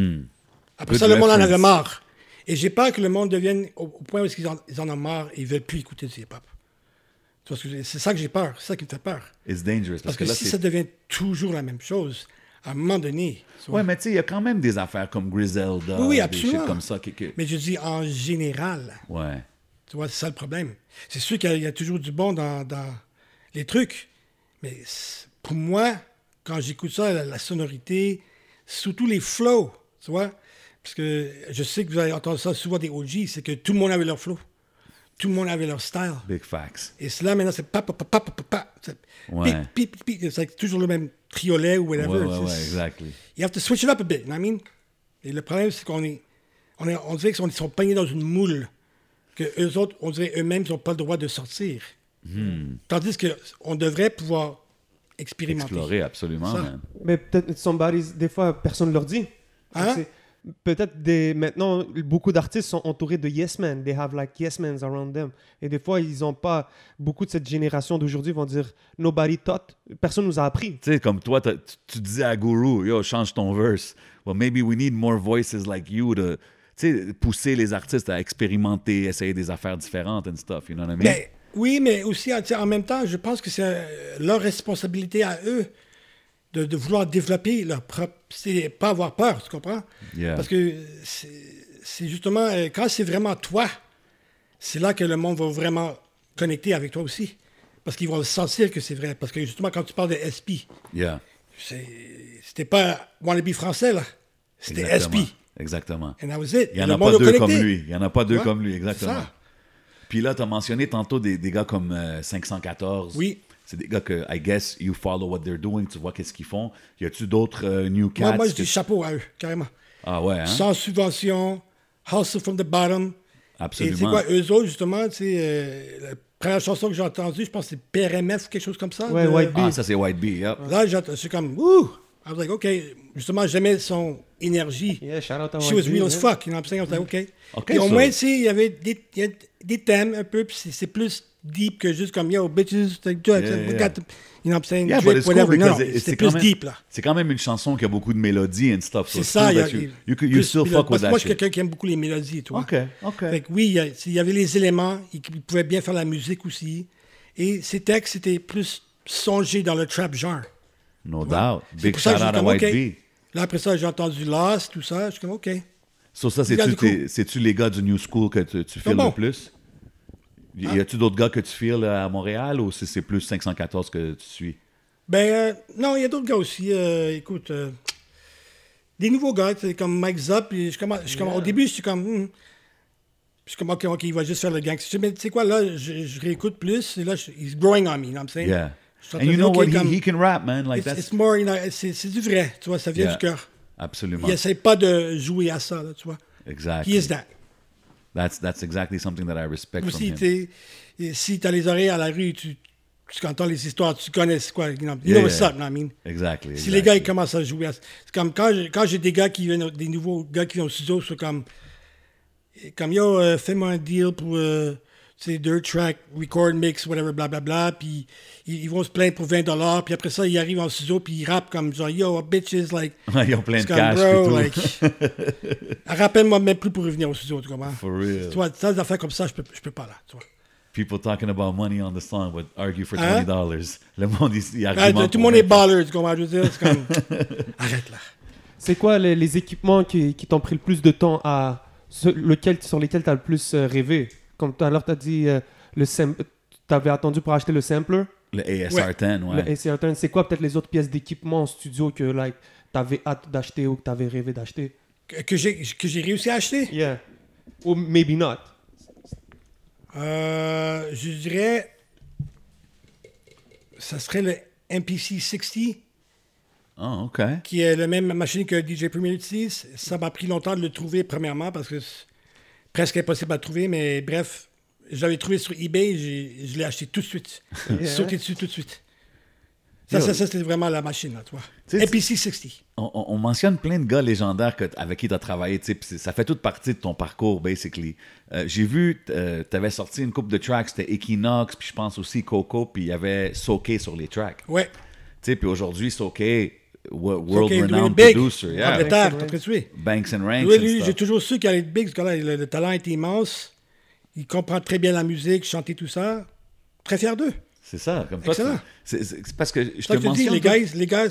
[SPEAKER 3] Après
[SPEAKER 2] Good
[SPEAKER 3] ça, le monde en
[SPEAKER 2] reference.
[SPEAKER 3] avait marre. Et j'ai peur que le monde devienne au, au point où ils en, ils en ont marre et ils veulent plus écouter du hip-hop. Tu vois ce que je- C'est ça que j'ai peur. C'est ça qui me fait peur.
[SPEAKER 2] It's dangerous.
[SPEAKER 3] Parce
[SPEAKER 2] Parce,
[SPEAKER 3] que,
[SPEAKER 2] là,
[SPEAKER 3] si
[SPEAKER 2] c'est-
[SPEAKER 3] ça devient toujours la même chose, à un moment donné. tu vois.
[SPEAKER 2] Ouais, mais tu sais, il y a quand même des affaires comme Griselda,
[SPEAKER 3] Oui, oui,
[SPEAKER 2] des
[SPEAKER 3] absolument.
[SPEAKER 2] shit comme ça. qui- qui-
[SPEAKER 3] Mais je dis en général.
[SPEAKER 2] Ouais.
[SPEAKER 3] Tu vois, c'est ça le problème. C'est sûr qu'il y, a- il y a toujours du bon dans, dans les trucs. Mais c'est- pour moi, quand j'écoute ça, la, la sonorité, surtout les flows, tu vois. Parce que je sais que vous avez entendu ça souvent des OG, c'est que tout le monde avait leur flow. Tout le monde avait leur style.
[SPEAKER 2] Big facts.
[SPEAKER 3] Et cela, maintenant, c'est pa, pa, pa, pa, pa, pa, pa. C'est
[SPEAKER 2] Ouais.
[SPEAKER 3] pi, pi, pi, pi. C'est toujours le même triolet ou
[SPEAKER 2] Ouais,
[SPEAKER 3] whatever.
[SPEAKER 2] ouais,
[SPEAKER 3] C'est-
[SPEAKER 2] ouais, exactly.
[SPEAKER 3] You have to switch it up a bit, you know what I mean? Et le problème, c'est qu'on est, on est, on dirait qu'ils sont pognés dans une moule que eux autres, on dirait eux-mêmes, ils n'ont pas le droit de sortir. Tandis que on devrait pouvoir expérimenter.
[SPEAKER 2] Explorer, absolument,
[SPEAKER 3] Ça.
[SPEAKER 2] man.
[SPEAKER 1] Mais peut-être somebody's- des fois, personne leur dit.
[SPEAKER 3] Hein?
[SPEAKER 1] C'est- Peut-être des, maintenant, beaucoup d'artistes sont entourés de yes men. They have like yes men around them. Et des fois, ils n'ont pas. Beaucoup de cette génération d'aujourd'hui vont dire nobody taught. Personne nous a appris.
[SPEAKER 2] Tu sais, comme toi, t'as- tu, tu disais à Guru, yo, change ton verse. Well, maybe we need more voices like you to, tu sais, pousser les artistes à expérimenter, essayer des affaires différentes and stuff, you know what I mean?
[SPEAKER 3] Mais oui, mais aussi tu sais, en même temps, je pense que c'est euh, leur responsabilité à eux de, de vouloir développer leur propre, c'est pas avoir peur, tu comprends
[SPEAKER 2] Yeah.
[SPEAKER 3] Parce que c'est c'est justement euh, quand c'est vraiment toi, c'est là que le monde va vraiment connecter avec toi aussi, parce qu'ils vont sentir que c'est vrai. Parce que justement, quand tu parles de SP,
[SPEAKER 2] Yeah.
[SPEAKER 3] c'est- c'était pas wannabe français là, c'était
[SPEAKER 2] Exactement.
[SPEAKER 3] SP.
[SPEAKER 2] Exactement.
[SPEAKER 3] And that was it.
[SPEAKER 2] Il n'y en
[SPEAKER 3] Le
[SPEAKER 2] a
[SPEAKER 3] monde
[SPEAKER 2] pas
[SPEAKER 3] a
[SPEAKER 2] deux comme
[SPEAKER 3] connecté.
[SPEAKER 2] lui. Il n'y en a pas deux
[SPEAKER 3] Ouais,
[SPEAKER 2] comme lui,
[SPEAKER 3] c'est
[SPEAKER 2] exactement.
[SPEAKER 3] ça.
[SPEAKER 2] Puis là, tu as mentionné tantôt des, des gars comme euh, 514.
[SPEAKER 3] Oui.
[SPEAKER 2] C'est des gars que, I guess, you follow what they're doing, tu vois qu'est-ce qu'ils font. Y a-tu d'autres euh, new cats?
[SPEAKER 3] Moi, moi, je
[SPEAKER 2] que-
[SPEAKER 3] dis chapeau à eux, carrément.
[SPEAKER 2] Ah ouais, hein?
[SPEAKER 3] Sans subvention, hustle from the bottom. Et c'est
[SPEAKER 2] Absolument.
[SPEAKER 3] quoi, eux autres, justement, tu sais, euh, la première chanson que j'ai entendue, je pense que c'est PRMF, quelque chose comme ça.
[SPEAKER 1] Ouais,
[SPEAKER 3] de-
[SPEAKER 1] White Bee.
[SPEAKER 2] Ah, ça, c'est White Bee, yep.
[SPEAKER 3] Là, j'ai ent- je suis comme, ouh! I was like, OK. Justement, j'aimais son énergie.
[SPEAKER 1] Yeah, shout out à
[SPEAKER 3] She was
[SPEAKER 1] White Bee,
[SPEAKER 3] real as
[SPEAKER 1] yeah.
[SPEAKER 3] fuck, you know what I'm saying? I was like, OK.
[SPEAKER 2] OK,
[SPEAKER 3] Puis au
[SPEAKER 2] ça.
[SPEAKER 3] moins, tu sais, il y avait des, il y a des thèmes un peu, puis c'est- c'est plus deep que juste comme, yo, bitches, like, drugs,
[SPEAKER 2] Yeah,
[SPEAKER 3] we
[SPEAKER 2] yeah.
[SPEAKER 3] got to- you know what I'm saying?
[SPEAKER 2] Yeah,
[SPEAKER 3] Drip,
[SPEAKER 2] but it's cool
[SPEAKER 3] whatever. Non,
[SPEAKER 2] because
[SPEAKER 3] non,
[SPEAKER 2] it- it's-
[SPEAKER 3] c'était
[SPEAKER 2] c'est
[SPEAKER 3] plus
[SPEAKER 2] quand même-
[SPEAKER 3] deep, là.
[SPEAKER 2] C'est quand même une chanson qui a beaucoup de mélodies and stuff. so
[SPEAKER 3] C'est
[SPEAKER 2] it's
[SPEAKER 3] ça,
[SPEAKER 2] cool
[SPEAKER 3] il y a.
[SPEAKER 2] that You,
[SPEAKER 3] il-
[SPEAKER 2] you, could- you
[SPEAKER 3] plus
[SPEAKER 2] still
[SPEAKER 3] mélodie.
[SPEAKER 2] fuck with
[SPEAKER 3] Parce que Moi,
[SPEAKER 2] that
[SPEAKER 3] je suis
[SPEAKER 2] shit.
[SPEAKER 3] quelqu'un qui aime beaucoup les mélodies, tu vois.
[SPEAKER 2] OK, OK.
[SPEAKER 3] Fait que oui, il y a- il y avait les éléments, il il pouvait bien faire la musique aussi. Et ses textes étaient plus songés dans le trap genre.
[SPEAKER 2] No doubt.
[SPEAKER 3] C'est
[SPEAKER 2] Big
[SPEAKER 3] pour
[SPEAKER 2] shout
[SPEAKER 3] ça que
[SPEAKER 2] out
[SPEAKER 3] je suis
[SPEAKER 2] à
[SPEAKER 3] comme,
[SPEAKER 2] White
[SPEAKER 3] OK.
[SPEAKER 2] Bee.
[SPEAKER 3] Là, après ça, j'ai entendu Lost, tout ça. Je suis comme, OK.
[SPEAKER 2] So ça,
[SPEAKER 3] gars
[SPEAKER 2] c'est-tu
[SPEAKER 3] du coup.
[SPEAKER 2] tes- c'est-tu les gars du New School que tu, tu
[SPEAKER 3] sont
[SPEAKER 2] files le
[SPEAKER 3] bons.
[SPEAKER 2] plus?
[SPEAKER 3] Ah.
[SPEAKER 2] euh, Y y a-tu d'autres gars que tu files à Montréal ou c'est c'est plus 514 que tu suis?
[SPEAKER 3] Ben, euh, non, il y a d'autres gars aussi. euh, écoute, euh, des nouveaux gars, c'est comme Mike Zop. puis je commence, je commence- Au début, je suis comme. hmm. Puis je suis comme, OK, OK, il va juste faire le gang. Mais tu sais quoi, là, je, je réécoute plus. Et là, je, he's growing on me, you know what I'm saying?
[SPEAKER 2] Yeah.
[SPEAKER 3] Je suis en
[SPEAKER 2] And
[SPEAKER 3] train
[SPEAKER 2] you
[SPEAKER 3] de
[SPEAKER 2] know
[SPEAKER 3] dire,
[SPEAKER 2] what?
[SPEAKER 3] OK,
[SPEAKER 2] He,
[SPEAKER 3] comme,
[SPEAKER 2] he can rap, man. Like
[SPEAKER 3] it's,
[SPEAKER 2] that's
[SPEAKER 3] it's more, you know, c'est c'est du vrai, tu vois, ça vient
[SPEAKER 2] Yeah.
[SPEAKER 3] du cœur.
[SPEAKER 2] absolument.
[SPEAKER 3] Il essaie pas de jouer à ça, là, tu vois.
[SPEAKER 2] Exactly.
[SPEAKER 3] He is that.
[SPEAKER 2] That's that's exactly something that I respect from
[SPEAKER 3] Aussi,
[SPEAKER 2] him.
[SPEAKER 3] t'es- et si t'as les oreilles à la rue, tu, tu entends les histoires, tu connais c'est quoi, you know, you
[SPEAKER 2] Yeah,
[SPEAKER 3] know what's
[SPEAKER 2] yeah.
[SPEAKER 3] up, you know what I mean?
[SPEAKER 2] Exactly.
[SPEAKER 3] Si les gars ils
[SPEAKER 2] exactly.
[SPEAKER 3] commencent à jouer, à... c'est comme quand j'ai, quand j'ai des gars qui viennent, au- des nouveaux gars qui viennent au studio, c'est comme, comme yo, euh, fais-moi un deal pour, euh, tu sais, deux tracks, record, mix, whatever, blablabla, puis ils, ils vont se plaindre pour 20 dollars, puis après ça ils arrivent en studio puis ils rappent comme genre yo, bitches like,
[SPEAKER 2] ils ont plein de
[SPEAKER 3] c'est comme,
[SPEAKER 2] cash et
[SPEAKER 3] bro,
[SPEAKER 2] tout.
[SPEAKER 3] like, rappelle-moi même plus pour revenir au studio, tu comprends?
[SPEAKER 2] For real.
[SPEAKER 3] Tu vois, ça des affaires comme ça, je peux, je peux pas là, tu vois.
[SPEAKER 2] People talking about money on the song would argue for
[SPEAKER 3] Hein?
[SPEAKER 2] twenty dollars. Le monde il, il
[SPEAKER 3] Ah,
[SPEAKER 2] argumente
[SPEAKER 3] tout
[SPEAKER 2] pour
[SPEAKER 3] le monde est
[SPEAKER 2] 20.
[SPEAKER 3] baller, tu comprends? Je veux dire, c'est comme, arrête là.
[SPEAKER 1] C'est quoi les, les équipements qui, qui t'ont pris le plus de temps à. ce- lequel, sur lesquels t'as le plus euh, rêvé Comme tout à l'heure, t'as dit. euh, le sam- T'avais attendu pour acheter le sampler.
[SPEAKER 2] Le ASR10, ouais.
[SPEAKER 1] Le SR Turn. C'est quoi peut-être les autres pièces d'équipement en studio que like, t'avais hâte d'acheter ou que t'avais rêvé d'acheter
[SPEAKER 3] Que, que j'ai, que j'ai réussi à acheter?
[SPEAKER 1] Yeah. Ou maybe not.
[SPEAKER 3] Euh, je dirais. Ça serait le MPC60,
[SPEAKER 2] Oh, okay.
[SPEAKER 3] qui est la même machine que DJ Premier utilise. Ça m'a pris longtemps de le trouver, premièrement, parce que c'est presque impossible à trouver, mais bref, j'avais trouvé sur eBay, j'ai- je l'ai acheté tout de suite. J'ai Sauté dessus tout de suite. Ça,
[SPEAKER 2] Yo.
[SPEAKER 3] ça, ça, c'était vraiment la machine, là, toi.
[SPEAKER 2] Tu sais,
[SPEAKER 3] MPC60.
[SPEAKER 2] On, on- on mentionne plein de gars légendaires que- avec qui tu as travaillé. tu sais, pis c'est- Ça fait toute partie de ton parcours, basically. Euh, J'ai vu, tu avais sorti une coupe de tracks, c'était Equinox, puis je pense aussi Coco, puis il y avait Soke sur les tracks. Tu
[SPEAKER 3] Ouais.
[SPEAKER 2] sais, Puis aujourd'hui, Soke,
[SPEAKER 3] Ok, doing
[SPEAKER 2] world-renowned
[SPEAKER 3] it big.
[SPEAKER 2] producer, yeah.
[SPEAKER 3] Angleterre,
[SPEAKER 1] Excellent.
[SPEAKER 3] t'as pris tué.
[SPEAKER 2] Banks and Ranks.
[SPEAKER 3] Oui,
[SPEAKER 2] and
[SPEAKER 3] lui,
[SPEAKER 2] stuff.
[SPEAKER 3] j'ai toujours su qu'il allait être big, ce gars-là. Le, le talent est immense. Il comprend très bien la musique, chanter tout ça. Très fier d'eux.
[SPEAKER 2] C'est ça, comme toi.
[SPEAKER 3] Excellent.
[SPEAKER 2] tu- C'est c'est- c'est parce que je
[SPEAKER 3] Ça,
[SPEAKER 2] te
[SPEAKER 3] je te dis,
[SPEAKER 2] mentionne.
[SPEAKER 3] les
[SPEAKER 2] toi,
[SPEAKER 3] gars, les gars,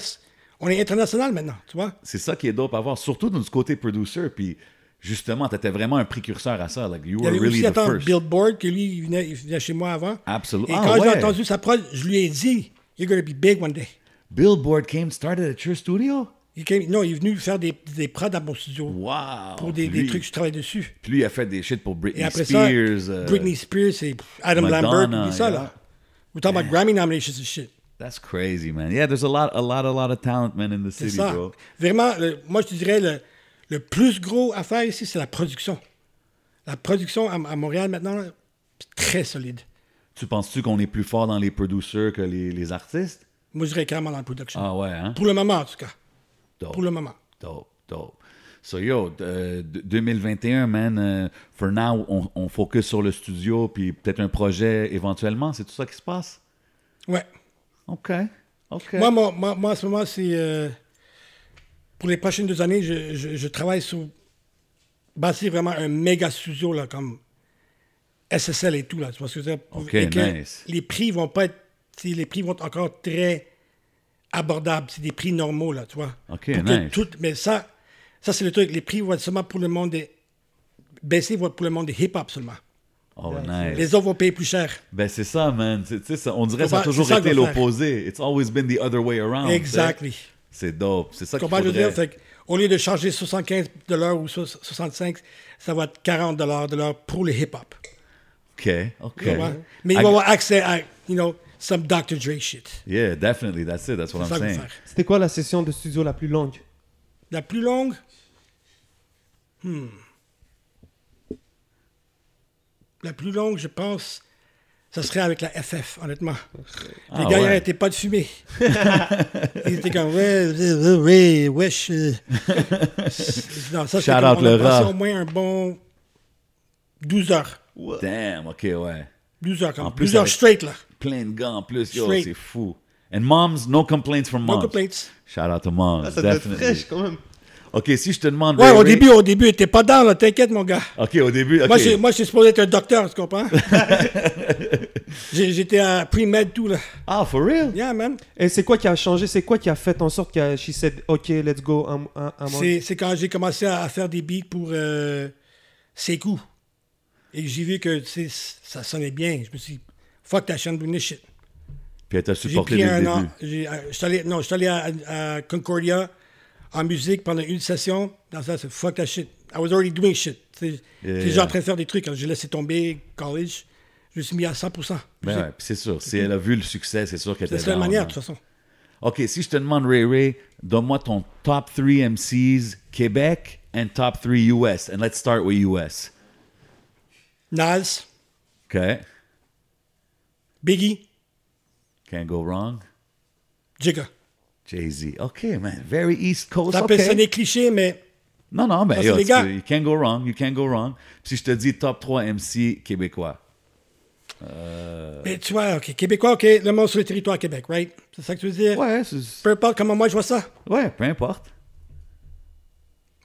[SPEAKER 3] on est international maintenant, tu vois.
[SPEAKER 2] c'est ça qui est dope à voir, surtout du côté producer. Puis justement, tu étais vraiment un précurseur à ça. Like, you
[SPEAKER 3] Il y
[SPEAKER 2] were
[SPEAKER 3] avait
[SPEAKER 2] really
[SPEAKER 3] aussi,
[SPEAKER 2] the
[SPEAKER 3] attends,
[SPEAKER 2] first.
[SPEAKER 3] Billboard, que lui, il venait, il venait chez moi avant.
[SPEAKER 2] Absolument.
[SPEAKER 3] Et
[SPEAKER 2] Ah,
[SPEAKER 3] quand j'ai
[SPEAKER 2] ouais.
[SPEAKER 3] entendu sa prod, je lui ai dit, You're gonna be big one day.
[SPEAKER 2] Billboard came, started at your studio?
[SPEAKER 3] Il came- non, il est venu faire des, des prods à mon studio
[SPEAKER 2] Wow!
[SPEAKER 3] pour des,
[SPEAKER 2] Puis
[SPEAKER 3] des
[SPEAKER 2] lui-
[SPEAKER 3] trucs que je travaille dessus.
[SPEAKER 2] Puis lui, il a fait des shit pour Britney
[SPEAKER 3] Et après
[SPEAKER 2] Spears.
[SPEAKER 3] ça,
[SPEAKER 2] euh,
[SPEAKER 3] Britney Spears et Adam
[SPEAKER 2] Madonna,
[SPEAKER 3] Lambert, tout ça,
[SPEAKER 2] yeah.
[SPEAKER 3] là. We're talking about Grammy nominations and shit.
[SPEAKER 2] That's crazy, man. Yeah, there's a lot, a lot, a lot of talent, man, in the
[SPEAKER 3] C'est
[SPEAKER 2] city,
[SPEAKER 3] ça.
[SPEAKER 2] bro.
[SPEAKER 3] Vraiment, le- moi, je te dirais, le, le plus gros affaire ici, c'est la production. La production à, à Montréal maintenant, là, c'est très solide.
[SPEAKER 2] Tu penses-tu qu'on est plus fort dans les producers que les, les artistes?
[SPEAKER 3] Moi, je dirais carrément dans la production.
[SPEAKER 2] Ah ouais, hein?
[SPEAKER 3] Pour le moment, en tout cas.
[SPEAKER 2] Dope,
[SPEAKER 3] Pour le moment.
[SPEAKER 2] dope, dope. So yo, euh, d- 2021, man, euh, for now, on, on focus sur le studio, puis peut-être un projet éventuellement. C'est tout ça qui se passe?
[SPEAKER 3] Ouais.
[SPEAKER 2] OK, OK.
[SPEAKER 3] Moi, moi, moi, moi, en ce moment, c'est. euh, pour les prochaines deux années, je, je- je travaille sur. bâtir vraiment un méga studio, là, comme SSL et tout, là. Tu vois ce que je veux dire?
[SPEAKER 2] Ok,
[SPEAKER 3] Et que
[SPEAKER 2] nice.
[SPEAKER 3] Les prix vont pas être. tu sais, Les prix vont être encore très abordables. C'est des prix normaux, là, tu vois.
[SPEAKER 2] Ok,
[SPEAKER 3] Pour que
[SPEAKER 2] nice.
[SPEAKER 3] tout- mais ça, ça c'est le truc. Les prix vont être seulement pour le monde des. baisser vont être pour le monde des hip-hop seulement.
[SPEAKER 2] oh, nice.
[SPEAKER 3] Les autres vont payer plus cher.
[SPEAKER 2] Ben c'est ça, man. Tu tu sais, ça- on dirait que ça a
[SPEAKER 3] Compa-
[SPEAKER 2] toujours
[SPEAKER 3] c'est ça
[SPEAKER 2] été
[SPEAKER 3] qu'il faut faire.
[SPEAKER 2] l'opposé. It's always been the other way around. tu sais.
[SPEAKER 3] Exactly.
[SPEAKER 2] C'est dope. C'est ça qu'il
[SPEAKER 3] Comment je
[SPEAKER 2] faudrait.
[SPEAKER 3] veux dire? Fait que, au lieu de charger 75 ou so- 65, ça va être 40 de l'heure pour le hip-hop.
[SPEAKER 2] OK, OK.
[SPEAKER 3] Tu comprends? Mais ils
[SPEAKER 2] I-
[SPEAKER 3] vont avoir accès à, you know, some Dr. Dre shit.
[SPEAKER 2] Yeah, definitely. That's it. That's what
[SPEAKER 3] C'est ça
[SPEAKER 2] I'm
[SPEAKER 3] qu'on va
[SPEAKER 2] saying.
[SPEAKER 3] faire.
[SPEAKER 1] C'était quoi la session de studio la plus longue
[SPEAKER 3] La plus longue, hmm. la plus longue, je pense, ça serait avec la FF, honnêtement.
[SPEAKER 2] Ah,
[SPEAKER 3] Les gars, ils
[SPEAKER 2] ouais.
[SPEAKER 3] n'arrêtaient pas de fumer. ils étaient comme, ouais, ouais, ouais, ouais, wesh. euh. non, ça, c'est
[SPEAKER 2] Shout
[SPEAKER 3] comme,
[SPEAKER 2] out
[SPEAKER 3] on
[SPEAKER 2] le
[SPEAKER 3] a
[SPEAKER 2] rat.
[SPEAKER 3] passé au moins un bon 12 heures.
[SPEAKER 2] Damn, OK, ouais.
[SPEAKER 3] 12 heures,
[SPEAKER 2] En
[SPEAKER 3] comme
[SPEAKER 2] plus, hein.
[SPEAKER 3] 12 heures
[SPEAKER 2] avec-
[SPEAKER 3] straight, là.
[SPEAKER 2] Plein de gars en plus. Yo,
[SPEAKER 3] Straight.
[SPEAKER 2] c'est fou. And moms, no complaints from moms.
[SPEAKER 3] No complaints.
[SPEAKER 2] Shout out to moms.
[SPEAKER 1] Ah,
[SPEAKER 2] definitely.
[SPEAKER 1] quand même.
[SPEAKER 2] OK, si je te demande.
[SPEAKER 3] Ouais,
[SPEAKER 2] Ray
[SPEAKER 3] au
[SPEAKER 2] Ray-
[SPEAKER 3] début, au début, t'es pas down, là, t'inquiète, mon gars.
[SPEAKER 2] OK, au début. OK.
[SPEAKER 3] Moi, j'ai- Moi, je suis supposé être un docteur, tu comprends? J'ai- J'étais à pre-med, tout, là.
[SPEAKER 2] Ah, for real?
[SPEAKER 3] Yeah, man.
[SPEAKER 1] Et c'est quoi qui a changé C'est quoi qui a fait en sorte que she said, OK, let's go, I'm, I'm- I'm on.
[SPEAKER 3] C'est c'est quand j'ai commencé à à faire des beats pour euh, Sekou. Et j'ai vu que tu sais, ça sonnait bien. Je me suis dit, fuck that Sean Brunish shit.
[SPEAKER 2] Puis elle t'a
[SPEAKER 3] J'ai
[SPEAKER 2] supporté
[SPEAKER 3] pris
[SPEAKER 2] dès le
[SPEAKER 3] un
[SPEAKER 2] début.
[SPEAKER 3] an. J'ai- euh, Je suis allé, non, je suis allé à, à Concordia en musique pendant une session. Dans ça, c'est fuck that shit. I was already doing shit. C'est
[SPEAKER 2] Yeah.
[SPEAKER 3] c'est déjà en train de faire des trucs. Quand j'ai laissé tomber college, je me suis mis à 100%.
[SPEAKER 2] Ben ouais, puis c'est sûr. Si elle a vu le succès, c'est sûr qu'elle
[SPEAKER 3] C'est
[SPEAKER 2] était
[SPEAKER 3] la seule
[SPEAKER 2] dans,
[SPEAKER 3] manière,
[SPEAKER 2] hein.
[SPEAKER 3] de toute façon.
[SPEAKER 2] OK, si je te demande, Ray Ray, donne-moi ton top 3 MCs Québec and top 3 US. And let's start with US.
[SPEAKER 3] Nas,
[SPEAKER 2] OK?
[SPEAKER 3] Biggie,
[SPEAKER 2] Can't go wrong.
[SPEAKER 3] Jigga.
[SPEAKER 2] Jay-Z. OK, man. Very East Coast.
[SPEAKER 3] Ça
[SPEAKER 2] OK.
[SPEAKER 3] peut sonner cliché, mais
[SPEAKER 2] Non, non, mais
[SPEAKER 3] Parce
[SPEAKER 2] yo,
[SPEAKER 3] que les
[SPEAKER 2] tu
[SPEAKER 3] gars-
[SPEAKER 2] peux- you can't go wrong. You can't go wrong. Si je te dis top 3 MC québécois.
[SPEAKER 3] Mais tu vois, OK, Québécois, OK, le monde sur le territoire Québec, right? C'est ça que tu veux dire?
[SPEAKER 2] Ouais, c'est-
[SPEAKER 3] Peu importe comment moi je vois ça.
[SPEAKER 2] ouais, peu importe.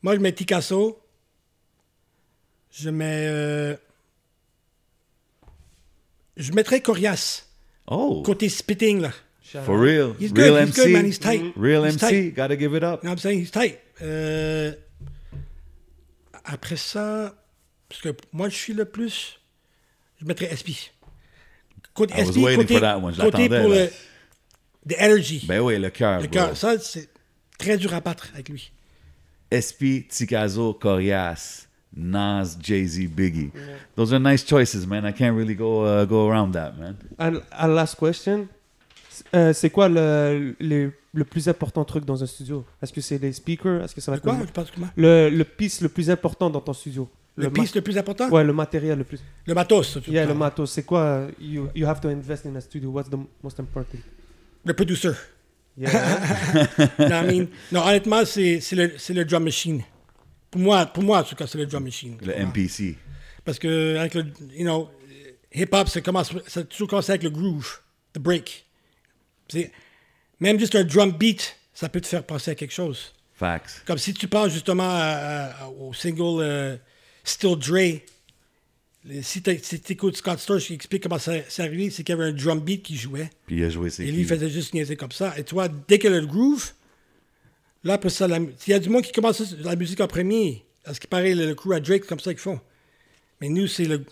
[SPEAKER 3] Moi, je mets Picasso. Je mets... euh, Je mettrais Corias.
[SPEAKER 2] Oh,
[SPEAKER 3] Côté spitting, là.
[SPEAKER 2] for real.
[SPEAKER 3] He's good,
[SPEAKER 2] real
[SPEAKER 3] he's good,
[SPEAKER 2] MC.
[SPEAKER 3] man, he's tight.
[SPEAKER 2] Real
[SPEAKER 3] He's
[SPEAKER 2] MC.
[SPEAKER 3] tight.
[SPEAKER 2] Gotta give it up.
[SPEAKER 3] You know what I'm saying? He's tight. Euh, Après ça, parce que moi, je suis le plus... Je mettrais SP. Côté
[SPEAKER 2] I was
[SPEAKER 3] SP,
[SPEAKER 2] waiting
[SPEAKER 3] côté,
[SPEAKER 2] for that one, je
[SPEAKER 3] côté
[SPEAKER 2] l'attendais,
[SPEAKER 3] pour
[SPEAKER 2] là.
[SPEAKER 3] le... The energy.
[SPEAKER 2] Ben oui, le cœur.
[SPEAKER 3] le
[SPEAKER 2] bro.
[SPEAKER 3] cœur. Ça, c'est très dur à battre avec lui.
[SPEAKER 2] SP, Ticazo, Corias, Nas, Jay Z, Biggie. Those are nice choices, man. I can't really go uh, go around that, man.
[SPEAKER 1] And a last question. Euh, c'est quoi le, le, le plus important truc dans un studio Est-ce que c'est les speakers Est-ce que ça va
[SPEAKER 3] Le
[SPEAKER 1] être
[SPEAKER 3] quoi?
[SPEAKER 1] le-
[SPEAKER 3] Je pense que moi.
[SPEAKER 1] le, le piece le plus important dans ton studio
[SPEAKER 3] Le,
[SPEAKER 1] ma-
[SPEAKER 3] piste le plus important?
[SPEAKER 1] Ouais, le matériel le plus.
[SPEAKER 3] Le matos. ça, tu
[SPEAKER 1] Yeah, le
[SPEAKER 3] parles.
[SPEAKER 1] matos. C'est quoi euh, you, you have to invest in a studio. What's the most important
[SPEAKER 3] Le producer.
[SPEAKER 1] Yeah.
[SPEAKER 3] You know what I mean? non, honnêtement, c'est c'est le, c'est le drum machine. Pour moi, pour moi, en tout cas, c'est le drum machine.
[SPEAKER 2] Le MPC.
[SPEAKER 3] Parce que, avec le, you know, hip-hop, ça commence, ça a toujours commencé avec le groove, the break. C'est- Même juste un drum beat, ça peut te faire penser à quelque chose.
[SPEAKER 2] Facts.
[SPEAKER 3] Comme si tu penses justement à- à- au single euh, Still Dre. Le- Si tu écoutes Scott Storch qui explique comment ça- c'est arrivé, c'est qu'il y avait un drum beat qui jouait.
[SPEAKER 2] Puis il a joué ses
[SPEAKER 3] Et lui, il
[SPEAKER 2] keys.
[SPEAKER 3] faisait juste niaiser comme ça. Et toi, dès qu'il y a le groove, là, après ça, la mu- s'il y a du monde qui commence la musique en premier, à ce qui paraît, le, le crew à Drake, c'est comme ça qu'ils font. Mais nous, c'est le.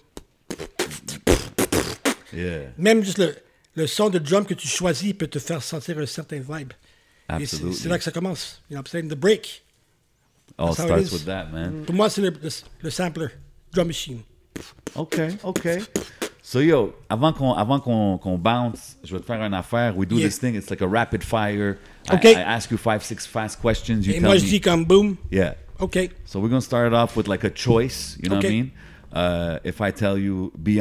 [SPEAKER 2] Yeah.
[SPEAKER 3] Même juste le, le son de drum que tu choisis peut te faire sentir un certain vibe. Et c'est-
[SPEAKER 2] Absolutely.
[SPEAKER 3] c'est là que ça commence. You know what I'm saying? The break.
[SPEAKER 2] All
[SPEAKER 3] That's how it
[SPEAKER 2] starts
[SPEAKER 3] is.
[SPEAKER 2] with that, man.
[SPEAKER 3] Pour moi, c'est le, le- le sampler, drum machine. Mm.
[SPEAKER 2] OK, OK. So, yo, avant qu'on avant qu'on qu'on bounce, je vais te faire une affaire. We do
[SPEAKER 3] Yeah.
[SPEAKER 2] this thing. It's like a rapid fire.
[SPEAKER 3] OK.
[SPEAKER 2] I, I ask you five, six fast questions. You
[SPEAKER 3] Et
[SPEAKER 2] tell
[SPEAKER 3] moi,
[SPEAKER 2] me.
[SPEAKER 3] je dis comme boom.
[SPEAKER 2] Yeah.
[SPEAKER 3] OK.
[SPEAKER 2] So we're gonna start it off with like a choice. You know what I Uh, Uh, Uh,
[SPEAKER 3] Okay.
[SPEAKER 2] Uh,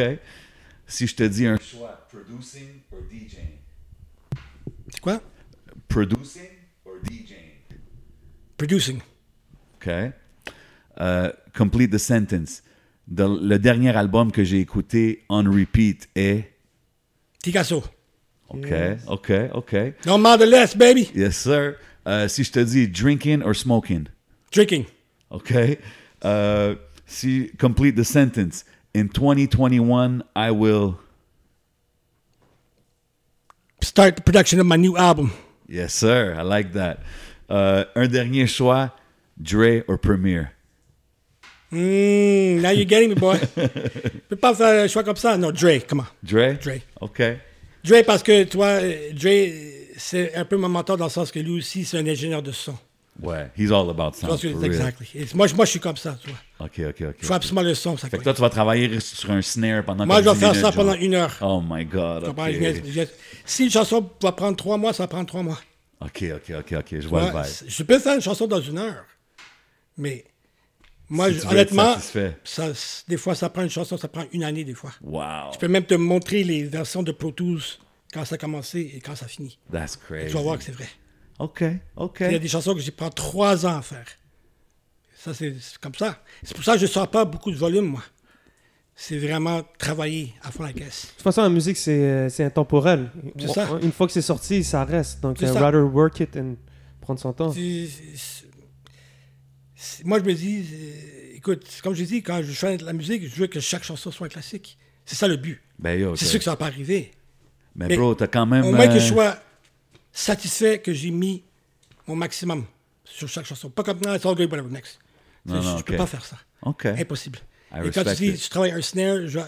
[SPEAKER 2] Uh,
[SPEAKER 3] Hmm,
[SPEAKER 1] euh, euh,
[SPEAKER 2] Oh Ben, euh,
[SPEAKER 3] euh, euh, mon maximum sur chaque chanson. Pas comme, non, it's all great, whatever, next.
[SPEAKER 2] Non,
[SPEAKER 3] Tu sais, je
[SPEAKER 2] non,
[SPEAKER 3] je
[SPEAKER 2] ok.
[SPEAKER 3] peux pas faire ça.
[SPEAKER 2] OK.
[SPEAKER 3] Impossible.
[SPEAKER 2] I
[SPEAKER 3] Et quand tu
[SPEAKER 2] respect
[SPEAKER 3] dis,
[SPEAKER 2] it.
[SPEAKER 3] tu travailles un snare, je vais,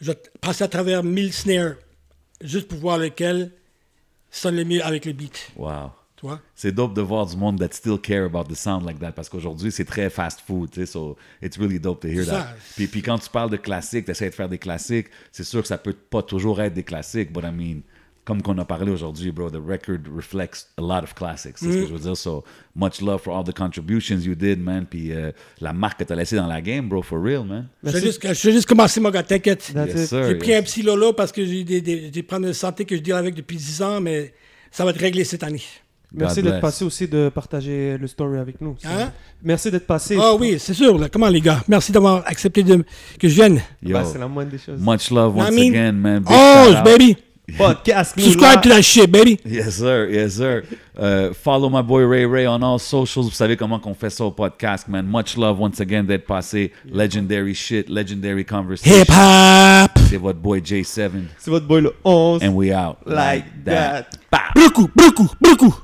[SPEAKER 3] je vais passer à travers 1000 snares juste pour voir lequel sonne le mieux avec le beat.
[SPEAKER 2] Wow.
[SPEAKER 3] Tu vois?
[SPEAKER 2] c'est dope de voir du monde that still care about the sound like that parce qu'aujourd'hui c'est très fast food tu sais so it's really dope to hear
[SPEAKER 3] C'est
[SPEAKER 2] that
[SPEAKER 3] ça.
[SPEAKER 2] puis, puis quand tu parles de classiques t'essaies de faire des classiques c'est sûr que ça peut pas toujours être des classiques but I mean comme qu'on a parlé aujourd'hui bro the record reflects a lot of classics c'est ce
[SPEAKER 3] Mm.
[SPEAKER 2] que je veux dire so much love for all the contributions you did man puis euh, la marque que t'as laissée dans la game bro for real man
[SPEAKER 3] Je vais
[SPEAKER 1] Merci.
[SPEAKER 3] juste, je vais juste commencer, mon gars, t'inquiète.
[SPEAKER 1] That's
[SPEAKER 2] Yes,
[SPEAKER 1] it.
[SPEAKER 2] sir.
[SPEAKER 3] J'ai
[SPEAKER 2] yes.
[SPEAKER 3] pris un petit lolo parce que j'ai des, des, des problèmes de santé que je deal avec depuis 10 ans, mais ça va être réglé cette année.
[SPEAKER 1] Merci
[SPEAKER 2] God
[SPEAKER 1] d'être
[SPEAKER 2] bless.
[SPEAKER 1] passé aussi de partager le story avec nous. C'est-
[SPEAKER 3] Hein?
[SPEAKER 1] Merci d'être passé.
[SPEAKER 3] Ah oui, c'est sûr. là. Comment, les gars? Merci d'avoir accepté de, que je vienne.
[SPEAKER 2] Yo,
[SPEAKER 1] Bah, c'est la moindre des choses.
[SPEAKER 2] much love once
[SPEAKER 3] I mean,
[SPEAKER 2] again man Big
[SPEAKER 3] Oh,
[SPEAKER 2] shout-out.
[SPEAKER 3] baby!
[SPEAKER 1] Podcast. nous,
[SPEAKER 3] Subscribe to
[SPEAKER 1] là.
[SPEAKER 3] that shit, baby!
[SPEAKER 2] Yes, sir. Yes, sir. Uh, follow my boy Ray Ray on all socials. Vous savez comment qu'on fait ça au podcast, man. Much love once again d'être passé. Legendary shit, legendary conversation.
[SPEAKER 3] Hip-hop!
[SPEAKER 2] C'est votre boy J7.
[SPEAKER 1] C'est votre boy le 11.
[SPEAKER 2] And we Bah. out.
[SPEAKER 1] Like that.
[SPEAKER 2] Pow.
[SPEAKER 3] Brucou, brucou, brucou!